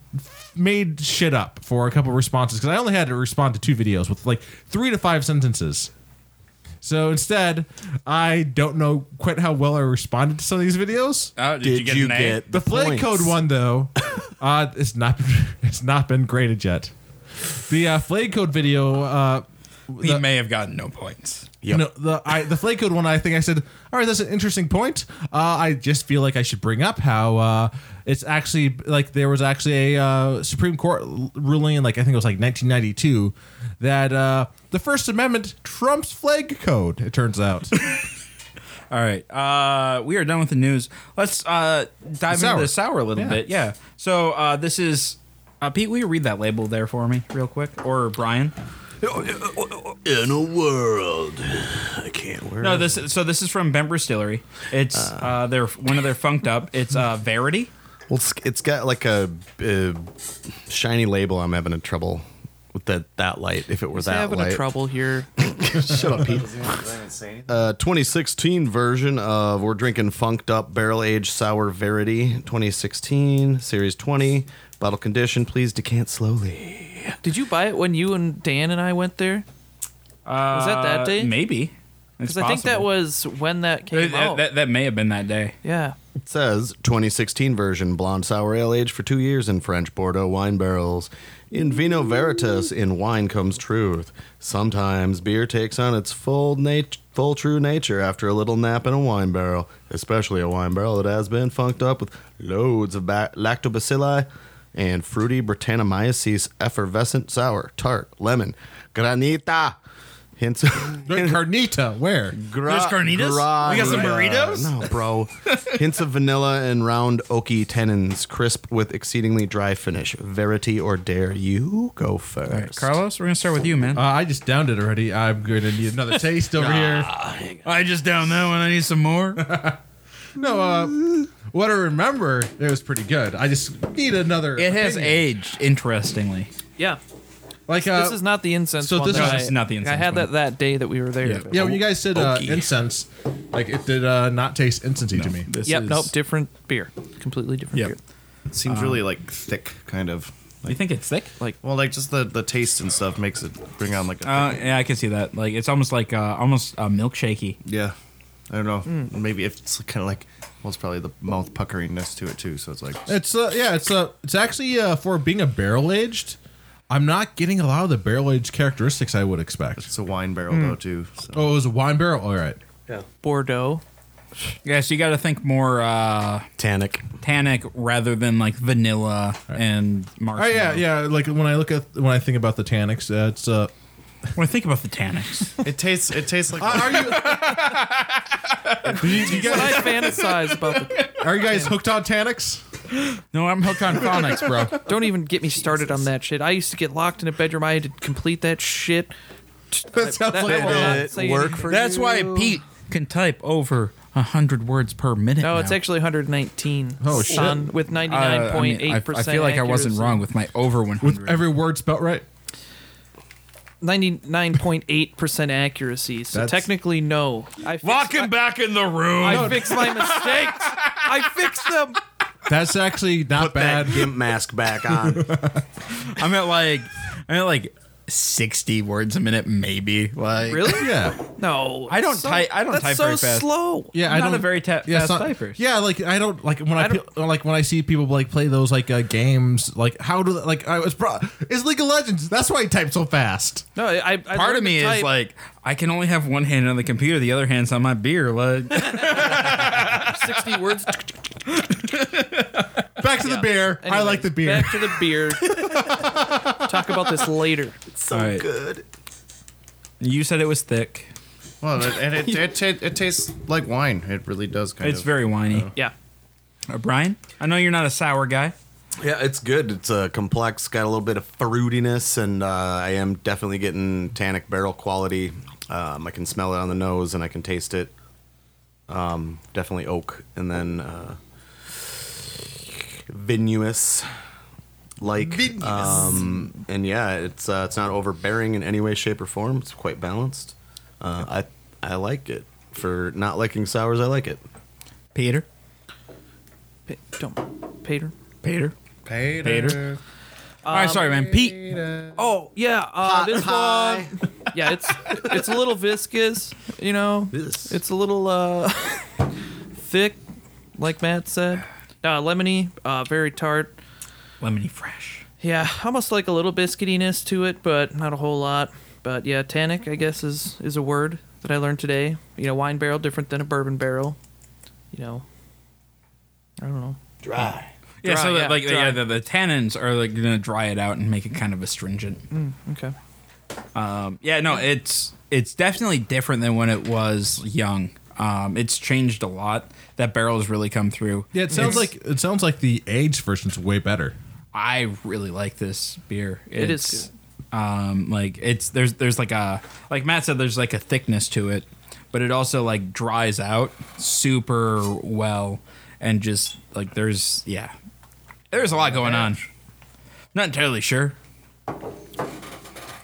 [SPEAKER 3] made shit up for a couple of responses because I only had to respond to two videos with like three to five sentences. So instead, I don't know quite how well I responded to some of these videos.
[SPEAKER 2] Oh,
[SPEAKER 4] Did, you get,
[SPEAKER 3] The flag
[SPEAKER 4] points?
[SPEAKER 3] code one though, uh, it's not it's not been graded yet. The uh, flag code video, uh,
[SPEAKER 2] He may have gotten no points.
[SPEAKER 4] Yep.
[SPEAKER 3] no, the I, the flag code one. I think I said, all right, that's an interesting point. Uh, I just feel like I should bring up how uh, it's actually like there was actually a uh, Supreme Court l- ruling in like I think it was like 1992 that uh, the First Amendment trumps flag code. It turns out.
[SPEAKER 2] All right. Uh, we are done with the news. Let's uh, dive
[SPEAKER 3] The sour.
[SPEAKER 2] into the sour a little
[SPEAKER 3] Yeah.
[SPEAKER 2] bit. Yeah. So uh, this is uh, Pete, will you read that label there for me real quick? Or Brian?
[SPEAKER 4] in a world I can't wear.
[SPEAKER 2] No, this so this is from Bember Distillery. It's uh, their one of their funked up. It's uh, Verity.
[SPEAKER 4] Well, it's, it's got like a, uh shiny label. I'm having a trouble with that that light. If it were
[SPEAKER 5] He's
[SPEAKER 4] that
[SPEAKER 5] having
[SPEAKER 4] light,
[SPEAKER 5] a trouble here.
[SPEAKER 4] shut up, Pete. Uh, 2016 version of we're drinking funked up barrel aged sour verity 2016 series 20 bottle condition. Please decant slowly.
[SPEAKER 5] Did you buy it when you and Dan and I went there? was that
[SPEAKER 3] Uh,
[SPEAKER 5] that day?
[SPEAKER 2] Uh, Maybe. It's
[SPEAKER 5] Because I think that
[SPEAKER 2] possible. Uh,
[SPEAKER 5] was when that came
[SPEAKER 2] That,
[SPEAKER 5] out.
[SPEAKER 2] that, that, that may have been that day.
[SPEAKER 5] yeah.
[SPEAKER 4] It says 2016 version blonde sour ale aged for two years in French Bordeaux wine barrels. In vino veritas, in wine comes truth. Sometimes beer takes on its full nat- full true nature after a little nap in a wine barrel, especially a wine barrel that has been funked up with loads of ba- lactobacilli and fruity Britannomyces effervescent sour, tart, lemon, granita. Hints.
[SPEAKER 3] Carnita, where?
[SPEAKER 4] Gra-
[SPEAKER 2] There's carnitas? We got some burritos?
[SPEAKER 4] Uh, No, bro. Hints of vanilla and round oaky tannins, crisp with exceedingly dry finish. Verity or dare you go first?
[SPEAKER 2] Carlos, we're going to start with you, man.
[SPEAKER 3] Uh, I just downed it already. I'm going to need another taste over here.
[SPEAKER 2] I just down that one. I need some more.
[SPEAKER 3] No, uh, what I remember, it was pretty good. I just need another.
[SPEAKER 2] it has
[SPEAKER 3] opinion.
[SPEAKER 2] aged, interestingly.
[SPEAKER 5] Yeah.
[SPEAKER 3] like uh,
[SPEAKER 5] this is not the incense
[SPEAKER 3] so
[SPEAKER 5] one.
[SPEAKER 3] this
[SPEAKER 5] that
[SPEAKER 3] is-
[SPEAKER 5] I-
[SPEAKER 2] This is not the incense
[SPEAKER 5] I had
[SPEAKER 2] one.
[SPEAKER 5] that that day that we were there.
[SPEAKER 2] Yeah.
[SPEAKER 3] yeah. When you guys said uh, incense, like it did uh, not taste incensey to me.
[SPEAKER 2] This
[SPEAKER 5] Yep.
[SPEAKER 2] is-
[SPEAKER 5] Nope. Different beer. Completely different
[SPEAKER 2] Yep.
[SPEAKER 5] beer.
[SPEAKER 7] It seems really like thick, kind of.
[SPEAKER 2] You think it's thick?
[SPEAKER 5] Like
[SPEAKER 7] Well, like just the the taste and stuff makes it bring on like a.
[SPEAKER 2] Uh, yeah, I can see that. Like it's almost like uh, almost uh, milkshakey.
[SPEAKER 7] yeah, I don't know. Mm. Maybe if it's kind of like well, it's probably the mouth puckeringness to it too. So it's like
[SPEAKER 3] It's uh, yeah, it's uh, it's actually uh, for being a barrel aged. I'm not getting a lot of the barrel aged characteristics I would expect.
[SPEAKER 7] it's a wine barrel though too. So.
[SPEAKER 3] Oh, it was a wine barrel. All right.
[SPEAKER 5] Bordeaux.
[SPEAKER 2] Yeah, so you got to think more uh,
[SPEAKER 4] Tannic.
[SPEAKER 2] tannic rather than like vanilla and
[SPEAKER 3] Oh
[SPEAKER 2] marshmallow.
[SPEAKER 3] yeah, yeah. Like when I look at when I think about the tannics, uh, it's uh.
[SPEAKER 2] Well, think about the tannics.
[SPEAKER 7] It tastes. It tastes like.
[SPEAKER 3] Are you
[SPEAKER 5] When I fantasize about the.
[SPEAKER 3] are you guys hooked on tannics?
[SPEAKER 2] no, I'm hooked on phonics, bro.
[SPEAKER 5] Don't even get me started on that shit. I used to get locked in a bedroom. I had to complete that shit.
[SPEAKER 3] That sounds
[SPEAKER 5] That
[SPEAKER 3] like
[SPEAKER 5] will not
[SPEAKER 4] Did it
[SPEAKER 5] say
[SPEAKER 4] work
[SPEAKER 5] anything.
[SPEAKER 4] for
[SPEAKER 2] That's
[SPEAKER 4] you?
[SPEAKER 2] why Pete can type over hundred words per minute.
[SPEAKER 5] No, it's
[SPEAKER 2] now.
[SPEAKER 5] actually 119.
[SPEAKER 3] Oh, shit.
[SPEAKER 5] son, With
[SPEAKER 2] Uh, I mean,
[SPEAKER 5] 99.8
[SPEAKER 2] I, I
[SPEAKER 5] percent.
[SPEAKER 2] feel like I wasn't wrong with my over 100.
[SPEAKER 3] every word spelt right.
[SPEAKER 5] 99.8 percent accuracy. So
[SPEAKER 3] That's-
[SPEAKER 5] technically, no. I fixed, I,
[SPEAKER 2] back in the room.
[SPEAKER 5] I fixed my mistakes. I fixed them.
[SPEAKER 3] That's actually not bad.
[SPEAKER 4] That gimp mask back on.
[SPEAKER 2] I'm at like I'm at like 60 words a minute, maybe. Like
[SPEAKER 5] Really?
[SPEAKER 3] Yeah,
[SPEAKER 5] No.
[SPEAKER 2] I don't
[SPEAKER 5] that's so,
[SPEAKER 2] type- I don't
[SPEAKER 5] that's
[SPEAKER 2] type
[SPEAKER 5] so
[SPEAKER 2] very fast.
[SPEAKER 5] slow.
[SPEAKER 3] yeah. I
[SPEAKER 2] Not
[SPEAKER 3] don't,
[SPEAKER 2] a very ta-
[SPEAKER 3] yeah, it's
[SPEAKER 2] fast
[SPEAKER 3] not-
[SPEAKER 2] typer.
[SPEAKER 3] Yeah, like I don't like when I,
[SPEAKER 5] I don't-
[SPEAKER 3] pe- like when I see people like play those like uh, games. Like how do like I was pro- it's League of Legends. That's why I type so fast.
[SPEAKER 5] No, I. I
[SPEAKER 2] Part
[SPEAKER 5] learned
[SPEAKER 2] of me
[SPEAKER 5] to
[SPEAKER 2] is
[SPEAKER 5] type.
[SPEAKER 2] like I can only have one hand on the computer, the other hand's on my beer. Like
[SPEAKER 5] 60 words.
[SPEAKER 3] Back to the beer. I like
[SPEAKER 5] Anyways,
[SPEAKER 3] the beer.
[SPEAKER 5] Back to the beer. Talk about this later.
[SPEAKER 2] so good. You said it was thick.
[SPEAKER 7] Well, it, and it, it, it, it tastes like wine. It really does kind
[SPEAKER 2] It's
[SPEAKER 7] of.
[SPEAKER 2] very whiny.
[SPEAKER 5] Yeah.
[SPEAKER 2] Uh, Brian, I know you're not a sour guy.
[SPEAKER 4] yeah, it's good. It's uh, complex, got a little bit of fruitiness, and uh, I am definitely getting tannic barrel quality. Um, I can smell it on the nose and I can taste it. Um, definitely oak, and then uh, vinous, like, um, and yeah, it's uh, it's not overbearing in any way, shape, or form. It's quite balanced. Uh, I I like it for not liking sours. I like it.
[SPEAKER 2] Peter.
[SPEAKER 5] Pa- don't. Pater.
[SPEAKER 2] Peter. Um,
[SPEAKER 7] Pater.
[SPEAKER 2] Pater. All right, sorry, man. Pete.
[SPEAKER 5] Oh yeah, uh, this one. Yeah, it's it's a little viscous, you know.
[SPEAKER 4] This.
[SPEAKER 5] It's a little uh, thick, like Matt said. Uh, lemony, uh, very tart.
[SPEAKER 2] Lemony fresh.
[SPEAKER 5] Yeah, almost like a little biscuitiness to it, but not a whole lot. But yeah, tannic, I guess, is is a word that I learned today. You know, wine barrel different than a bourbon barrel. You know, I don't know.
[SPEAKER 2] Yeah,
[SPEAKER 5] Dry,
[SPEAKER 2] so that,
[SPEAKER 5] yeah,
[SPEAKER 2] like
[SPEAKER 5] dry.
[SPEAKER 2] yeah, the, the tannins are like gonna dry it out and make it kind of astringent.
[SPEAKER 5] Okay.
[SPEAKER 2] Yeah, no, it's it's definitely different than when it was young. Um, it's changed a lot. That barrel's really come through.
[SPEAKER 3] Yeah, it sounds like it sounds like the aged version's way better.
[SPEAKER 2] I really like this beer. It's,
[SPEAKER 5] It is
[SPEAKER 2] Um, like it's there's there's like a like Matt said there's like a thickness to it, but it also like dries out super well and just like there's yeah There's a lot going on. Not entirely sure. Uh,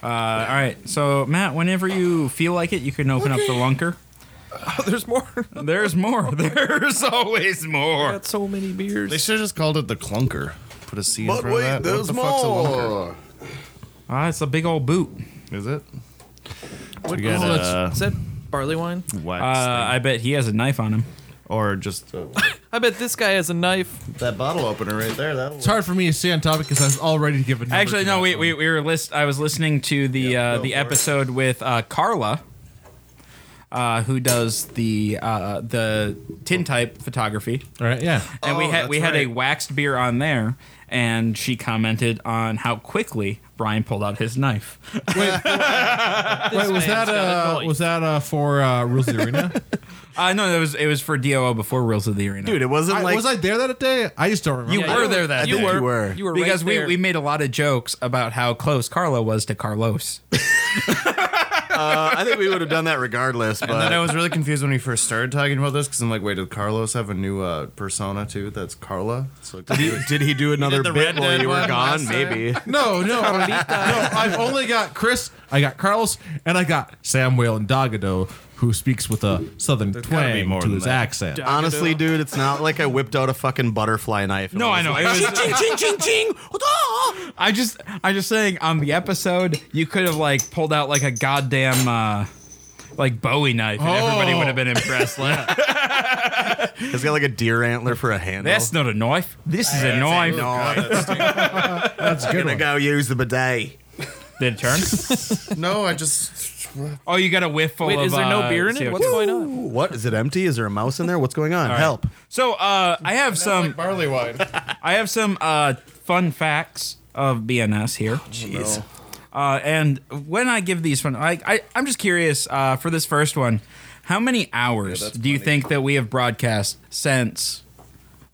[SPEAKER 2] all right, so Matt, whenever you feel like it, you can open up the lunker.
[SPEAKER 5] Oh, there's more.
[SPEAKER 2] There's more. There's always more.
[SPEAKER 5] Got so many
[SPEAKER 7] They
[SPEAKER 5] beers.
[SPEAKER 7] should have just called it the clunker. Put a C in
[SPEAKER 4] But
[SPEAKER 7] front
[SPEAKER 4] wait,
[SPEAKER 7] of that.
[SPEAKER 4] there's
[SPEAKER 7] what the
[SPEAKER 4] more.
[SPEAKER 2] Ah, it's a big old boot.
[SPEAKER 7] Fuck's a lunker? Is it?
[SPEAKER 5] What
[SPEAKER 7] got,
[SPEAKER 5] oh, that's-
[SPEAKER 7] uh,
[SPEAKER 5] is that barley wine?
[SPEAKER 7] Wax
[SPEAKER 2] Uh, I bet he has a knife on him.
[SPEAKER 7] or just uh,
[SPEAKER 5] I bet this guy has a knife.
[SPEAKER 6] That bottle opener right there. That'll
[SPEAKER 3] It's hard for me to stay on topic because I was already given.
[SPEAKER 2] Actually, no. We, we, we were list. I was listening to the uh, the episode with uh, Carla, uh, who does the uh, the tintype photography,
[SPEAKER 3] All right. Yeah.
[SPEAKER 2] and we
[SPEAKER 4] Oh,
[SPEAKER 2] had we
[SPEAKER 4] that's
[SPEAKER 2] had a
[SPEAKER 4] right.
[SPEAKER 2] waxed beer on there, and she commented on how quickly Brian pulled out his knife.
[SPEAKER 3] Wait, was that
[SPEAKER 5] man's got a
[SPEAKER 3] uh,
[SPEAKER 5] knife.
[SPEAKER 3] was that uh, for uh, Rules of the Arena?
[SPEAKER 2] Uh, no, it was it was for DOO before Rules of the Arena,
[SPEAKER 4] Dude, it wasn't
[SPEAKER 3] I,
[SPEAKER 4] like
[SPEAKER 3] was I there that day? I just don't remember.
[SPEAKER 2] You
[SPEAKER 5] Yeah,
[SPEAKER 2] were
[SPEAKER 5] you
[SPEAKER 2] there
[SPEAKER 5] were-
[SPEAKER 2] that
[SPEAKER 5] you
[SPEAKER 2] day.
[SPEAKER 5] were-
[SPEAKER 4] you were.
[SPEAKER 5] You were
[SPEAKER 2] because
[SPEAKER 5] right there.
[SPEAKER 2] we, we made a lot of jokes about how close Carla was to Carlos.
[SPEAKER 4] Uh, I think we would have done that regardless. But
[SPEAKER 6] And then I was really confused when we first started talking about this because I'm like, wait, did Carlos have a new uh, persona too? That's Carla. So
[SPEAKER 4] did, he, did he do another
[SPEAKER 6] the
[SPEAKER 4] bit
[SPEAKER 6] Red
[SPEAKER 4] while
[SPEAKER 6] Dead
[SPEAKER 4] you were
[SPEAKER 6] one
[SPEAKER 4] gone?
[SPEAKER 6] last time?
[SPEAKER 4] Maybe.
[SPEAKER 3] No, no, no. I've only got Chris, I got Carlos, and I got Samuel and Dagado, who speaks with a southern
[SPEAKER 7] gotta be
[SPEAKER 3] twang
[SPEAKER 7] more
[SPEAKER 3] to
[SPEAKER 7] than
[SPEAKER 3] his
[SPEAKER 7] that.
[SPEAKER 3] accent.
[SPEAKER 4] Honestly, dude, it's not like I whipped out a fucking butterfly knife. and
[SPEAKER 2] No, I
[SPEAKER 4] was
[SPEAKER 2] know.
[SPEAKER 4] like,
[SPEAKER 2] It was I just, I just saying on the episode, you could have like pulled out like a goddamn, uh, like Bowie knife, and everybody would have been impressed. Like,
[SPEAKER 4] It's got like a deer antler for a handle.
[SPEAKER 2] That's not a knife. This is a knife.
[SPEAKER 3] That's good.
[SPEAKER 4] gonna
[SPEAKER 3] one.
[SPEAKER 4] go use the bidet.
[SPEAKER 2] Did it turn?
[SPEAKER 6] no, I just
[SPEAKER 2] Oh, you got a whiff full
[SPEAKER 5] Wait,
[SPEAKER 2] of.
[SPEAKER 5] is there
[SPEAKER 2] uh,
[SPEAKER 5] no beer in
[SPEAKER 2] CO2.
[SPEAKER 5] it? What's going on?
[SPEAKER 4] Ooh, what is it empty? Is there a mouse in there? What's going on? Help!
[SPEAKER 2] So, uh, I have some,
[SPEAKER 6] barley wine.
[SPEAKER 2] I have some uh, fun facts of BNS here.
[SPEAKER 5] Oh,
[SPEAKER 4] Jeez.
[SPEAKER 2] Uh, and when I give these fun, I, I I'm just curious uh, for this first one, how many hours do you think that we have broadcast since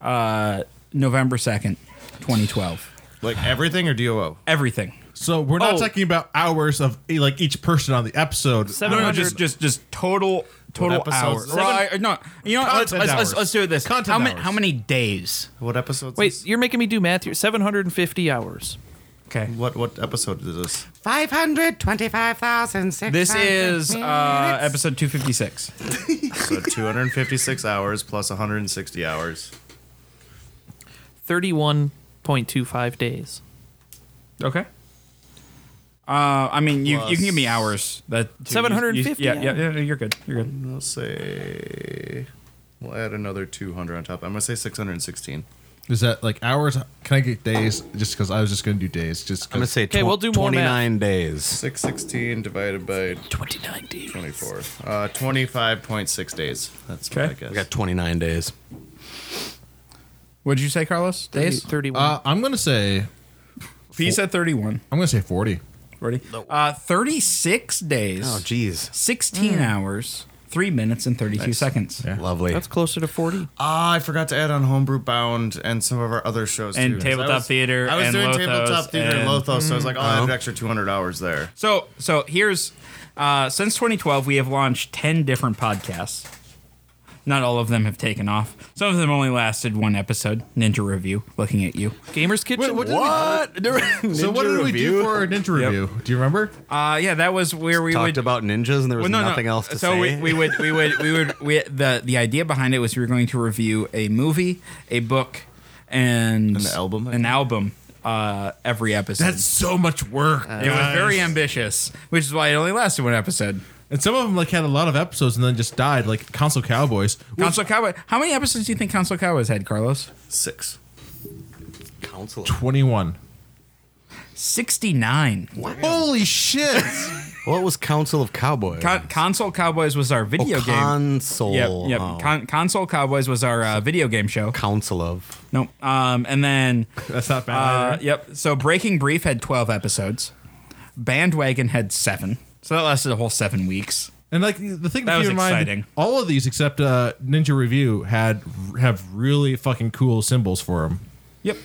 [SPEAKER 2] uh, November second, 2012?
[SPEAKER 6] like everything or DOO?
[SPEAKER 2] Everything.
[SPEAKER 3] So we're not
[SPEAKER 2] Oh.
[SPEAKER 3] talking about hours of eh, like each person on the episode.
[SPEAKER 5] Seven-
[SPEAKER 2] No, no,
[SPEAKER 5] 100
[SPEAKER 2] just just just total total
[SPEAKER 6] episodes?
[SPEAKER 2] hours.
[SPEAKER 6] Seven-
[SPEAKER 2] Well, I- no, you know, what, let's,
[SPEAKER 3] Content
[SPEAKER 2] let's, let's
[SPEAKER 3] hours.
[SPEAKER 2] let's do this.
[SPEAKER 3] Content
[SPEAKER 2] how many
[SPEAKER 3] hours.
[SPEAKER 2] how many days?
[SPEAKER 6] What episode?
[SPEAKER 5] Wait, you're making me do math here. 750 hours.
[SPEAKER 2] Okay.
[SPEAKER 6] what what episode is this?
[SPEAKER 9] Five hundred twenty-five thousand six.
[SPEAKER 2] This is uh, episode 256.
[SPEAKER 6] So 256 hours plus 160 hours.
[SPEAKER 5] 31.25 days.
[SPEAKER 2] Okay. Uh, I mean, you, you can give me hours. That you- you-
[SPEAKER 5] 750
[SPEAKER 2] Yeah, yeah, yeah, you're good. You're good.
[SPEAKER 6] I'll say we'll add another 200 on top. I'm gonna say 616.
[SPEAKER 3] Is that like hours? Can I get days? Just because I was just gonna do days. Just
[SPEAKER 4] I'm gonna say
[SPEAKER 5] Okay,
[SPEAKER 4] tw-
[SPEAKER 5] we'll do more math.
[SPEAKER 4] 29 days.
[SPEAKER 6] 616 divided by
[SPEAKER 5] 29 days.
[SPEAKER 6] 24. Uh, 25.6 days. That's what
[SPEAKER 2] Okay.
[SPEAKER 6] I guess.
[SPEAKER 4] We got 29 days.
[SPEAKER 2] What did you say, Carlos? Days?
[SPEAKER 5] 31.
[SPEAKER 3] Uh, I'm gonna say.
[SPEAKER 2] He said 31.
[SPEAKER 3] I'm gonna say forty.
[SPEAKER 2] Ready? Uh, 36 days,
[SPEAKER 4] Oh, jeez.
[SPEAKER 2] 16 hours, 3 minutes, and 32 seconds.
[SPEAKER 4] Lovely.
[SPEAKER 5] That's closer to 40.
[SPEAKER 6] Ah, I forgot to add on Homebrew Bound and some of our other shows
[SPEAKER 2] And
[SPEAKER 6] too, 'cause
[SPEAKER 2] Tabletop
[SPEAKER 6] I was-
[SPEAKER 2] Theater
[SPEAKER 6] I was
[SPEAKER 2] and
[SPEAKER 6] doing
[SPEAKER 2] Lothos
[SPEAKER 6] tabletop theater and
[SPEAKER 2] and-
[SPEAKER 6] Lothos, so I was like, oh, I have an extra 200 hours there.
[SPEAKER 2] So, so here's uh, since 2012, we have launched 10 different podcasts. Not all of them have taken off. Some of them only lasted one episode. Ninja Review, looking at you.
[SPEAKER 5] Gamer's Kitchen.
[SPEAKER 4] What?
[SPEAKER 3] So what did we do for our ninja review? Do you remember?
[SPEAKER 2] Uh, yeah, that was where we
[SPEAKER 4] Talked
[SPEAKER 2] would
[SPEAKER 4] about ninjas and there was
[SPEAKER 2] Well, no,
[SPEAKER 4] nothing
[SPEAKER 2] no.
[SPEAKER 4] else to
[SPEAKER 2] so
[SPEAKER 4] say.
[SPEAKER 2] we, we would we would we would we, the the idea behind it was we were going to review a movie, a book, and
[SPEAKER 6] An album, I
[SPEAKER 2] an
[SPEAKER 6] think.
[SPEAKER 2] album uh, every episode.
[SPEAKER 3] That's so much work.
[SPEAKER 2] it was very ambitious, which is why it only lasted one episode.
[SPEAKER 3] And some of them like had a lot of episodes and then just died, like Council Cowboys.
[SPEAKER 2] Council Cowboy. How many episodes do you think Council Cowboys had, Carlos?
[SPEAKER 6] Six.
[SPEAKER 4] Council.
[SPEAKER 3] Twenty-one.
[SPEAKER 2] Sixty nine.
[SPEAKER 3] Holy shit!
[SPEAKER 4] What was Council of Cowboys?
[SPEAKER 2] Con- Uh, Console Cowboys was our video
[SPEAKER 4] oh,
[SPEAKER 2] game.
[SPEAKER 4] console.
[SPEAKER 2] Yep, yep.
[SPEAKER 4] Oh.
[SPEAKER 2] Con- Console Cowboys was our uh, video game show.
[SPEAKER 4] Council of.
[SPEAKER 2] Nope. Um, and then
[SPEAKER 3] That's not bad.
[SPEAKER 2] Uh, yep. So Breaking Brief had 12 episodes. Bandwagon had seven. So that lasted a whole seven weeks.
[SPEAKER 3] and like the thing
[SPEAKER 2] that
[SPEAKER 3] to
[SPEAKER 2] was
[SPEAKER 3] keep in mind,
[SPEAKER 2] exciting.
[SPEAKER 3] all of these except uh, Ninja Review had have really fucking cool symbols for them.
[SPEAKER 2] Yep.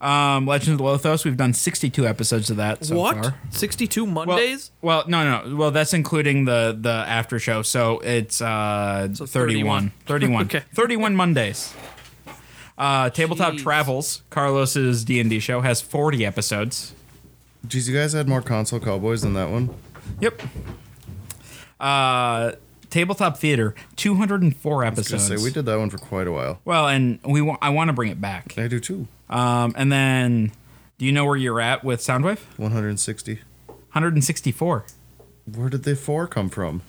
[SPEAKER 2] Um, Legend of Lothos, we've done 62 episodes of that so
[SPEAKER 5] what?
[SPEAKER 2] far.
[SPEAKER 5] 62
[SPEAKER 2] Well,
[SPEAKER 5] Mondays?
[SPEAKER 2] well, no, no. Well, that's including the the after show. So it's uh,
[SPEAKER 5] So
[SPEAKER 2] 31.
[SPEAKER 5] 31.
[SPEAKER 2] 31.
[SPEAKER 5] Okay.
[SPEAKER 2] 31 Mondays. Uh, Tabletop
[SPEAKER 5] Jeez.
[SPEAKER 2] Travels, Carlos's D and D show, has forty episodes.
[SPEAKER 6] Jeez, you guys had more console cowboys than that one.
[SPEAKER 2] Yep. Uh, Tabletop Theater, two hundred and four
[SPEAKER 6] Gonna
[SPEAKER 2] episodes.
[SPEAKER 6] say we did that one for quite a while.
[SPEAKER 2] well, and we wa- I want to bring it back.
[SPEAKER 6] I do too.
[SPEAKER 2] Um, and then, do you know where you're at with Soundwave?
[SPEAKER 6] 160.
[SPEAKER 2] Hundred and sixty-four.
[SPEAKER 6] Where did the four come from?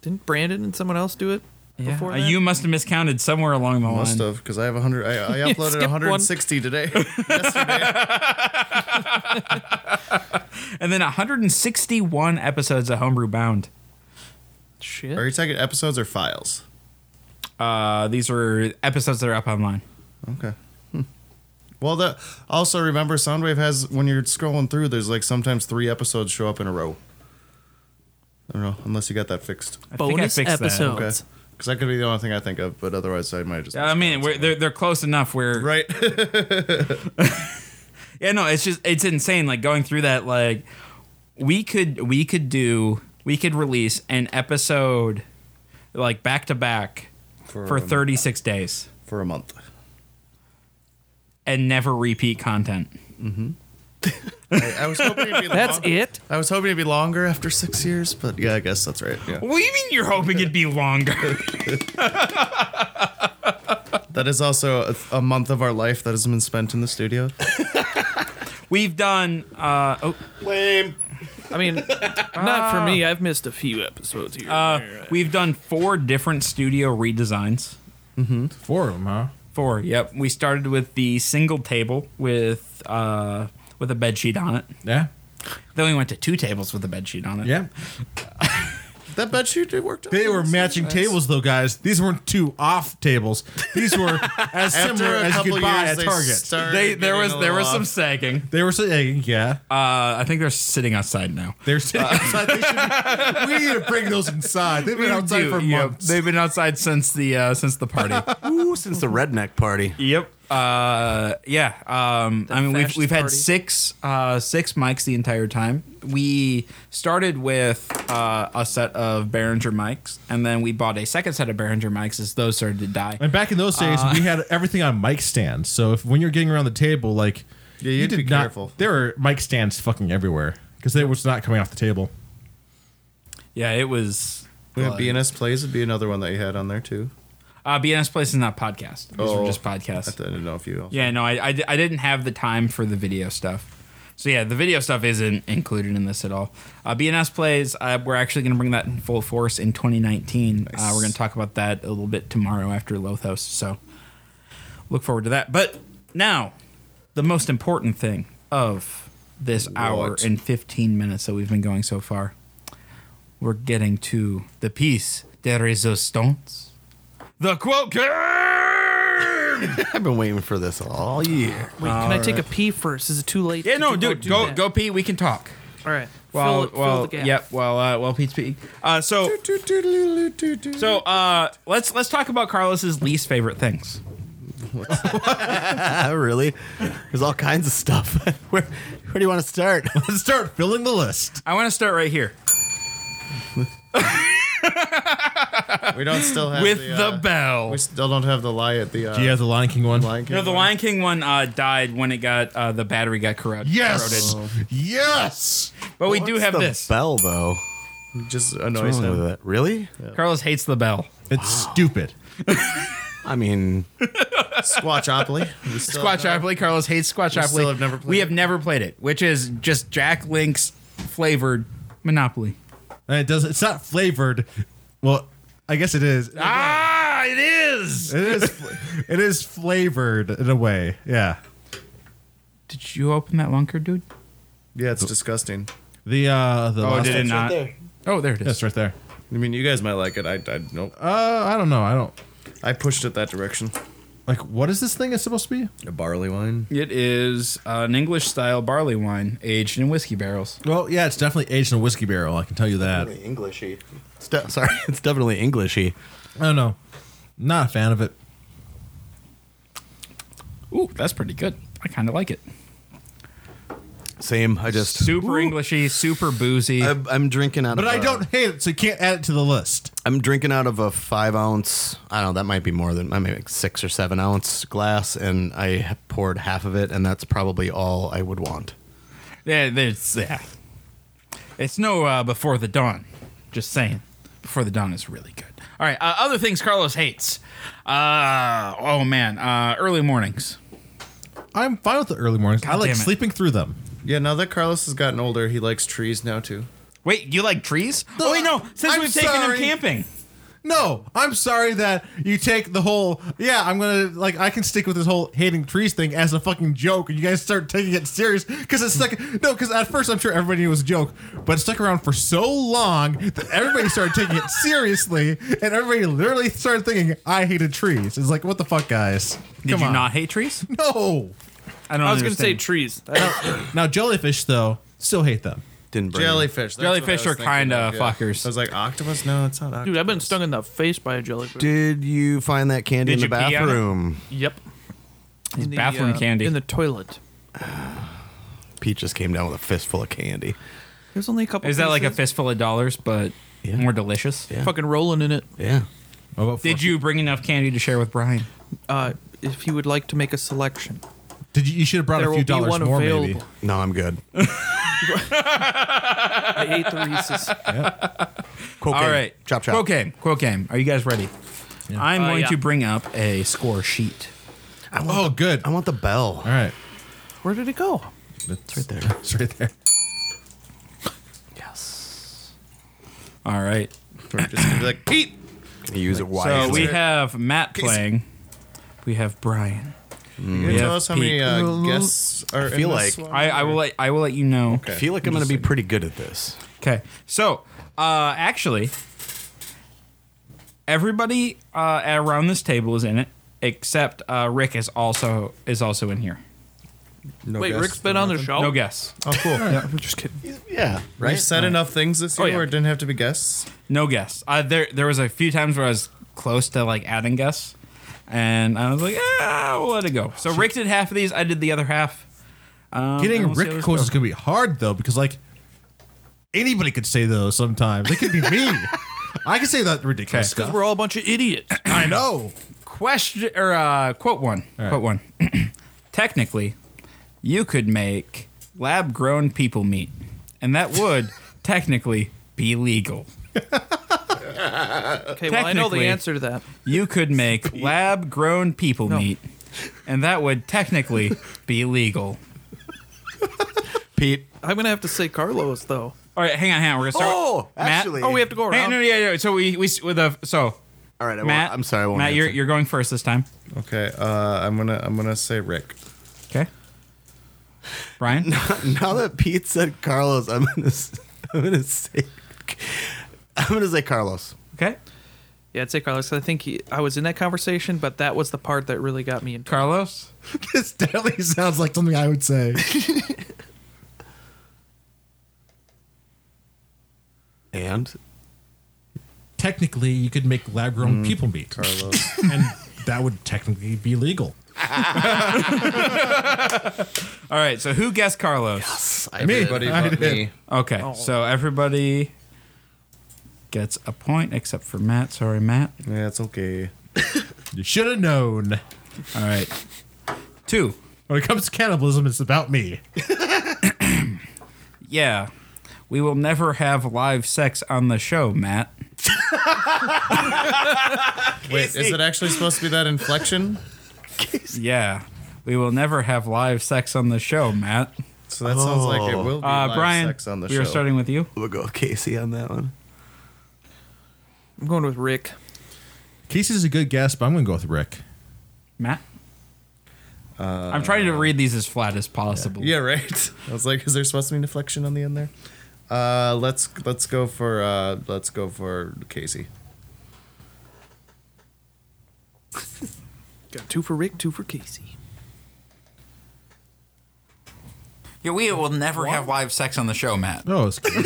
[SPEAKER 5] Didn't Brandon and someone else do it before?
[SPEAKER 2] Uh,
[SPEAKER 5] that?
[SPEAKER 2] you must have miscounted somewhere along the
[SPEAKER 6] Must
[SPEAKER 2] line.
[SPEAKER 6] have, because I have 100. I, I uploaded
[SPEAKER 5] Skip one.
[SPEAKER 6] 160 today.
[SPEAKER 2] And then 161 episodes of Homebrew Bound.
[SPEAKER 5] shit.
[SPEAKER 6] Are you talking episodes or files?
[SPEAKER 2] Uh, these are episodes that are up online.
[SPEAKER 6] Okay. Hmm. Well, the also remember Soundwave has when you're scrolling through, there's like sometimes three episodes show up in a row. I don't know unless you got that fixed.
[SPEAKER 2] I think I
[SPEAKER 5] Bonus
[SPEAKER 2] fixed that.
[SPEAKER 5] episode.
[SPEAKER 6] Okay, because that could be the only thing I think of, but otherwise I might just.
[SPEAKER 2] I mean, we're, they're they're close enough. Where
[SPEAKER 6] right.
[SPEAKER 2] yeah, no, it's just it's insane. Like going through that, like we could we could do we could release an episode like back to back
[SPEAKER 6] For,
[SPEAKER 2] for
[SPEAKER 6] um,
[SPEAKER 2] 36 days
[SPEAKER 6] for a month.
[SPEAKER 2] and never repeat content.
[SPEAKER 6] I, I was hoping it'd be
[SPEAKER 5] That's
[SPEAKER 6] longer.
[SPEAKER 5] it.
[SPEAKER 6] I was hoping it'd be longer after six years, but yeah, I guess that's right. Yeah.
[SPEAKER 2] What do you mean you're hoping it'd be longer?
[SPEAKER 6] That is also a, a month of our life that has been spent in the studio.
[SPEAKER 2] We've done uh oh
[SPEAKER 4] Lame.
[SPEAKER 5] I mean, not for me. I've missed a few episodes here.
[SPEAKER 2] Uh,
[SPEAKER 5] and there.
[SPEAKER 2] we've done four different studio redesigns.
[SPEAKER 3] Four of them, huh?
[SPEAKER 2] Four. Yep. We started with the single table with uh, with a bed sheet on it.
[SPEAKER 3] Yeah.
[SPEAKER 2] Then we went to two tables with a bed sheet on it.
[SPEAKER 3] Yeah.
[SPEAKER 6] that bed sheet did work.
[SPEAKER 3] They were matching tables, though, guys. These weren't two off tables. These were as similar as you could buy at Target.
[SPEAKER 2] They, there was there was some sagging.
[SPEAKER 3] they were saying, yeah.
[SPEAKER 2] Uh, I think they're sitting outside now.
[SPEAKER 3] They're sitting outside. They should be, we need to bring those inside. They've been outside
[SPEAKER 2] Dude,
[SPEAKER 3] for
[SPEAKER 2] yep,
[SPEAKER 3] months.
[SPEAKER 2] They've been outside since the uh, since the party.
[SPEAKER 4] Ooh, since the redneck party.
[SPEAKER 2] yep. Uh, yeah. Um, I mean, we've
[SPEAKER 5] fascist
[SPEAKER 2] we've had
[SPEAKER 5] party.
[SPEAKER 2] six uh, six mics the entire time. We started with uh, a set of Behringer mics, and then we bought a second set of Behringer mics as those started to die.
[SPEAKER 3] and back in those days, we
[SPEAKER 6] Uh.
[SPEAKER 3] had everything on mic stands. So if when you're getting around the table, like
[SPEAKER 6] Yeah, you'd
[SPEAKER 3] did
[SPEAKER 6] be
[SPEAKER 3] not-
[SPEAKER 6] careful.
[SPEAKER 3] There were mic stands fucking everywhere because they was not coming off the table.
[SPEAKER 2] Yeah, it was.
[SPEAKER 6] Yeah, BNS plays would be another one that you had on there too.
[SPEAKER 2] Uh, BNS Place is not podcast. These were
[SPEAKER 6] Oh.
[SPEAKER 2] just
[SPEAKER 6] I
[SPEAKER 2] podcasts.
[SPEAKER 6] didn't know if you.
[SPEAKER 2] Yeah, no, I, I, di- I didn't have the time for the video stuff. So yeah, the video stuff isn't included in this at all. Uh, BNS Plays, uh, we're actually going to bring that in full force in 2019. Uh, we're going to talk about that a little bit tomorrow after Lothos. So look forward to that. But now, the most important thing of this hour
[SPEAKER 6] What?
[SPEAKER 2] and 15 minutes that we've been going so far, we're getting to the piece de resistance. The quote game!
[SPEAKER 4] I've been waiting for this all year.
[SPEAKER 5] Wait, can I take a pee first? Is it too late?
[SPEAKER 2] Yeah,
[SPEAKER 5] Did
[SPEAKER 2] no,
[SPEAKER 5] you
[SPEAKER 2] dude, go
[SPEAKER 5] do
[SPEAKER 2] go pee. We can talk.
[SPEAKER 5] that? All right.
[SPEAKER 2] Well,
[SPEAKER 5] fill, it-
[SPEAKER 2] well,
[SPEAKER 5] fill the gap.
[SPEAKER 2] yep. Well, uh, well, Pete's pee. Uh, so, so uh, let's let's talk about Carlos's least favorite things.
[SPEAKER 4] Ah, really? There's all kinds of stuff. where, where do you want to start?
[SPEAKER 3] Let's start filling the list.
[SPEAKER 2] I want to start right here
[SPEAKER 6] we don't still have
[SPEAKER 2] with
[SPEAKER 6] the,
[SPEAKER 2] the
[SPEAKER 6] uh,
[SPEAKER 2] bell.
[SPEAKER 6] We still don't have the lie at the. Uh,
[SPEAKER 3] Do you have the Lion King one?
[SPEAKER 6] Lion King
[SPEAKER 2] No, the
[SPEAKER 6] one?
[SPEAKER 2] Lion King one uh, died when it got uh, the battery got corrod-
[SPEAKER 3] Yes.
[SPEAKER 2] corroded.
[SPEAKER 3] Yes.
[SPEAKER 2] But we do
[SPEAKER 4] What's
[SPEAKER 2] have
[SPEAKER 4] the
[SPEAKER 2] this.
[SPEAKER 4] bell though.
[SPEAKER 6] just
[SPEAKER 4] What's
[SPEAKER 6] annoys
[SPEAKER 4] wrong
[SPEAKER 6] him.
[SPEAKER 4] with it? Really?
[SPEAKER 2] Carlos hates the bell.
[SPEAKER 3] It's stupid.
[SPEAKER 4] I mean,
[SPEAKER 6] Squatchopoly. We still-
[SPEAKER 2] Squatchopoly. Carlos hates Squatchopoly.
[SPEAKER 6] still have never played
[SPEAKER 2] we
[SPEAKER 6] it.
[SPEAKER 2] have never played it, which is just Jack Link's flavored Monopoly.
[SPEAKER 3] And it does. It's not flavored. Well, I guess it is.
[SPEAKER 2] Ah, it is.
[SPEAKER 3] It is. it is flavored in a way. Yeah.
[SPEAKER 2] Did you open that lunker, dude?
[SPEAKER 6] Yeah, it's disgusting.
[SPEAKER 3] The uh the last
[SPEAKER 2] did it not? Oh, there it is.
[SPEAKER 3] That's right there.
[SPEAKER 6] I mean, you guys might like it. I, I nope.
[SPEAKER 3] Uh, I don't know. I don't
[SPEAKER 6] I pushed it that direction.
[SPEAKER 3] like. What is this thing? It's supposed to be.
[SPEAKER 6] A barley wine.
[SPEAKER 2] It is uh, an English style barley wine aged in whiskey barrels.
[SPEAKER 3] Well, yeah, it's definitely aged in a whiskey barrel. I can tell you that. I
[SPEAKER 4] Englishy. It's de- sorry, it's definitely Englishy.
[SPEAKER 3] don't know. Not a fan of it.
[SPEAKER 2] Ooh, that's pretty good. I kind of like it.
[SPEAKER 4] Same. I just
[SPEAKER 2] Super Englishy, super boozy.
[SPEAKER 4] I'm, I'm drinking out.
[SPEAKER 3] But
[SPEAKER 4] of
[SPEAKER 3] I
[SPEAKER 4] a-
[SPEAKER 3] don't hate it, so you can't add it to the list.
[SPEAKER 4] I'm drinking out of a five ounce. I don't know. That might be more than. I mean, like six or seven ounce glass, and I poured half of it, and that's probably all I would want.
[SPEAKER 2] yeah, there's, yeah. It's no uh, Before the Dawn. Just saying. Before the Dawn is really good. All right. Uh, other things Carlos hates. Uh, oh, man. Uh, early mornings.
[SPEAKER 3] I'm fine with the early mornings. I like
[SPEAKER 2] damn it.
[SPEAKER 3] sleeping through them.
[SPEAKER 6] Yeah, now that Carlos has gotten older, he likes trees now too.
[SPEAKER 2] Wait, you like trees? oh, wait, no. Since
[SPEAKER 3] I'm
[SPEAKER 2] we've taken him
[SPEAKER 3] sorry.
[SPEAKER 2] camping.
[SPEAKER 3] No, I'm sorry that you take the whole yeah, I'm gonna like I can stick with this whole hating trees thing as a fucking joke and you guys start taking it serious because it's stuck no, because at first I'm sure everybody knew it was a joke, but it stuck around for so long that everybody started taking it seriously and everybody literally started thinking I hated trees. It's like what the fuck guys.
[SPEAKER 2] Did you not hate trees?
[SPEAKER 3] No.
[SPEAKER 2] I don't
[SPEAKER 5] I was
[SPEAKER 2] going to
[SPEAKER 5] gonna say trees. I don't-
[SPEAKER 3] Now jellyfish though, still hate them.
[SPEAKER 4] Didn't burn me.
[SPEAKER 6] Jellyfish. that's
[SPEAKER 2] Jellyfish
[SPEAKER 6] what I
[SPEAKER 2] are
[SPEAKER 6] was thinking
[SPEAKER 2] kinda
[SPEAKER 6] of,
[SPEAKER 2] fuckers.
[SPEAKER 6] I was like, octopus? No, it's not octopus.
[SPEAKER 5] dude, I've been stung in the face by a jellyfish.
[SPEAKER 4] Did you find that candy
[SPEAKER 2] Did
[SPEAKER 4] in the
[SPEAKER 2] you pee on it?
[SPEAKER 4] bathroom?
[SPEAKER 5] Yep. In the, uh,
[SPEAKER 2] bathroom candy.
[SPEAKER 5] In the toilet.
[SPEAKER 4] Pete just came down with a fistful of candy.
[SPEAKER 5] There's only a couple.
[SPEAKER 2] Is that like a
[SPEAKER 5] pieces.
[SPEAKER 2] fistful of dollars, but
[SPEAKER 4] Yeah.
[SPEAKER 2] more delicious?
[SPEAKER 4] Yeah.
[SPEAKER 5] Fucking rolling in it.
[SPEAKER 4] Yeah.
[SPEAKER 3] What about
[SPEAKER 2] Did
[SPEAKER 3] fork-
[SPEAKER 2] you bring enough candy to share with Brian?
[SPEAKER 5] Uh, if you would like to make a selection,
[SPEAKER 3] Did you you should have brought
[SPEAKER 5] there
[SPEAKER 3] a
[SPEAKER 5] will
[SPEAKER 3] few
[SPEAKER 5] be
[SPEAKER 3] dollars
[SPEAKER 5] one
[SPEAKER 3] more
[SPEAKER 5] available.
[SPEAKER 3] maybe.
[SPEAKER 4] No, I'm good.
[SPEAKER 5] I ate the Reese's.
[SPEAKER 4] Cocaine.
[SPEAKER 2] All right.
[SPEAKER 4] Chop chop.
[SPEAKER 2] Cocaine. Cocaine. Are you guys ready? I'm
[SPEAKER 5] Uh,
[SPEAKER 2] going
[SPEAKER 5] yeah.
[SPEAKER 2] to bring up a score sheet.
[SPEAKER 3] Oh good.
[SPEAKER 4] I want the bell.
[SPEAKER 3] All right.
[SPEAKER 5] Where did it go?
[SPEAKER 3] It's right there. It's right there.
[SPEAKER 2] All right.
[SPEAKER 6] We're just gonna be like, Pete!
[SPEAKER 4] Use it
[SPEAKER 2] So
[SPEAKER 4] wisely.
[SPEAKER 2] we have Matt playing. We have Brian.
[SPEAKER 6] Can Mm. you
[SPEAKER 2] Yeah,
[SPEAKER 6] tell us how
[SPEAKER 2] Pete.
[SPEAKER 6] many uh, guests are
[SPEAKER 4] feel
[SPEAKER 6] in this
[SPEAKER 4] like-
[SPEAKER 6] one?
[SPEAKER 2] I, I will let I will let you know.
[SPEAKER 4] I feel like I'm going to be pretty good at this.
[SPEAKER 2] Okay. So uh, actually, everybody uh, around this table is in it, except uh, Rick is also is also in here.
[SPEAKER 5] Wait, Rick's been on the show.
[SPEAKER 2] No guess.
[SPEAKER 6] Oh, cool.
[SPEAKER 5] I'm just kidding.
[SPEAKER 4] Yeah.
[SPEAKER 6] We've said enough things this
[SPEAKER 5] Oh,
[SPEAKER 6] year
[SPEAKER 5] yeah.
[SPEAKER 6] where it didn't have to be guests.
[SPEAKER 2] No guess. Uh, there, there was a few times where I was close to like adding guess, and I was like, ah, we'll let it go. So Rick did half of these. I did the other half. Um, and
[SPEAKER 3] Getting
[SPEAKER 2] we'll see how
[SPEAKER 3] Rick
[SPEAKER 2] this
[SPEAKER 3] quotes
[SPEAKER 2] goes.
[SPEAKER 3] is gonna be hard though, because like anybody could say those sometimes. It could be me. I could say that ridiculous
[SPEAKER 2] Okay.
[SPEAKER 3] stuff.
[SPEAKER 5] We're all a bunch of idiots.
[SPEAKER 3] I know.
[SPEAKER 2] question or uh, quote one.
[SPEAKER 3] All right.
[SPEAKER 2] Quote one. Technically, you could make lab-grown people meat, and that would technically be legal.
[SPEAKER 5] Okay, well, I know the
[SPEAKER 2] Technically-
[SPEAKER 5] answer to that.
[SPEAKER 2] You could make lab-grown people
[SPEAKER 5] No.
[SPEAKER 2] meat, and that would technically be legal.
[SPEAKER 4] Pete.
[SPEAKER 5] I'm gonna have to say Carlos though.
[SPEAKER 2] All right, hang on, hang on. We're gonna start.
[SPEAKER 4] Oh,
[SPEAKER 2] Matt?
[SPEAKER 4] actually.
[SPEAKER 5] Oh, we have to go
[SPEAKER 2] Hey,
[SPEAKER 5] around.
[SPEAKER 2] no, yeah, yeah. So we we s- with a so.
[SPEAKER 4] All right. I
[SPEAKER 2] Matt,
[SPEAKER 4] won't, I'm sorry. I won't
[SPEAKER 2] Matt, you're
[SPEAKER 4] answer.
[SPEAKER 2] you're going first this time.
[SPEAKER 6] Okay, uh, I'm gonna I'm gonna say Rick.
[SPEAKER 2] Okay. Brian,
[SPEAKER 4] now that Pete said Carlos, I'm gonna s- I'm gonna say I'm gonna say Carlos.
[SPEAKER 2] okay.
[SPEAKER 5] Yeah, I'd say Carlos. 'cause I think he, I was in that conversation, but that was the part that really got me in.
[SPEAKER 2] Carlos,
[SPEAKER 3] This definitely sounds like something I would say.
[SPEAKER 4] And
[SPEAKER 3] Technically, you could make lab grown people meat. Mm, Carlos. and that would technically be legal.
[SPEAKER 2] All right, so who guessed Carlos?
[SPEAKER 4] I
[SPEAKER 3] Me.
[SPEAKER 6] Buddy,
[SPEAKER 3] I
[SPEAKER 6] but
[SPEAKER 3] did.
[SPEAKER 6] me.
[SPEAKER 2] Okay, so everybody gets a point except for Matt. Sorry, Matt.
[SPEAKER 6] Yeah, it's okay.
[SPEAKER 3] You should have known.
[SPEAKER 2] All right. Two.
[SPEAKER 3] When it comes to cannibalism, it's about me.
[SPEAKER 2] Yeah. We will never have live sex on the show, Matt.
[SPEAKER 6] Wait, is it actually supposed to be that inflection?
[SPEAKER 2] Yeah. We will never have live sex on the show, Matt.
[SPEAKER 6] So that sounds like it will be
[SPEAKER 2] Uh,
[SPEAKER 6] live
[SPEAKER 2] Brian,
[SPEAKER 6] sex on the
[SPEAKER 2] we
[SPEAKER 6] show.
[SPEAKER 2] are starting with you.
[SPEAKER 4] we'll go with Casey on that one.
[SPEAKER 5] I'm going with Rick.
[SPEAKER 3] Casey's a good guess, but I'm going to go with Rick.
[SPEAKER 2] Matt? I'm trying to read these as flat as possible.
[SPEAKER 6] Uh, yeah, right. I was like, is there supposed to be an inflection on the end there? Uh, let's let's go for uh, let's go for Casey.
[SPEAKER 5] Got two for Rick, two for Casey.
[SPEAKER 2] Yeah, we will never have live sex on the show, Matt.
[SPEAKER 3] Oh, it's good.
[SPEAKER 5] Nice.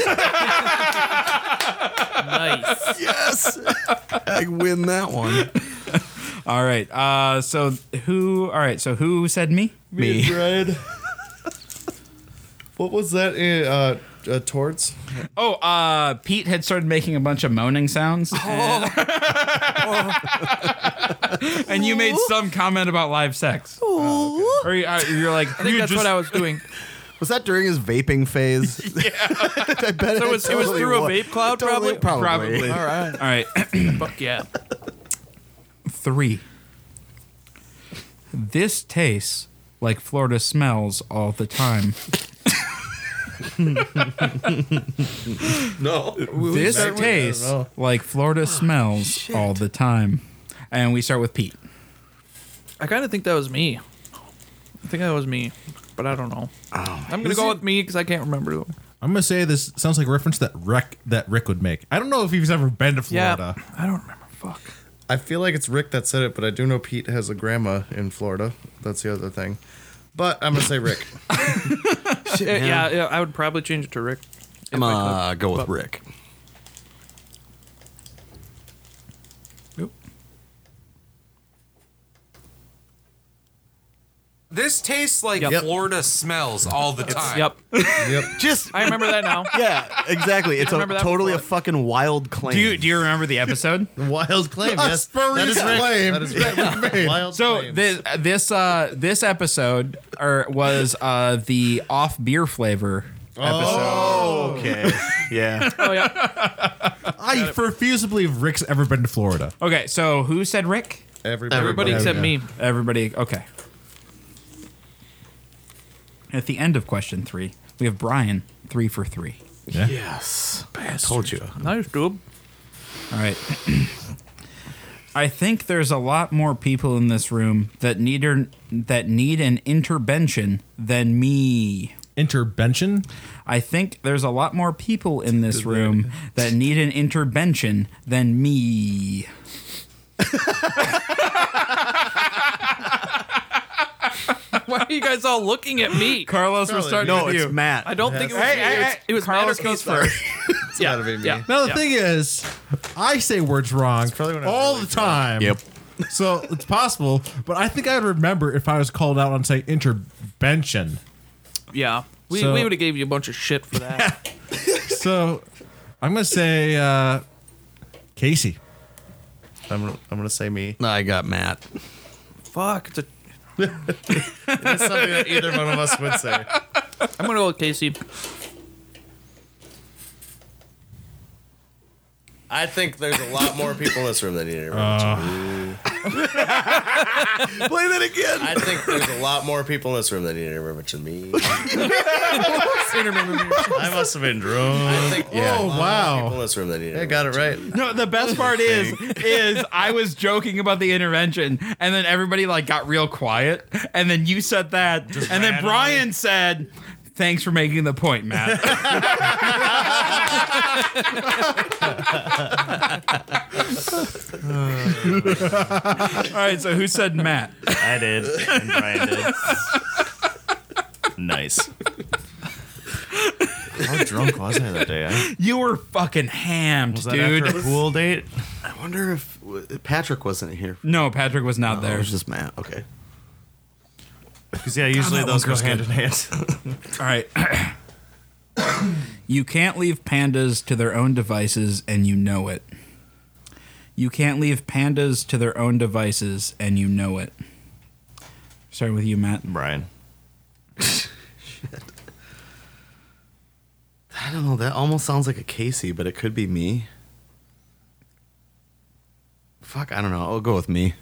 [SPEAKER 4] Yes, I win that one.
[SPEAKER 2] All right. Uh, so who? All right. So who said me?
[SPEAKER 4] Me.
[SPEAKER 6] What was that? Uh, uh, towards?
[SPEAKER 2] Oh, uh, Pete had started making a bunch of moaning sounds.
[SPEAKER 5] Oh.
[SPEAKER 2] and- and you made some comment about live sex. Or you, uh, you're like,
[SPEAKER 5] Oh, I think that's what I was doing.
[SPEAKER 4] Was that during his vaping phase? yeah. I bet
[SPEAKER 5] So it was, it was
[SPEAKER 4] totally
[SPEAKER 5] through
[SPEAKER 4] was.
[SPEAKER 5] a vape cloud,
[SPEAKER 4] Totally-
[SPEAKER 5] probably.
[SPEAKER 4] Probably.
[SPEAKER 2] Probably.
[SPEAKER 5] All right.
[SPEAKER 2] All right,
[SPEAKER 5] Fuck yeah.
[SPEAKER 2] three. This tastes like Florida smells all the time. no. This tastes like Florida smells all the time. And we start with Pete.
[SPEAKER 5] I kind of think that was me. I think that was me, but I don't know. I'm gonna go with me because I can't remember. Though.
[SPEAKER 3] I'm gonna say this sounds like a reference that Rick that Rick would make. I don't know if he's ever been to Florida.
[SPEAKER 5] Yeah, I don't remember. Fuck.
[SPEAKER 6] I feel like it's Rick that said it, but I do know Pete has a grandma in Florida. That's the other thing. But I'm gonna say Rick.
[SPEAKER 5] yeah, yeah, yeah, I would probably change it to Rick.
[SPEAKER 4] I'm
[SPEAKER 5] if I could.
[SPEAKER 4] uh, go with
[SPEAKER 5] But-
[SPEAKER 4] Rick.
[SPEAKER 10] This tastes like
[SPEAKER 5] Yep.
[SPEAKER 10] Florida smells all the time.
[SPEAKER 5] Yep,
[SPEAKER 4] Just
[SPEAKER 5] I remember that now.
[SPEAKER 4] yeah, exactly. It's a
[SPEAKER 5] remember that
[SPEAKER 4] totally a
[SPEAKER 5] before.
[SPEAKER 4] fucking wild claim.
[SPEAKER 2] Do you, do you remember the episode?
[SPEAKER 6] Wild claim. Yes, that is Rick. That is Rick. Wild
[SPEAKER 2] So
[SPEAKER 6] claim.
[SPEAKER 2] this this uh this episode or was uh the off beer flavor episode.
[SPEAKER 4] okay. Yeah.
[SPEAKER 5] Oh yeah,
[SPEAKER 3] I refuse to believe Rick's ever been to Florida.
[SPEAKER 2] Okay, so who said Rick?
[SPEAKER 6] everybody,
[SPEAKER 5] everybody except me.
[SPEAKER 2] Everybody. Okay. At the end of question three, we have Brian three for three.
[SPEAKER 4] yes. I told you.
[SPEAKER 5] Nice, dude.
[SPEAKER 2] All right. I think there's a lot more people in this room that need er, that need an intervention than me.
[SPEAKER 3] Intervention.
[SPEAKER 2] I think there's a lot more people in this room that need an intervention than me.
[SPEAKER 5] Why are you guys all looking at me?
[SPEAKER 2] Carlos, we're starting
[SPEAKER 4] No,
[SPEAKER 2] with
[SPEAKER 4] it's
[SPEAKER 2] you.
[SPEAKER 4] Matt.
[SPEAKER 5] I don't think it was me. it was, it was Matt or Pete, though.
[SPEAKER 6] It's gotta be me.
[SPEAKER 5] Yeah.
[SPEAKER 3] Now the thing is, I say words wrong
[SPEAKER 6] probably when I was
[SPEAKER 3] all
[SPEAKER 6] really
[SPEAKER 3] the time.
[SPEAKER 4] Yep.
[SPEAKER 3] So it's possible, but I think I'd remember if I was called out on say intervention.
[SPEAKER 5] Yeah, we,
[SPEAKER 3] So-
[SPEAKER 5] we would have gave you a bunch of shit for that.
[SPEAKER 3] So I'm gonna say uh, Casey.
[SPEAKER 6] I'm, gonna- I'm gonna say me.
[SPEAKER 4] No, I got Matt.
[SPEAKER 5] Fuck. It's a,
[SPEAKER 6] That's something that either one of us would say.
[SPEAKER 5] I'm gonna go with Casey.
[SPEAKER 6] I think there's a lot more people in this room that need it.
[SPEAKER 4] Play that again.
[SPEAKER 6] I think there's a lot more people in this room that need an intervention than me. I must have been drunk. I think yeah.
[SPEAKER 3] Oh wow!
[SPEAKER 6] in this room that need I got it right.
[SPEAKER 2] No, the best part is is I was joking about the intervention, and then everybody like got real quiet, and then you said that, and then Brian said, "Thanks for making the point, Matt." All right, so who said Matt?
[SPEAKER 7] I did. And Brian did. nice. How drunk was I that day? I,
[SPEAKER 2] You were fucking hammed,
[SPEAKER 7] was that
[SPEAKER 2] dude.
[SPEAKER 7] after a pool date?
[SPEAKER 4] I wonder if uh, Patrick wasn't here.
[SPEAKER 2] No, Patrick was not
[SPEAKER 4] It
[SPEAKER 2] there.
[SPEAKER 4] was just Matt. Okay.
[SPEAKER 7] Because yeah, usually those go hand in hand.
[SPEAKER 2] All right. you can't leave pandas to their own devices, and you know it. You can't leave pandas to their own devices, and you know it. Starting with you, Matt.
[SPEAKER 7] Brian.
[SPEAKER 4] I don't know. That almost sounds like a Casey, but it could be me. Fuck, I don't know. I'll go with me.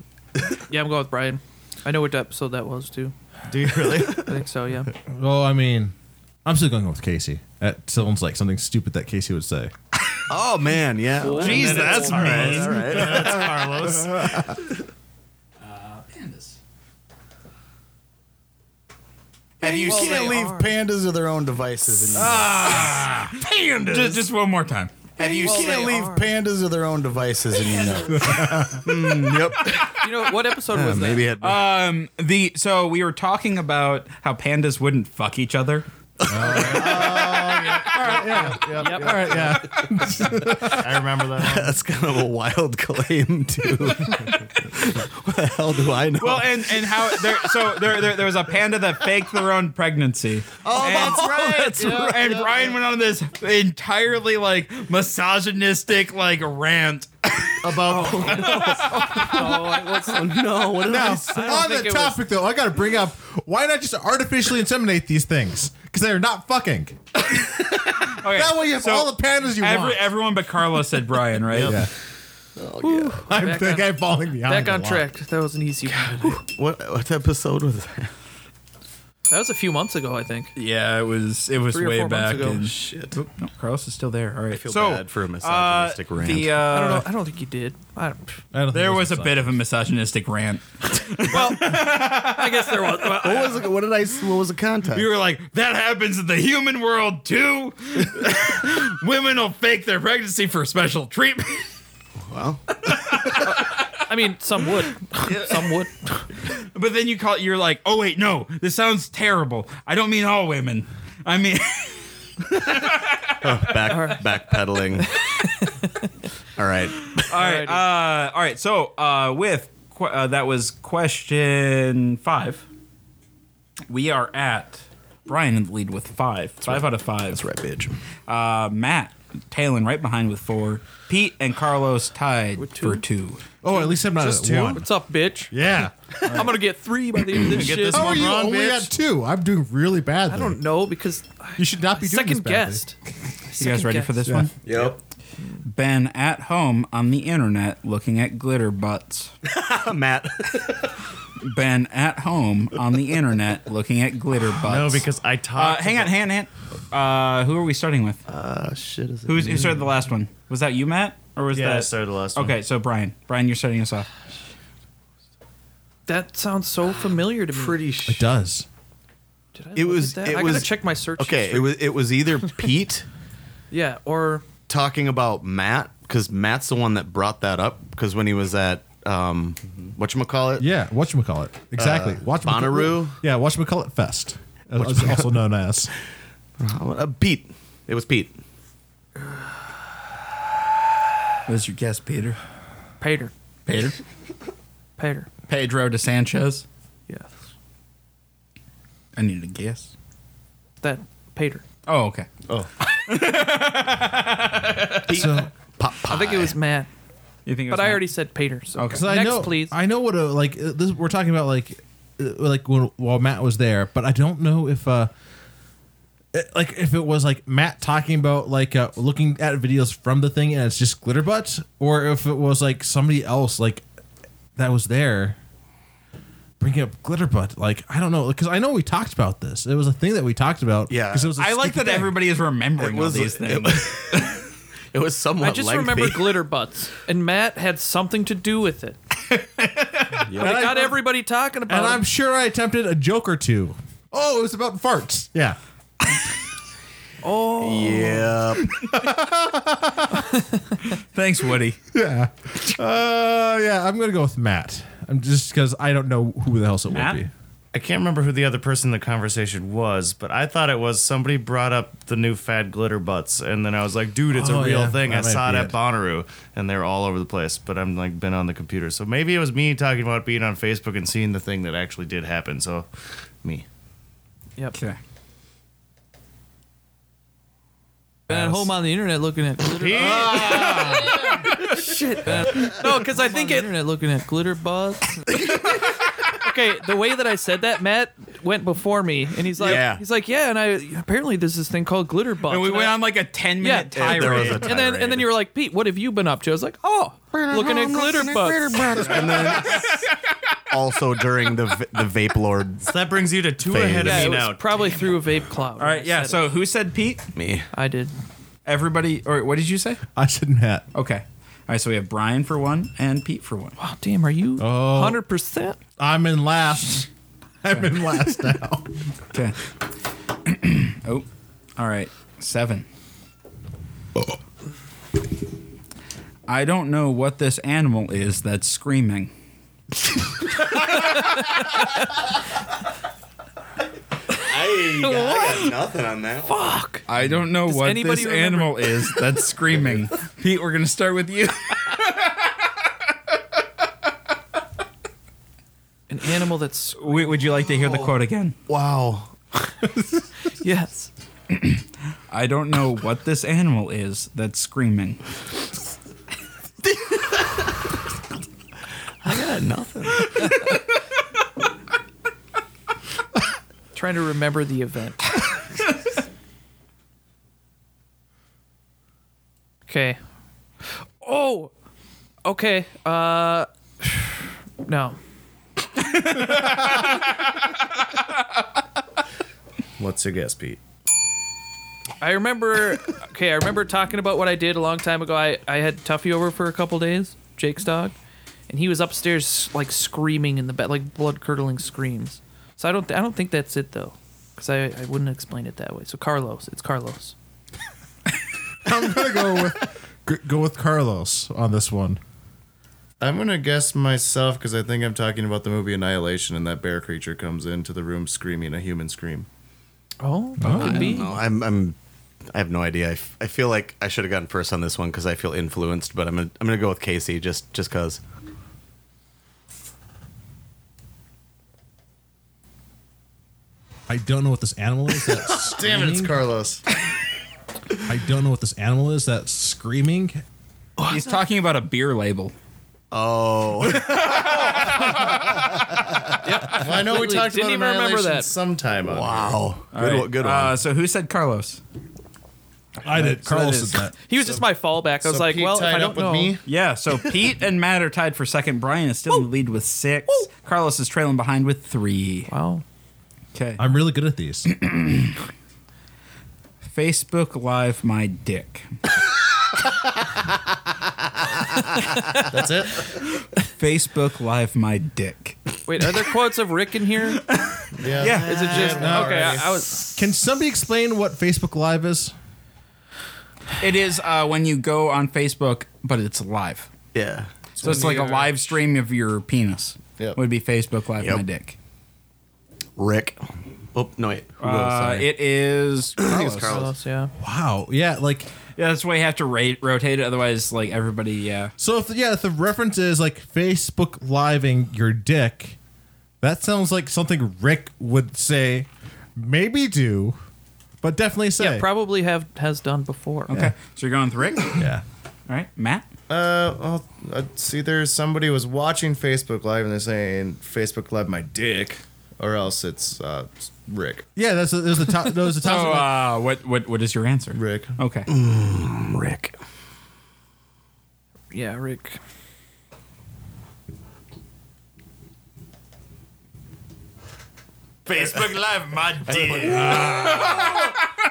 [SPEAKER 5] Yeah, I'm going with Brian. I know what episode that was too.
[SPEAKER 7] Do you really?
[SPEAKER 5] I think so. Yeah.
[SPEAKER 3] Well, I mean, I'm still going with Casey. That sounds like something stupid that Casey would say.
[SPEAKER 4] Oh man, yeah.
[SPEAKER 2] Jeez, that's
[SPEAKER 7] All right,
[SPEAKER 4] All
[SPEAKER 7] all
[SPEAKER 4] right.
[SPEAKER 7] right. Carlos.
[SPEAKER 4] And you can't leave pandas to their own devices. And you,
[SPEAKER 2] Pandas. Just, just one more time.
[SPEAKER 4] and you can't leave pandas to their own devices, and you know. Mm, yep.
[SPEAKER 5] You know what episode was that?
[SPEAKER 4] Maybe it.
[SPEAKER 2] Um, the so we were talking about how pandas wouldn't fuck each other.
[SPEAKER 6] Yep,
[SPEAKER 5] Yep.
[SPEAKER 6] yep.
[SPEAKER 7] I remember that. one.
[SPEAKER 4] That's kind of a wild claim, too. what the hell do I know?
[SPEAKER 2] Well, and and how there? So there, there there was a panda that faked their own pregnancy. Oh, that's right. and Brian went on this entirely like misogynistic like rant.
[SPEAKER 5] Oh,
[SPEAKER 4] no, what did I
[SPEAKER 3] Now,
[SPEAKER 4] say?
[SPEAKER 3] on
[SPEAKER 5] think
[SPEAKER 3] the
[SPEAKER 5] it
[SPEAKER 3] topic though, I got to bring up why not just artificially inseminate these things because they're not fucking.
[SPEAKER 2] Okay,
[SPEAKER 3] That way you have
[SPEAKER 2] so
[SPEAKER 3] all the pandas you
[SPEAKER 2] every-
[SPEAKER 3] want.
[SPEAKER 2] Everyone but Carla said Brian, right?
[SPEAKER 3] yeah. I
[SPEAKER 5] Back
[SPEAKER 3] think
[SPEAKER 5] on-
[SPEAKER 3] I'm falling behind.
[SPEAKER 5] Back on
[SPEAKER 3] a lot.
[SPEAKER 5] track. That was an easy one.
[SPEAKER 4] What, what episode was that?
[SPEAKER 5] That was a few months ago, I think.
[SPEAKER 2] Yeah, it was it was
[SPEAKER 5] Three or
[SPEAKER 2] way
[SPEAKER 5] four months
[SPEAKER 2] back.
[SPEAKER 5] ago.
[SPEAKER 2] in- Shit. Oop, no, Carlos is still there. All right. I
[SPEAKER 4] feel
[SPEAKER 2] so,
[SPEAKER 4] bad for a
[SPEAKER 2] uh,
[SPEAKER 4] misogynistic rant.
[SPEAKER 2] the uh,
[SPEAKER 5] I don't know. I don't think you did. I don't,
[SPEAKER 3] I don't think
[SPEAKER 2] There
[SPEAKER 3] it
[SPEAKER 2] was a
[SPEAKER 3] Masai.
[SPEAKER 2] bit of a misogynistic rant.
[SPEAKER 5] I guess there was. well,
[SPEAKER 4] what, was the, what did I? What was the context?
[SPEAKER 2] We were like, that happens in the human world too. Women will fake their pregnancy for special treatment.
[SPEAKER 4] well,
[SPEAKER 5] I mean, some would. some would.
[SPEAKER 2] But then you call you're like, oh wait, no, this sounds terrible. I don't mean all women. I mean
[SPEAKER 4] back backpedaling. All right.
[SPEAKER 2] all right, uh, all right. So uh, with que- uh, that was question five. We are at Brian in the lead with five, five out of five. That's
[SPEAKER 4] Right, bitch.
[SPEAKER 2] Uh, Matt Talon right behind with four. Pete and Carlos tied for two.
[SPEAKER 3] Oh, at least I'm not at one.
[SPEAKER 5] What's up, bitch?
[SPEAKER 3] Yeah.
[SPEAKER 5] I'm gonna get three by the end of this shit.
[SPEAKER 3] How are you only at two? I'm doing really bad.
[SPEAKER 5] I don't know because I
[SPEAKER 3] You should not be doing this
[SPEAKER 5] second
[SPEAKER 3] badly.
[SPEAKER 5] guessed.
[SPEAKER 2] You guys ready for this one?
[SPEAKER 4] Yep.
[SPEAKER 2] Ben at home on the internet looking at glitter butts.
[SPEAKER 4] Matt.
[SPEAKER 2] Ben at home on the internet looking at glitter butts.
[SPEAKER 7] No, because I
[SPEAKER 2] Uh,
[SPEAKER 7] talked.
[SPEAKER 2] hang on, hang on, hang on. Uh, who are we starting with?
[SPEAKER 4] Uh, shit is it?
[SPEAKER 2] Who's, who started the last one? Was that you, Matt? Or was
[SPEAKER 7] Yeah,
[SPEAKER 2] that.
[SPEAKER 7] I started the last one.
[SPEAKER 2] Okay, so Brian. Brian, you're starting us off.
[SPEAKER 5] That sounds so familiar to me. Pretty.
[SPEAKER 3] It does.
[SPEAKER 5] Did
[SPEAKER 4] It
[SPEAKER 5] I look at
[SPEAKER 4] was-
[SPEAKER 5] that?
[SPEAKER 4] it
[SPEAKER 5] I
[SPEAKER 4] was-
[SPEAKER 5] gotta check my search.
[SPEAKER 4] Okay,
[SPEAKER 5] history.
[SPEAKER 4] it was it was either Pete
[SPEAKER 5] yeah, or
[SPEAKER 4] talking about Matt because Matt's the one that brought that up because when he was at um,
[SPEAKER 7] Mm-hmm.
[SPEAKER 4] what you call it?
[SPEAKER 3] Yeah. Whatchamacallit. Uh, Exactly. Watch
[SPEAKER 4] Bonnaroo?
[SPEAKER 3] Yeah. Whatchamacallit Fest. It's also known as.
[SPEAKER 4] Uh, Pete. It was Pete.
[SPEAKER 2] What's your guess, Peter?
[SPEAKER 5] Pater.
[SPEAKER 2] Peter?
[SPEAKER 5] Pater.
[SPEAKER 2] Pedro de Sanchez.
[SPEAKER 5] Yeah,
[SPEAKER 2] I need a guess.
[SPEAKER 5] that Pater.
[SPEAKER 2] Oh, okay.
[SPEAKER 3] So
[SPEAKER 5] I think it was Matt,
[SPEAKER 2] You think it
[SPEAKER 5] but
[SPEAKER 2] was
[SPEAKER 5] I
[SPEAKER 2] Matt?
[SPEAKER 5] already said Pater. So
[SPEAKER 2] Okay.
[SPEAKER 3] So I
[SPEAKER 5] next,
[SPEAKER 3] know,
[SPEAKER 5] please.
[SPEAKER 3] I know what a like. uh, This we're talking about like, uh, like when, while Matt was there, but I don't know if uh, it- like if it was like Matt talking about like uh, looking at videos from the thing and it's just glitter butts, or if it was like somebody else like that was there bringing up glitter butt. Like I don't know because I know we talked about this. It was a thing that we talked about.
[SPEAKER 4] Yeah.
[SPEAKER 3] 'cause it was. a
[SPEAKER 2] I like
[SPEAKER 3] stupid
[SPEAKER 2] that
[SPEAKER 3] thing.
[SPEAKER 2] everybody is remembering
[SPEAKER 4] It was-
[SPEAKER 2] all these
[SPEAKER 4] it
[SPEAKER 2] things.
[SPEAKER 4] was- It was somewhat
[SPEAKER 5] I just
[SPEAKER 4] lengthy.
[SPEAKER 5] remember glitter butts, and Matt had something to do with it. But it
[SPEAKER 3] I-
[SPEAKER 5] got everybody talking about
[SPEAKER 2] oh.
[SPEAKER 3] And
[SPEAKER 5] it.
[SPEAKER 3] I'm sure I attempted a joke or two. Oh, it was about farts. Yeah.
[SPEAKER 4] yeah.
[SPEAKER 2] Thanks, Woody.
[SPEAKER 3] Yeah. Uh, yeah, I'm going to go with Matt. I'm just because I don't know who the hell it
[SPEAKER 2] Matt?
[SPEAKER 3] would be.
[SPEAKER 7] I can't remember who the other person in the conversation was, but I thought it was somebody brought up the new fad glitter butts, and then I was like, dude, it's
[SPEAKER 3] Oh,
[SPEAKER 7] a real
[SPEAKER 3] yeah.
[SPEAKER 7] thing.
[SPEAKER 3] That
[SPEAKER 7] I
[SPEAKER 3] might
[SPEAKER 7] saw it
[SPEAKER 3] be
[SPEAKER 7] at
[SPEAKER 3] it.
[SPEAKER 7] Bonnaroo, and they're all over the place. But I'm like been on the computer, so maybe it was me talking about being on Facebook and seeing the thing that actually did happen. So, me.
[SPEAKER 5] yep.
[SPEAKER 2] Okay.
[SPEAKER 5] Been at home on the internet looking at glitter. Oh, Shit. man. No, because I think it. Internet looking at glitter buzz. okay, the way that I said that, Matt went before me, and he's like,
[SPEAKER 4] Yeah.
[SPEAKER 5] he's like, yeah, and I apparently there's this thing called glitter buzz.
[SPEAKER 2] And we went
[SPEAKER 5] I-
[SPEAKER 2] on like a 10
[SPEAKER 5] Yeah.
[SPEAKER 2] minute
[SPEAKER 5] Yeah,
[SPEAKER 2] tirade.
[SPEAKER 4] there was a
[SPEAKER 5] and then and then you were like, Pete, what have you been up to? I was like, oh, looking at glitter buzz.
[SPEAKER 9] butts.
[SPEAKER 4] and then also during the v- the vape lord
[SPEAKER 7] So that brings you to two
[SPEAKER 4] Phase.
[SPEAKER 7] ahead of
[SPEAKER 5] Yeah,
[SPEAKER 7] me
[SPEAKER 5] it
[SPEAKER 7] now.
[SPEAKER 5] was probably through a vape cloud.
[SPEAKER 2] all right, yeah. So who said Pete?
[SPEAKER 4] me.
[SPEAKER 5] I did.
[SPEAKER 2] Everybody, or what did you say?
[SPEAKER 3] I said Matt.
[SPEAKER 2] Okay. All right, so we have Brian for one and Pete for one.
[SPEAKER 5] Oh, damn, are you hundred percent?
[SPEAKER 3] I'm in last. I'm in last now.
[SPEAKER 2] Okay. oh, all right. Seven. I don't know what this animal is that's screaming.
[SPEAKER 4] I I, I got nothing on that. one.
[SPEAKER 5] Fuck.
[SPEAKER 2] I don't know
[SPEAKER 5] Does
[SPEAKER 2] what
[SPEAKER 5] anybody
[SPEAKER 2] this
[SPEAKER 5] remember-
[SPEAKER 2] animal is that's screaming. Pete, we're gonna start with you.
[SPEAKER 5] An animal that's
[SPEAKER 2] W- Would you like to hear the quote again?
[SPEAKER 4] Wow.
[SPEAKER 5] yes.
[SPEAKER 2] I don't know what this animal is that's screaming.
[SPEAKER 4] I got nothing.
[SPEAKER 5] Trying to remember the event. okay. Oh. Okay. Uh. No.
[SPEAKER 7] What's your guess, Pete?
[SPEAKER 5] I remember. Okay, I remember talking about what I did a long time ago. I I had Tuffy over for a couple days, Jake's dog, and he was upstairs like screaming in the bed, like blood curdling screams. So I don't I don't think that's it though, because I I wouldn't explain it that way. So Carlos, it's Carlos.
[SPEAKER 3] I'm gonna go with g- go with Carlos on this one.
[SPEAKER 7] I'm gonna guess myself because I think I'm talking about the movie Annihilation, and that bear creature comes into the room screaming a human scream.
[SPEAKER 5] Oh, could be.
[SPEAKER 4] No, I'm. I'm. I have no idea. I, f- I feel like I should have gotten first on this one because I feel influenced, but I'm gonna, I'm gonna go with Casey just just cause.
[SPEAKER 3] I don't know what this animal is. That's
[SPEAKER 7] Damn it, it's Carlos.
[SPEAKER 3] I don't know what this animal is. That's screaming.
[SPEAKER 2] He's talking about a beer label.
[SPEAKER 7] Well, I know we
[SPEAKER 5] Completely.
[SPEAKER 7] talked
[SPEAKER 5] Didn't
[SPEAKER 7] about
[SPEAKER 5] even remember
[SPEAKER 7] Annihilation
[SPEAKER 5] that.
[SPEAKER 7] sometime. on here.
[SPEAKER 4] Wow, good,
[SPEAKER 2] All right.
[SPEAKER 4] one, good one.
[SPEAKER 2] Uh, so who said Carlos?
[SPEAKER 3] I did.
[SPEAKER 2] So that
[SPEAKER 3] Carlos
[SPEAKER 2] is-
[SPEAKER 3] did that.
[SPEAKER 5] He was just my fallback. I was
[SPEAKER 7] So
[SPEAKER 5] like,
[SPEAKER 7] Pete
[SPEAKER 5] well, if
[SPEAKER 7] tied
[SPEAKER 5] I
[SPEAKER 7] up
[SPEAKER 5] don't
[SPEAKER 7] with
[SPEAKER 5] know,
[SPEAKER 7] me.
[SPEAKER 2] Yeah, so Pete and Matt are tied for second. Brian is still in the lead with six. Carlos is trailing behind with three.
[SPEAKER 5] wow,
[SPEAKER 2] Okay.
[SPEAKER 3] I'm really good at these.
[SPEAKER 2] Facebook Live my dick.
[SPEAKER 7] That's it.
[SPEAKER 2] Facebook Live my dick.
[SPEAKER 5] wait, are there quotes of Rick in here?
[SPEAKER 7] Yeah.
[SPEAKER 5] Is it just okay? I, I was
[SPEAKER 3] Can somebody explain what Facebook Live is?
[SPEAKER 2] It is uh, when you go on Facebook, but it's live.
[SPEAKER 4] yeah.
[SPEAKER 2] So it's like a live stream of your penis.
[SPEAKER 7] Yep.
[SPEAKER 2] Would be Facebook Live
[SPEAKER 4] Yep.
[SPEAKER 2] my dick.
[SPEAKER 4] Rick. Oh no! Wait. Who goes?
[SPEAKER 2] Uh,
[SPEAKER 4] Sorry.
[SPEAKER 2] it is. Carlos.
[SPEAKER 5] Carlos. Yeah.
[SPEAKER 3] Wow. Yeah. Like
[SPEAKER 2] Yeah, that's why you have to rate, rotate it. Otherwise, like everybody, yeah.
[SPEAKER 3] so. If yeah, if the reference is like Facebook living your dick, that sounds like something Rick would say. Maybe do, but definitely say.
[SPEAKER 5] Yeah, probably have has done before.
[SPEAKER 2] Okay, so you're going with Rick. All
[SPEAKER 3] Yeah.
[SPEAKER 2] right, Matt.
[SPEAKER 7] Uh, well, uh, see, there's somebody was watching Facebook Live and they're saying Facebook Live my dick, or else it's uh, Rick.
[SPEAKER 3] Yeah, that's a, there's a top. There's a
[SPEAKER 2] So,
[SPEAKER 3] top.
[SPEAKER 2] uh, what what what is your answer?
[SPEAKER 7] Rick.
[SPEAKER 2] Okay.
[SPEAKER 4] Rick.
[SPEAKER 5] Yeah, Rick.
[SPEAKER 1] Facebook Live, my dick.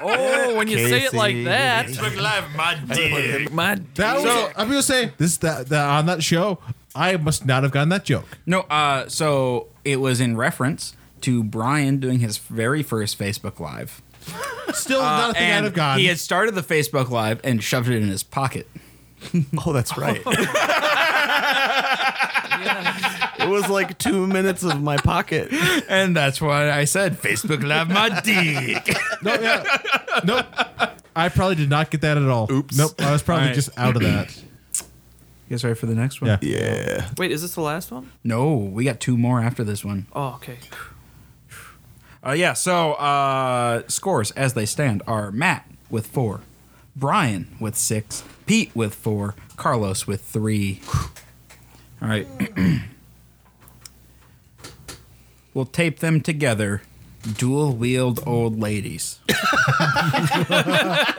[SPEAKER 5] Oh, when you say it like that,
[SPEAKER 1] Facebook Live, my dick.
[SPEAKER 5] my
[SPEAKER 3] that was. I'm gonna say this. That, that on that show, I must not have gotten that joke.
[SPEAKER 2] No, uh, so it was in reference to Brian doing his very first Facebook Live.
[SPEAKER 3] Still not a thing I'd have gotten.
[SPEAKER 2] Uh, he had started the Facebook Live and shoved it in his pocket.
[SPEAKER 4] Oh, that's right. It was like two minutes of my pocket.
[SPEAKER 2] And that's why I said Facebook Live my dick.
[SPEAKER 3] no, yeah. nope. I probably did not get that at all. Oops. Nope. I was probably
[SPEAKER 2] Alright.
[SPEAKER 3] just out of that.
[SPEAKER 2] You guys ready for the next one?
[SPEAKER 3] Yeah.
[SPEAKER 4] Yeah.
[SPEAKER 5] Wait, is this the last one?
[SPEAKER 2] No, we got two more after this one.
[SPEAKER 5] Oh, okay.
[SPEAKER 2] Uh, yeah, so uh, scores as they stand are Matt with four, Brian with six, Pete with four, Carlos with three. All right. we'll tape them together. Dual wheeled old ladies.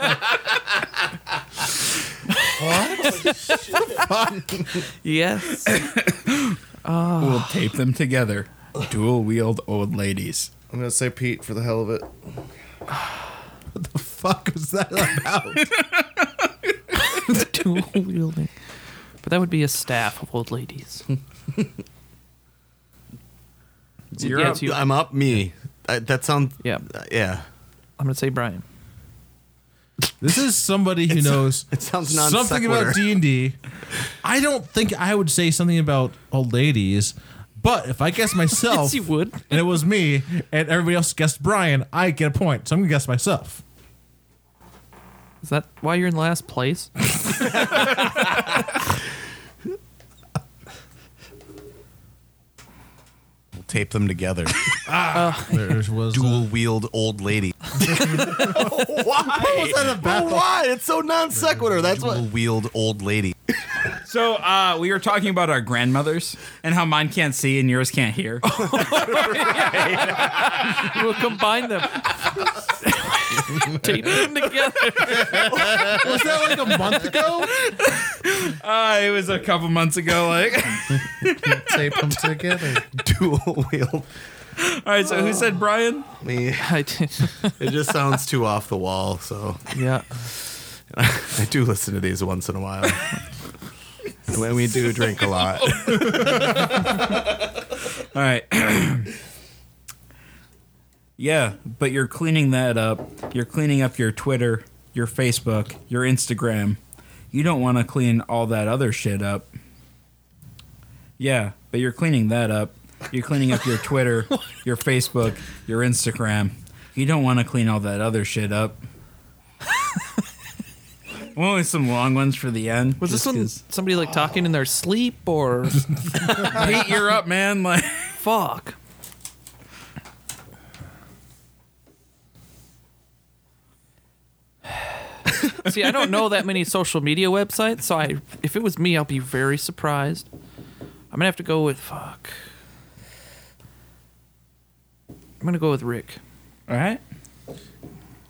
[SPEAKER 5] Yes.
[SPEAKER 2] We'll tape them together. Dual wheeled old ladies.
[SPEAKER 7] I'm gonna say Pete for the hell of it.
[SPEAKER 3] Fuck was that about?
[SPEAKER 5] Dual wielding. But that would be a staff of old ladies.
[SPEAKER 2] You're
[SPEAKER 5] yeah,
[SPEAKER 2] up.
[SPEAKER 5] it's you. I'm
[SPEAKER 4] I'm up. Me. I, that sounds. uh,
[SPEAKER 5] Yeah.
[SPEAKER 4] Yeah.
[SPEAKER 5] gonna say Brian.
[SPEAKER 3] this is somebody who knows
[SPEAKER 4] It sounds non
[SPEAKER 3] something about D and D. I don't think I would say something about old ladies, But if I guess
[SPEAKER 2] Oh.
[SPEAKER 3] myself,
[SPEAKER 5] Yes, you would.
[SPEAKER 3] and it was me, and everybody else guessed Brian, I get a point. So I'm gonna guess myself.
[SPEAKER 5] Is that why you're in last place?
[SPEAKER 4] We'll tape them together.
[SPEAKER 3] There was
[SPEAKER 4] Dual wield old lady. Why? Why? It's so non sequitur. That's what. Dual wield old lady.
[SPEAKER 2] So uh, we were talking about our grandmothers and how mine can't see and yours can't hear.
[SPEAKER 5] we'll combine them. Tape them together.
[SPEAKER 3] was that like a month ago?
[SPEAKER 2] Uh, it was a couple months ago. Like,
[SPEAKER 7] Tape them together.
[SPEAKER 4] Dual wield.
[SPEAKER 2] all right. So who said Brian?
[SPEAKER 4] I mean,
[SPEAKER 5] I did.
[SPEAKER 4] it just sounds too off the wall. So
[SPEAKER 5] Yeah.
[SPEAKER 4] I do listen to these once in a while. When we do drink a lot.
[SPEAKER 2] All right. yeah, but you're cleaning that up. You're cleaning up your Twitter, your Facebook, your Instagram. You don't want to clean all that other shit up. Yeah, but you're cleaning that up. You're cleaning up your Twitter, your Facebook, your Instagram. You don't want to clean all that other shit up. Only some long ones for the end.
[SPEAKER 5] Was this
[SPEAKER 2] just
[SPEAKER 5] one
[SPEAKER 2] 'cause-
[SPEAKER 5] somebody like talking in their sleep or
[SPEAKER 2] Pete, you're up, man. Like.
[SPEAKER 5] fuck? See, I don't know that many social media websites, so I if it was me, I'll be very surprised. I'm gonna have to go with fuck. I'm gonna go with Rick.
[SPEAKER 2] All right.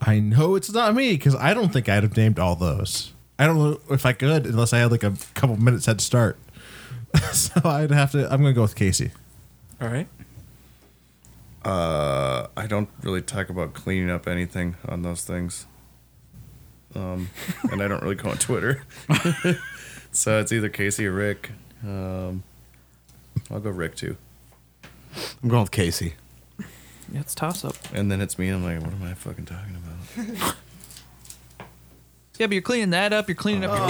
[SPEAKER 3] I know it's not me because I don't think I'd have named all those. I don't know if I could unless I had like a couple minutes head start. so I'd have to. I'm gonna go with Casey.
[SPEAKER 2] All right.
[SPEAKER 6] Uh, I don't really talk about cleaning up anything on those things. Um, and I don't really go on Twitter. so it's either Casey or Rick. Um, I'll go Rick too.
[SPEAKER 4] I'm going with Casey.
[SPEAKER 5] Yeah, it's toss up.
[SPEAKER 6] And then it's me, and I'm like, what am I fucking talking about?
[SPEAKER 5] Yeah, but you're cleaning that up. You're cleaning up your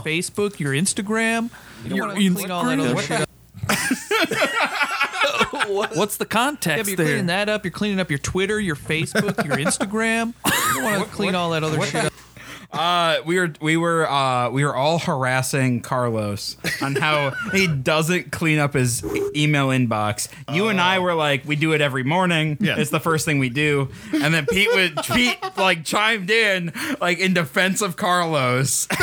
[SPEAKER 5] Facebook, your Instagram. Oh. You don't want to clean all that other shit up. What's the context yeah, but you're
[SPEAKER 2] there?
[SPEAKER 5] cleaning that up. You're cleaning up your Twitter, your Facebook, your Instagram. You don't want to clean all that other shit up.
[SPEAKER 2] Uh, we were we were uh, we were all harassing Carlos on how he doesn't clean up his email inbox. You and I were like, we do it every morning.
[SPEAKER 3] Yeah.
[SPEAKER 2] It's the first thing we do. And then Pete would Pete like chimed in like in defense of Carlos.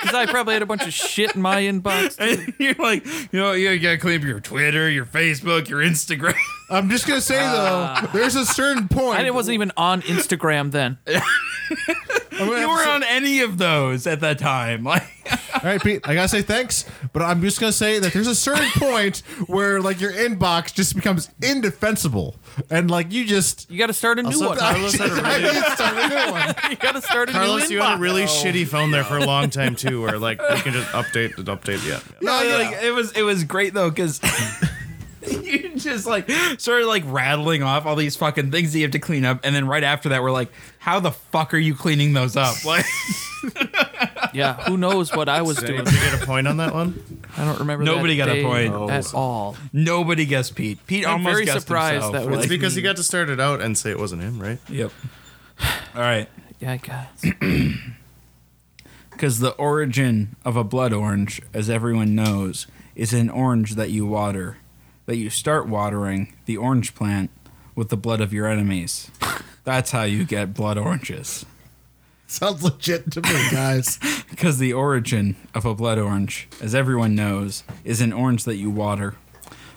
[SPEAKER 5] Because I probably had a bunch of shit in my inbox.
[SPEAKER 2] And you're like, you know, you gotta clean up your Twitter, your Facebook, your Instagram.
[SPEAKER 3] I'm just gonna say though, there's a certain point.
[SPEAKER 5] And it wasn't even on Instagram then.
[SPEAKER 3] I'm gonna
[SPEAKER 2] You
[SPEAKER 3] have to
[SPEAKER 2] were
[SPEAKER 3] say-
[SPEAKER 2] on any of those at that time. Like
[SPEAKER 3] All right, Pete. I gotta say thanks, but I'm just gonna say that there's a certain point where like your inbox just becomes indefensible, and like you just.
[SPEAKER 5] You got to start a new one.
[SPEAKER 7] Carlos had a really,
[SPEAKER 5] You got to start a
[SPEAKER 7] Carlos,
[SPEAKER 5] new
[SPEAKER 7] you had
[SPEAKER 5] inbox.
[SPEAKER 7] a really shitty
[SPEAKER 4] Oh,
[SPEAKER 7] phone there for a long time too, where like we can just update and update. Yeah.
[SPEAKER 2] No, like it was it was great though because you just like started like rattling off all these fucking things that you have to clean up, and then right after that we're like, how the fuck are you cleaning those up? Like,
[SPEAKER 5] yeah, who knows what I was
[SPEAKER 7] Did
[SPEAKER 5] doing.
[SPEAKER 7] anybody get a point on that one?
[SPEAKER 5] I don't remember
[SPEAKER 2] Nobody
[SPEAKER 5] that
[SPEAKER 2] got a
[SPEAKER 5] day
[SPEAKER 2] point.
[SPEAKER 5] at all.
[SPEAKER 2] nobody guessed Pete. Pete
[SPEAKER 5] I'm
[SPEAKER 2] almost
[SPEAKER 5] very
[SPEAKER 2] guessed
[SPEAKER 5] surprised
[SPEAKER 2] himself.
[SPEAKER 5] that was-
[SPEAKER 7] It's
[SPEAKER 2] like-
[SPEAKER 7] because you got to start it out and say it wasn't him, right?
[SPEAKER 2] yep. All right,
[SPEAKER 5] Yeah, I guess.
[SPEAKER 2] because the origin of a blood orange, as everyone knows, is an orange that you water, that you start watering the orange plant with the blood of your enemies. That's how you get blood oranges.
[SPEAKER 3] Sounds legit to me, guys.
[SPEAKER 2] Because the origin of a blood orange, as everyone knows, is an orange that you water.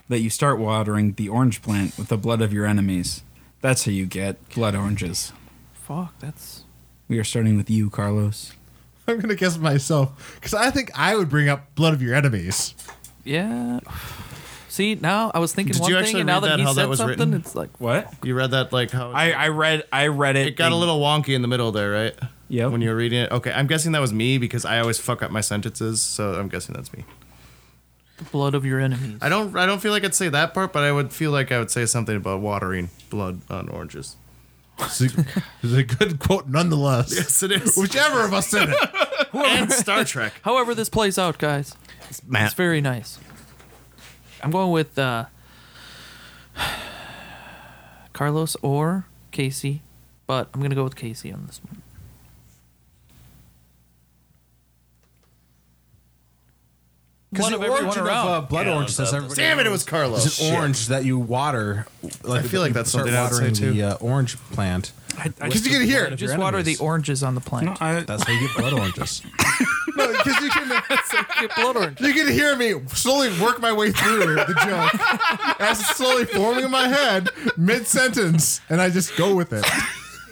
[SPEAKER 2] That you start watering the orange plant with the blood of your enemies. That's how you get blood oranges.
[SPEAKER 5] Fuck, that's.
[SPEAKER 2] We are starting with you, Carlos.
[SPEAKER 3] I'm gonna guess myself because I think I would bring up blood of your enemies.
[SPEAKER 5] Yeah. See, now I was thinking
[SPEAKER 7] Did
[SPEAKER 5] one
[SPEAKER 7] you
[SPEAKER 5] thing,
[SPEAKER 7] actually
[SPEAKER 5] and now
[SPEAKER 7] read
[SPEAKER 5] that,
[SPEAKER 7] that,
[SPEAKER 5] he
[SPEAKER 7] how that
[SPEAKER 5] said
[SPEAKER 7] was
[SPEAKER 5] something,
[SPEAKER 7] written?
[SPEAKER 5] it's like,
[SPEAKER 2] What?
[SPEAKER 7] You read that like how
[SPEAKER 2] I, I read I read it.
[SPEAKER 7] it got a little wonky in the middle there, right?
[SPEAKER 2] Yep.
[SPEAKER 7] When you were reading it, okay. I'm guessing that was me because I always fuck up my sentences, so I'm guessing that's me.
[SPEAKER 5] the blood of your enemies.
[SPEAKER 7] I don't. I don't feel like I'd say that part, but I would feel like I would say something about watering blood on oranges.
[SPEAKER 3] It's a, it's a good quote, nonetheless.
[SPEAKER 7] Yes, it is.
[SPEAKER 3] Whichever of us said it.
[SPEAKER 7] and Star Trek.
[SPEAKER 5] However, this plays out, guys. It's
[SPEAKER 4] Matt.
[SPEAKER 5] very nice. I'm going with uh, Carlos or Casey, but I'm gonna go with Casey on this one.
[SPEAKER 3] Because
[SPEAKER 5] One
[SPEAKER 3] the
[SPEAKER 5] of every
[SPEAKER 3] origin
[SPEAKER 5] one
[SPEAKER 3] of
[SPEAKER 5] around.
[SPEAKER 3] uh, blood orange says everybody.
[SPEAKER 7] Damn it, it was Carlos.
[SPEAKER 3] It's an
[SPEAKER 7] Shit.
[SPEAKER 3] orange that you water. Like,
[SPEAKER 7] I feel like that's
[SPEAKER 3] start
[SPEAKER 7] something I would say,
[SPEAKER 3] watering
[SPEAKER 7] too.
[SPEAKER 3] The uh, orange plant.
[SPEAKER 7] Because you can hear it.
[SPEAKER 5] Just water the oranges on the plant.
[SPEAKER 3] That's how you get blood oranges.
[SPEAKER 7] No, because you can.
[SPEAKER 5] Get blood orange.
[SPEAKER 7] You can hear me slowly work my way through the joke as it's slowly forming in my head mid sentence, and I just go with it.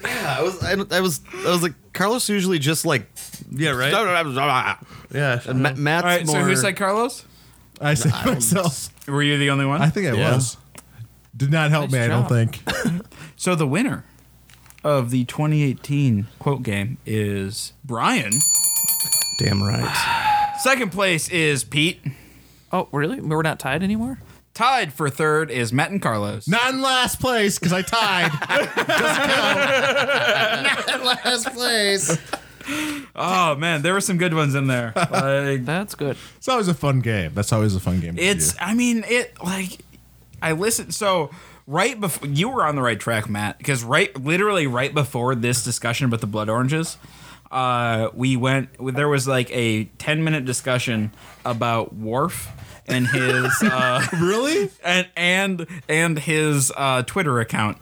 [SPEAKER 4] Yeah, I was, I, I was, I was like, Carlos usually just like, yeah, right.
[SPEAKER 7] Yeah,
[SPEAKER 4] And Ma- Matt's
[SPEAKER 2] All right,
[SPEAKER 4] more.
[SPEAKER 2] so who said Carlos?
[SPEAKER 3] I said myself.
[SPEAKER 2] Were you the only one?
[SPEAKER 3] I think I
[SPEAKER 4] Yeah.
[SPEAKER 3] was. Did not help
[SPEAKER 5] Nice
[SPEAKER 3] me. I don't
[SPEAKER 5] job.
[SPEAKER 3] think.
[SPEAKER 2] So the winner of the 2018 quote game is Brian.
[SPEAKER 4] Damn right.
[SPEAKER 2] Second place is Pete.
[SPEAKER 5] Oh, really? We're not tied anymore.
[SPEAKER 2] Tied for third is Matt and Carlos.
[SPEAKER 7] Not in last place because I tied. Just go. Not in last place.
[SPEAKER 2] Oh man, there were some good ones in there. Like
[SPEAKER 5] That's good.
[SPEAKER 3] It's always a fun game. That's always a fun game. to
[SPEAKER 2] it's
[SPEAKER 3] do.
[SPEAKER 2] I mean, it like I listened so right before you were on the right track, Matt, because right literally right before this discussion about the blood oranges, uh we went there was like a 10-minute discussion about Worf and his uh
[SPEAKER 3] really.
[SPEAKER 2] and and and his uh Twitter account.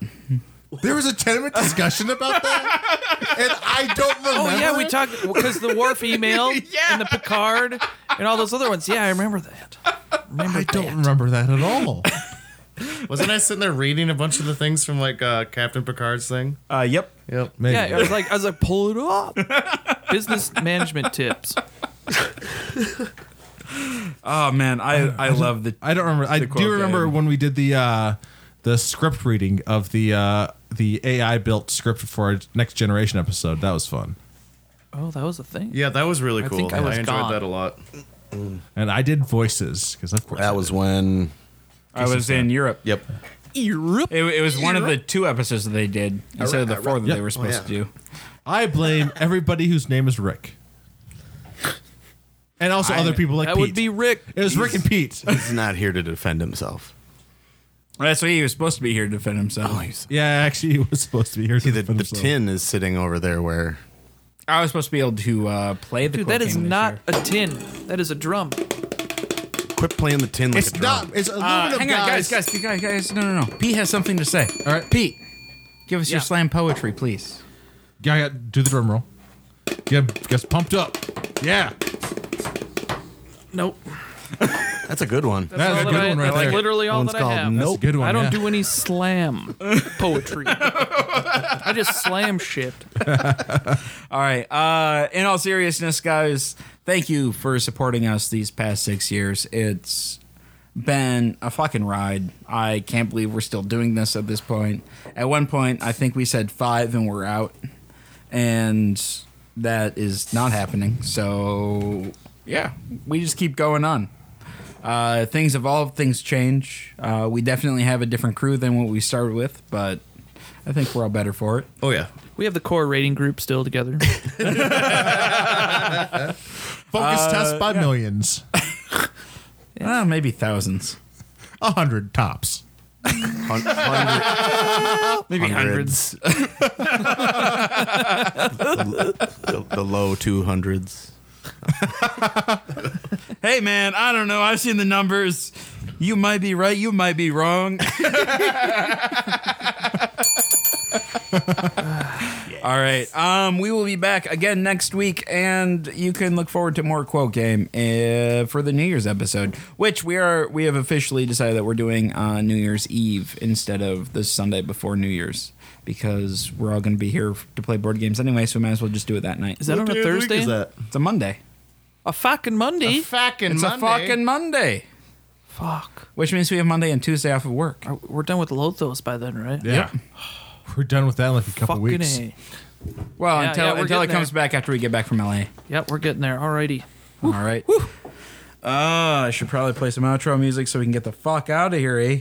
[SPEAKER 3] There was a tenement discussion about that, and I don't
[SPEAKER 5] Oh
[SPEAKER 3] remember.
[SPEAKER 5] yeah, we talked because the Worf email and the Picard and all those other ones. Yeah, I remember that. Remember
[SPEAKER 3] I don't
[SPEAKER 5] that.
[SPEAKER 3] remember that at all.
[SPEAKER 7] Wasn't I sitting there reading a bunch of the things from like uh, Captain Picard's thing?
[SPEAKER 2] Uh yep.
[SPEAKER 7] Yep.
[SPEAKER 3] Maybe.
[SPEAKER 5] Yeah, I was like, I was like, pull it up. Business management tips.
[SPEAKER 2] Oh man, I I love the
[SPEAKER 3] I don't remember. I
[SPEAKER 2] The quote
[SPEAKER 3] do remember
[SPEAKER 2] game.
[SPEAKER 3] when we did the uh, the script reading of the uh, the AI built script for our next generation episode. That was fun,
[SPEAKER 5] Oh, that was a thing.
[SPEAKER 6] Yeah, that was really
[SPEAKER 5] I
[SPEAKER 6] cool.
[SPEAKER 5] think I was
[SPEAKER 6] enjoyed
[SPEAKER 5] gone.
[SPEAKER 6] that a lot.
[SPEAKER 3] and I did voices because of course I
[SPEAKER 4] That was when.
[SPEAKER 2] I was in Europe.
[SPEAKER 4] Yep.
[SPEAKER 5] Europe. Oh,
[SPEAKER 2] It, it was one of the two episodes that they did instead of the four that
[SPEAKER 3] Yep.
[SPEAKER 2] they were supposed to do.
[SPEAKER 3] did. I blame everybody whose name is Rick, and also other people like
[SPEAKER 5] That
[SPEAKER 3] Pete.
[SPEAKER 5] would be Rick.
[SPEAKER 3] it was Rick and Pete.
[SPEAKER 4] He's not here to defend himself.
[SPEAKER 2] That's why he was supposed to be here to defend himself.
[SPEAKER 3] yeah, actually, he was supposed to be here.
[SPEAKER 4] See, the, the tin is sitting over there where.
[SPEAKER 2] I was supposed to be able to uh, play the.
[SPEAKER 5] Dude,
[SPEAKER 2] quote
[SPEAKER 5] that is
[SPEAKER 2] game this
[SPEAKER 5] not
[SPEAKER 2] year.
[SPEAKER 5] a tin. That is a drum.
[SPEAKER 4] Quit playing the tin like a
[SPEAKER 7] It's
[SPEAKER 4] drum.
[SPEAKER 7] not. It's aluminum,
[SPEAKER 2] Uh, hang on, guys, guys, guys, guys. No, no, no. Pete has something to say. All right, Pete, give us your
[SPEAKER 5] Yeah.
[SPEAKER 2] slam poetry, please.
[SPEAKER 3] Yeah, yeah, do the drum roll. Yeah, gets pumped up. Yeah,
[SPEAKER 5] Nope.
[SPEAKER 4] That's a good one.
[SPEAKER 3] That's
[SPEAKER 5] all
[SPEAKER 3] a
[SPEAKER 5] that
[SPEAKER 3] good
[SPEAKER 5] I-
[SPEAKER 3] one right
[SPEAKER 5] that's
[SPEAKER 3] there.
[SPEAKER 5] Literally all
[SPEAKER 4] That
[SPEAKER 5] that
[SPEAKER 4] one's
[SPEAKER 5] I
[SPEAKER 4] called
[SPEAKER 5] have.
[SPEAKER 3] That's a good one.
[SPEAKER 5] I don't
[SPEAKER 3] yeah.
[SPEAKER 5] do any slam poetry. I just slam shit.
[SPEAKER 2] All right. Uh, in all seriousness, guys, thank you for supporting us these past six years. It's been a fucking ride. I can't believe we're still doing this at this point. At one point, I think we said five and we're out, and that is not happening. So, yeah, we just keep going on. Uh, things evolve, things change. Uh, we definitely have a different crew than what we started with, but I think we're all better for it.
[SPEAKER 7] Oh yeah.
[SPEAKER 5] We have the core rating group still together.
[SPEAKER 3] Focus
[SPEAKER 4] Uh,
[SPEAKER 3] test by millions,
[SPEAKER 2] Uh, maybe thousands.
[SPEAKER 3] a hundred tops.
[SPEAKER 4] Hun- hundred-
[SPEAKER 2] Maybe
[SPEAKER 4] hundreds. the, the low 200s.
[SPEAKER 2] Hey, man, I don't know. I've seen the numbers. You might be right. You might be wrong. All right. Um, we will be back again next week, and you can look forward to more quote game uh, for the New Year's episode, which we are we have officially decided that we're doing on New Year's Eve instead of the Sunday before New Year's because we're all going to be here to play board games anyway, so we might as well just do it that night.
[SPEAKER 5] Is that on a Thursday?
[SPEAKER 2] It's a Monday.
[SPEAKER 5] A fucking Monday.
[SPEAKER 7] Fucking
[SPEAKER 2] It's a fucking Monday.
[SPEAKER 5] Fuck.
[SPEAKER 2] Which means we have Monday and Tuesday off of work.
[SPEAKER 5] Are- We're done with Lothos by then, right?
[SPEAKER 3] Yeah. We're done with that in like a couple
[SPEAKER 5] Fucking
[SPEAKER 3] weeks.
[SPEAKER 5] A.
[SPEAKER 2] Well,
[SPEAKER 5] Yeah,
[SPEAKER 2] until
[SPEAKER 5] yeah, we're
[SPEAKER 2] until it
[SPEAKER 5] getting
[SPEAKER 2] comes
[SPEAKER 5] there.
[SPEAKER 2] back after we get back from LA.
[SPEAKER 5] Yep, we're getting there. Alrighty.
[SPEAKER 2] All right. Uh, I should probably play some outro music so we can get the fuck out of here, eh?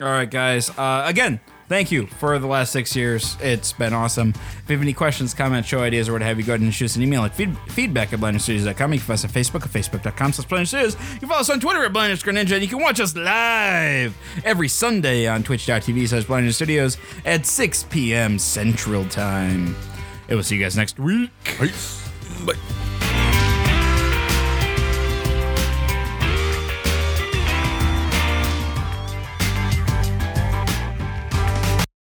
[SPEAKER 2] All right, guys. Uh, again,
[SPEAKER 1] Thank you for the last six years. It's been awesome. If you have any questions, comments, show ideas, or what have you, go ahead and shoot us an email at feed, feedback at blindstudios.com. You can find us on Facebook at facebook.com slash blindstudios. You can follow us on Twitter at blind underscore ninja, and you can watch us live every Sunday on twitch.tv slash blind Ninja studios at 6 p.m. Central Time. And we'll see you guys next week. Peace. Bye.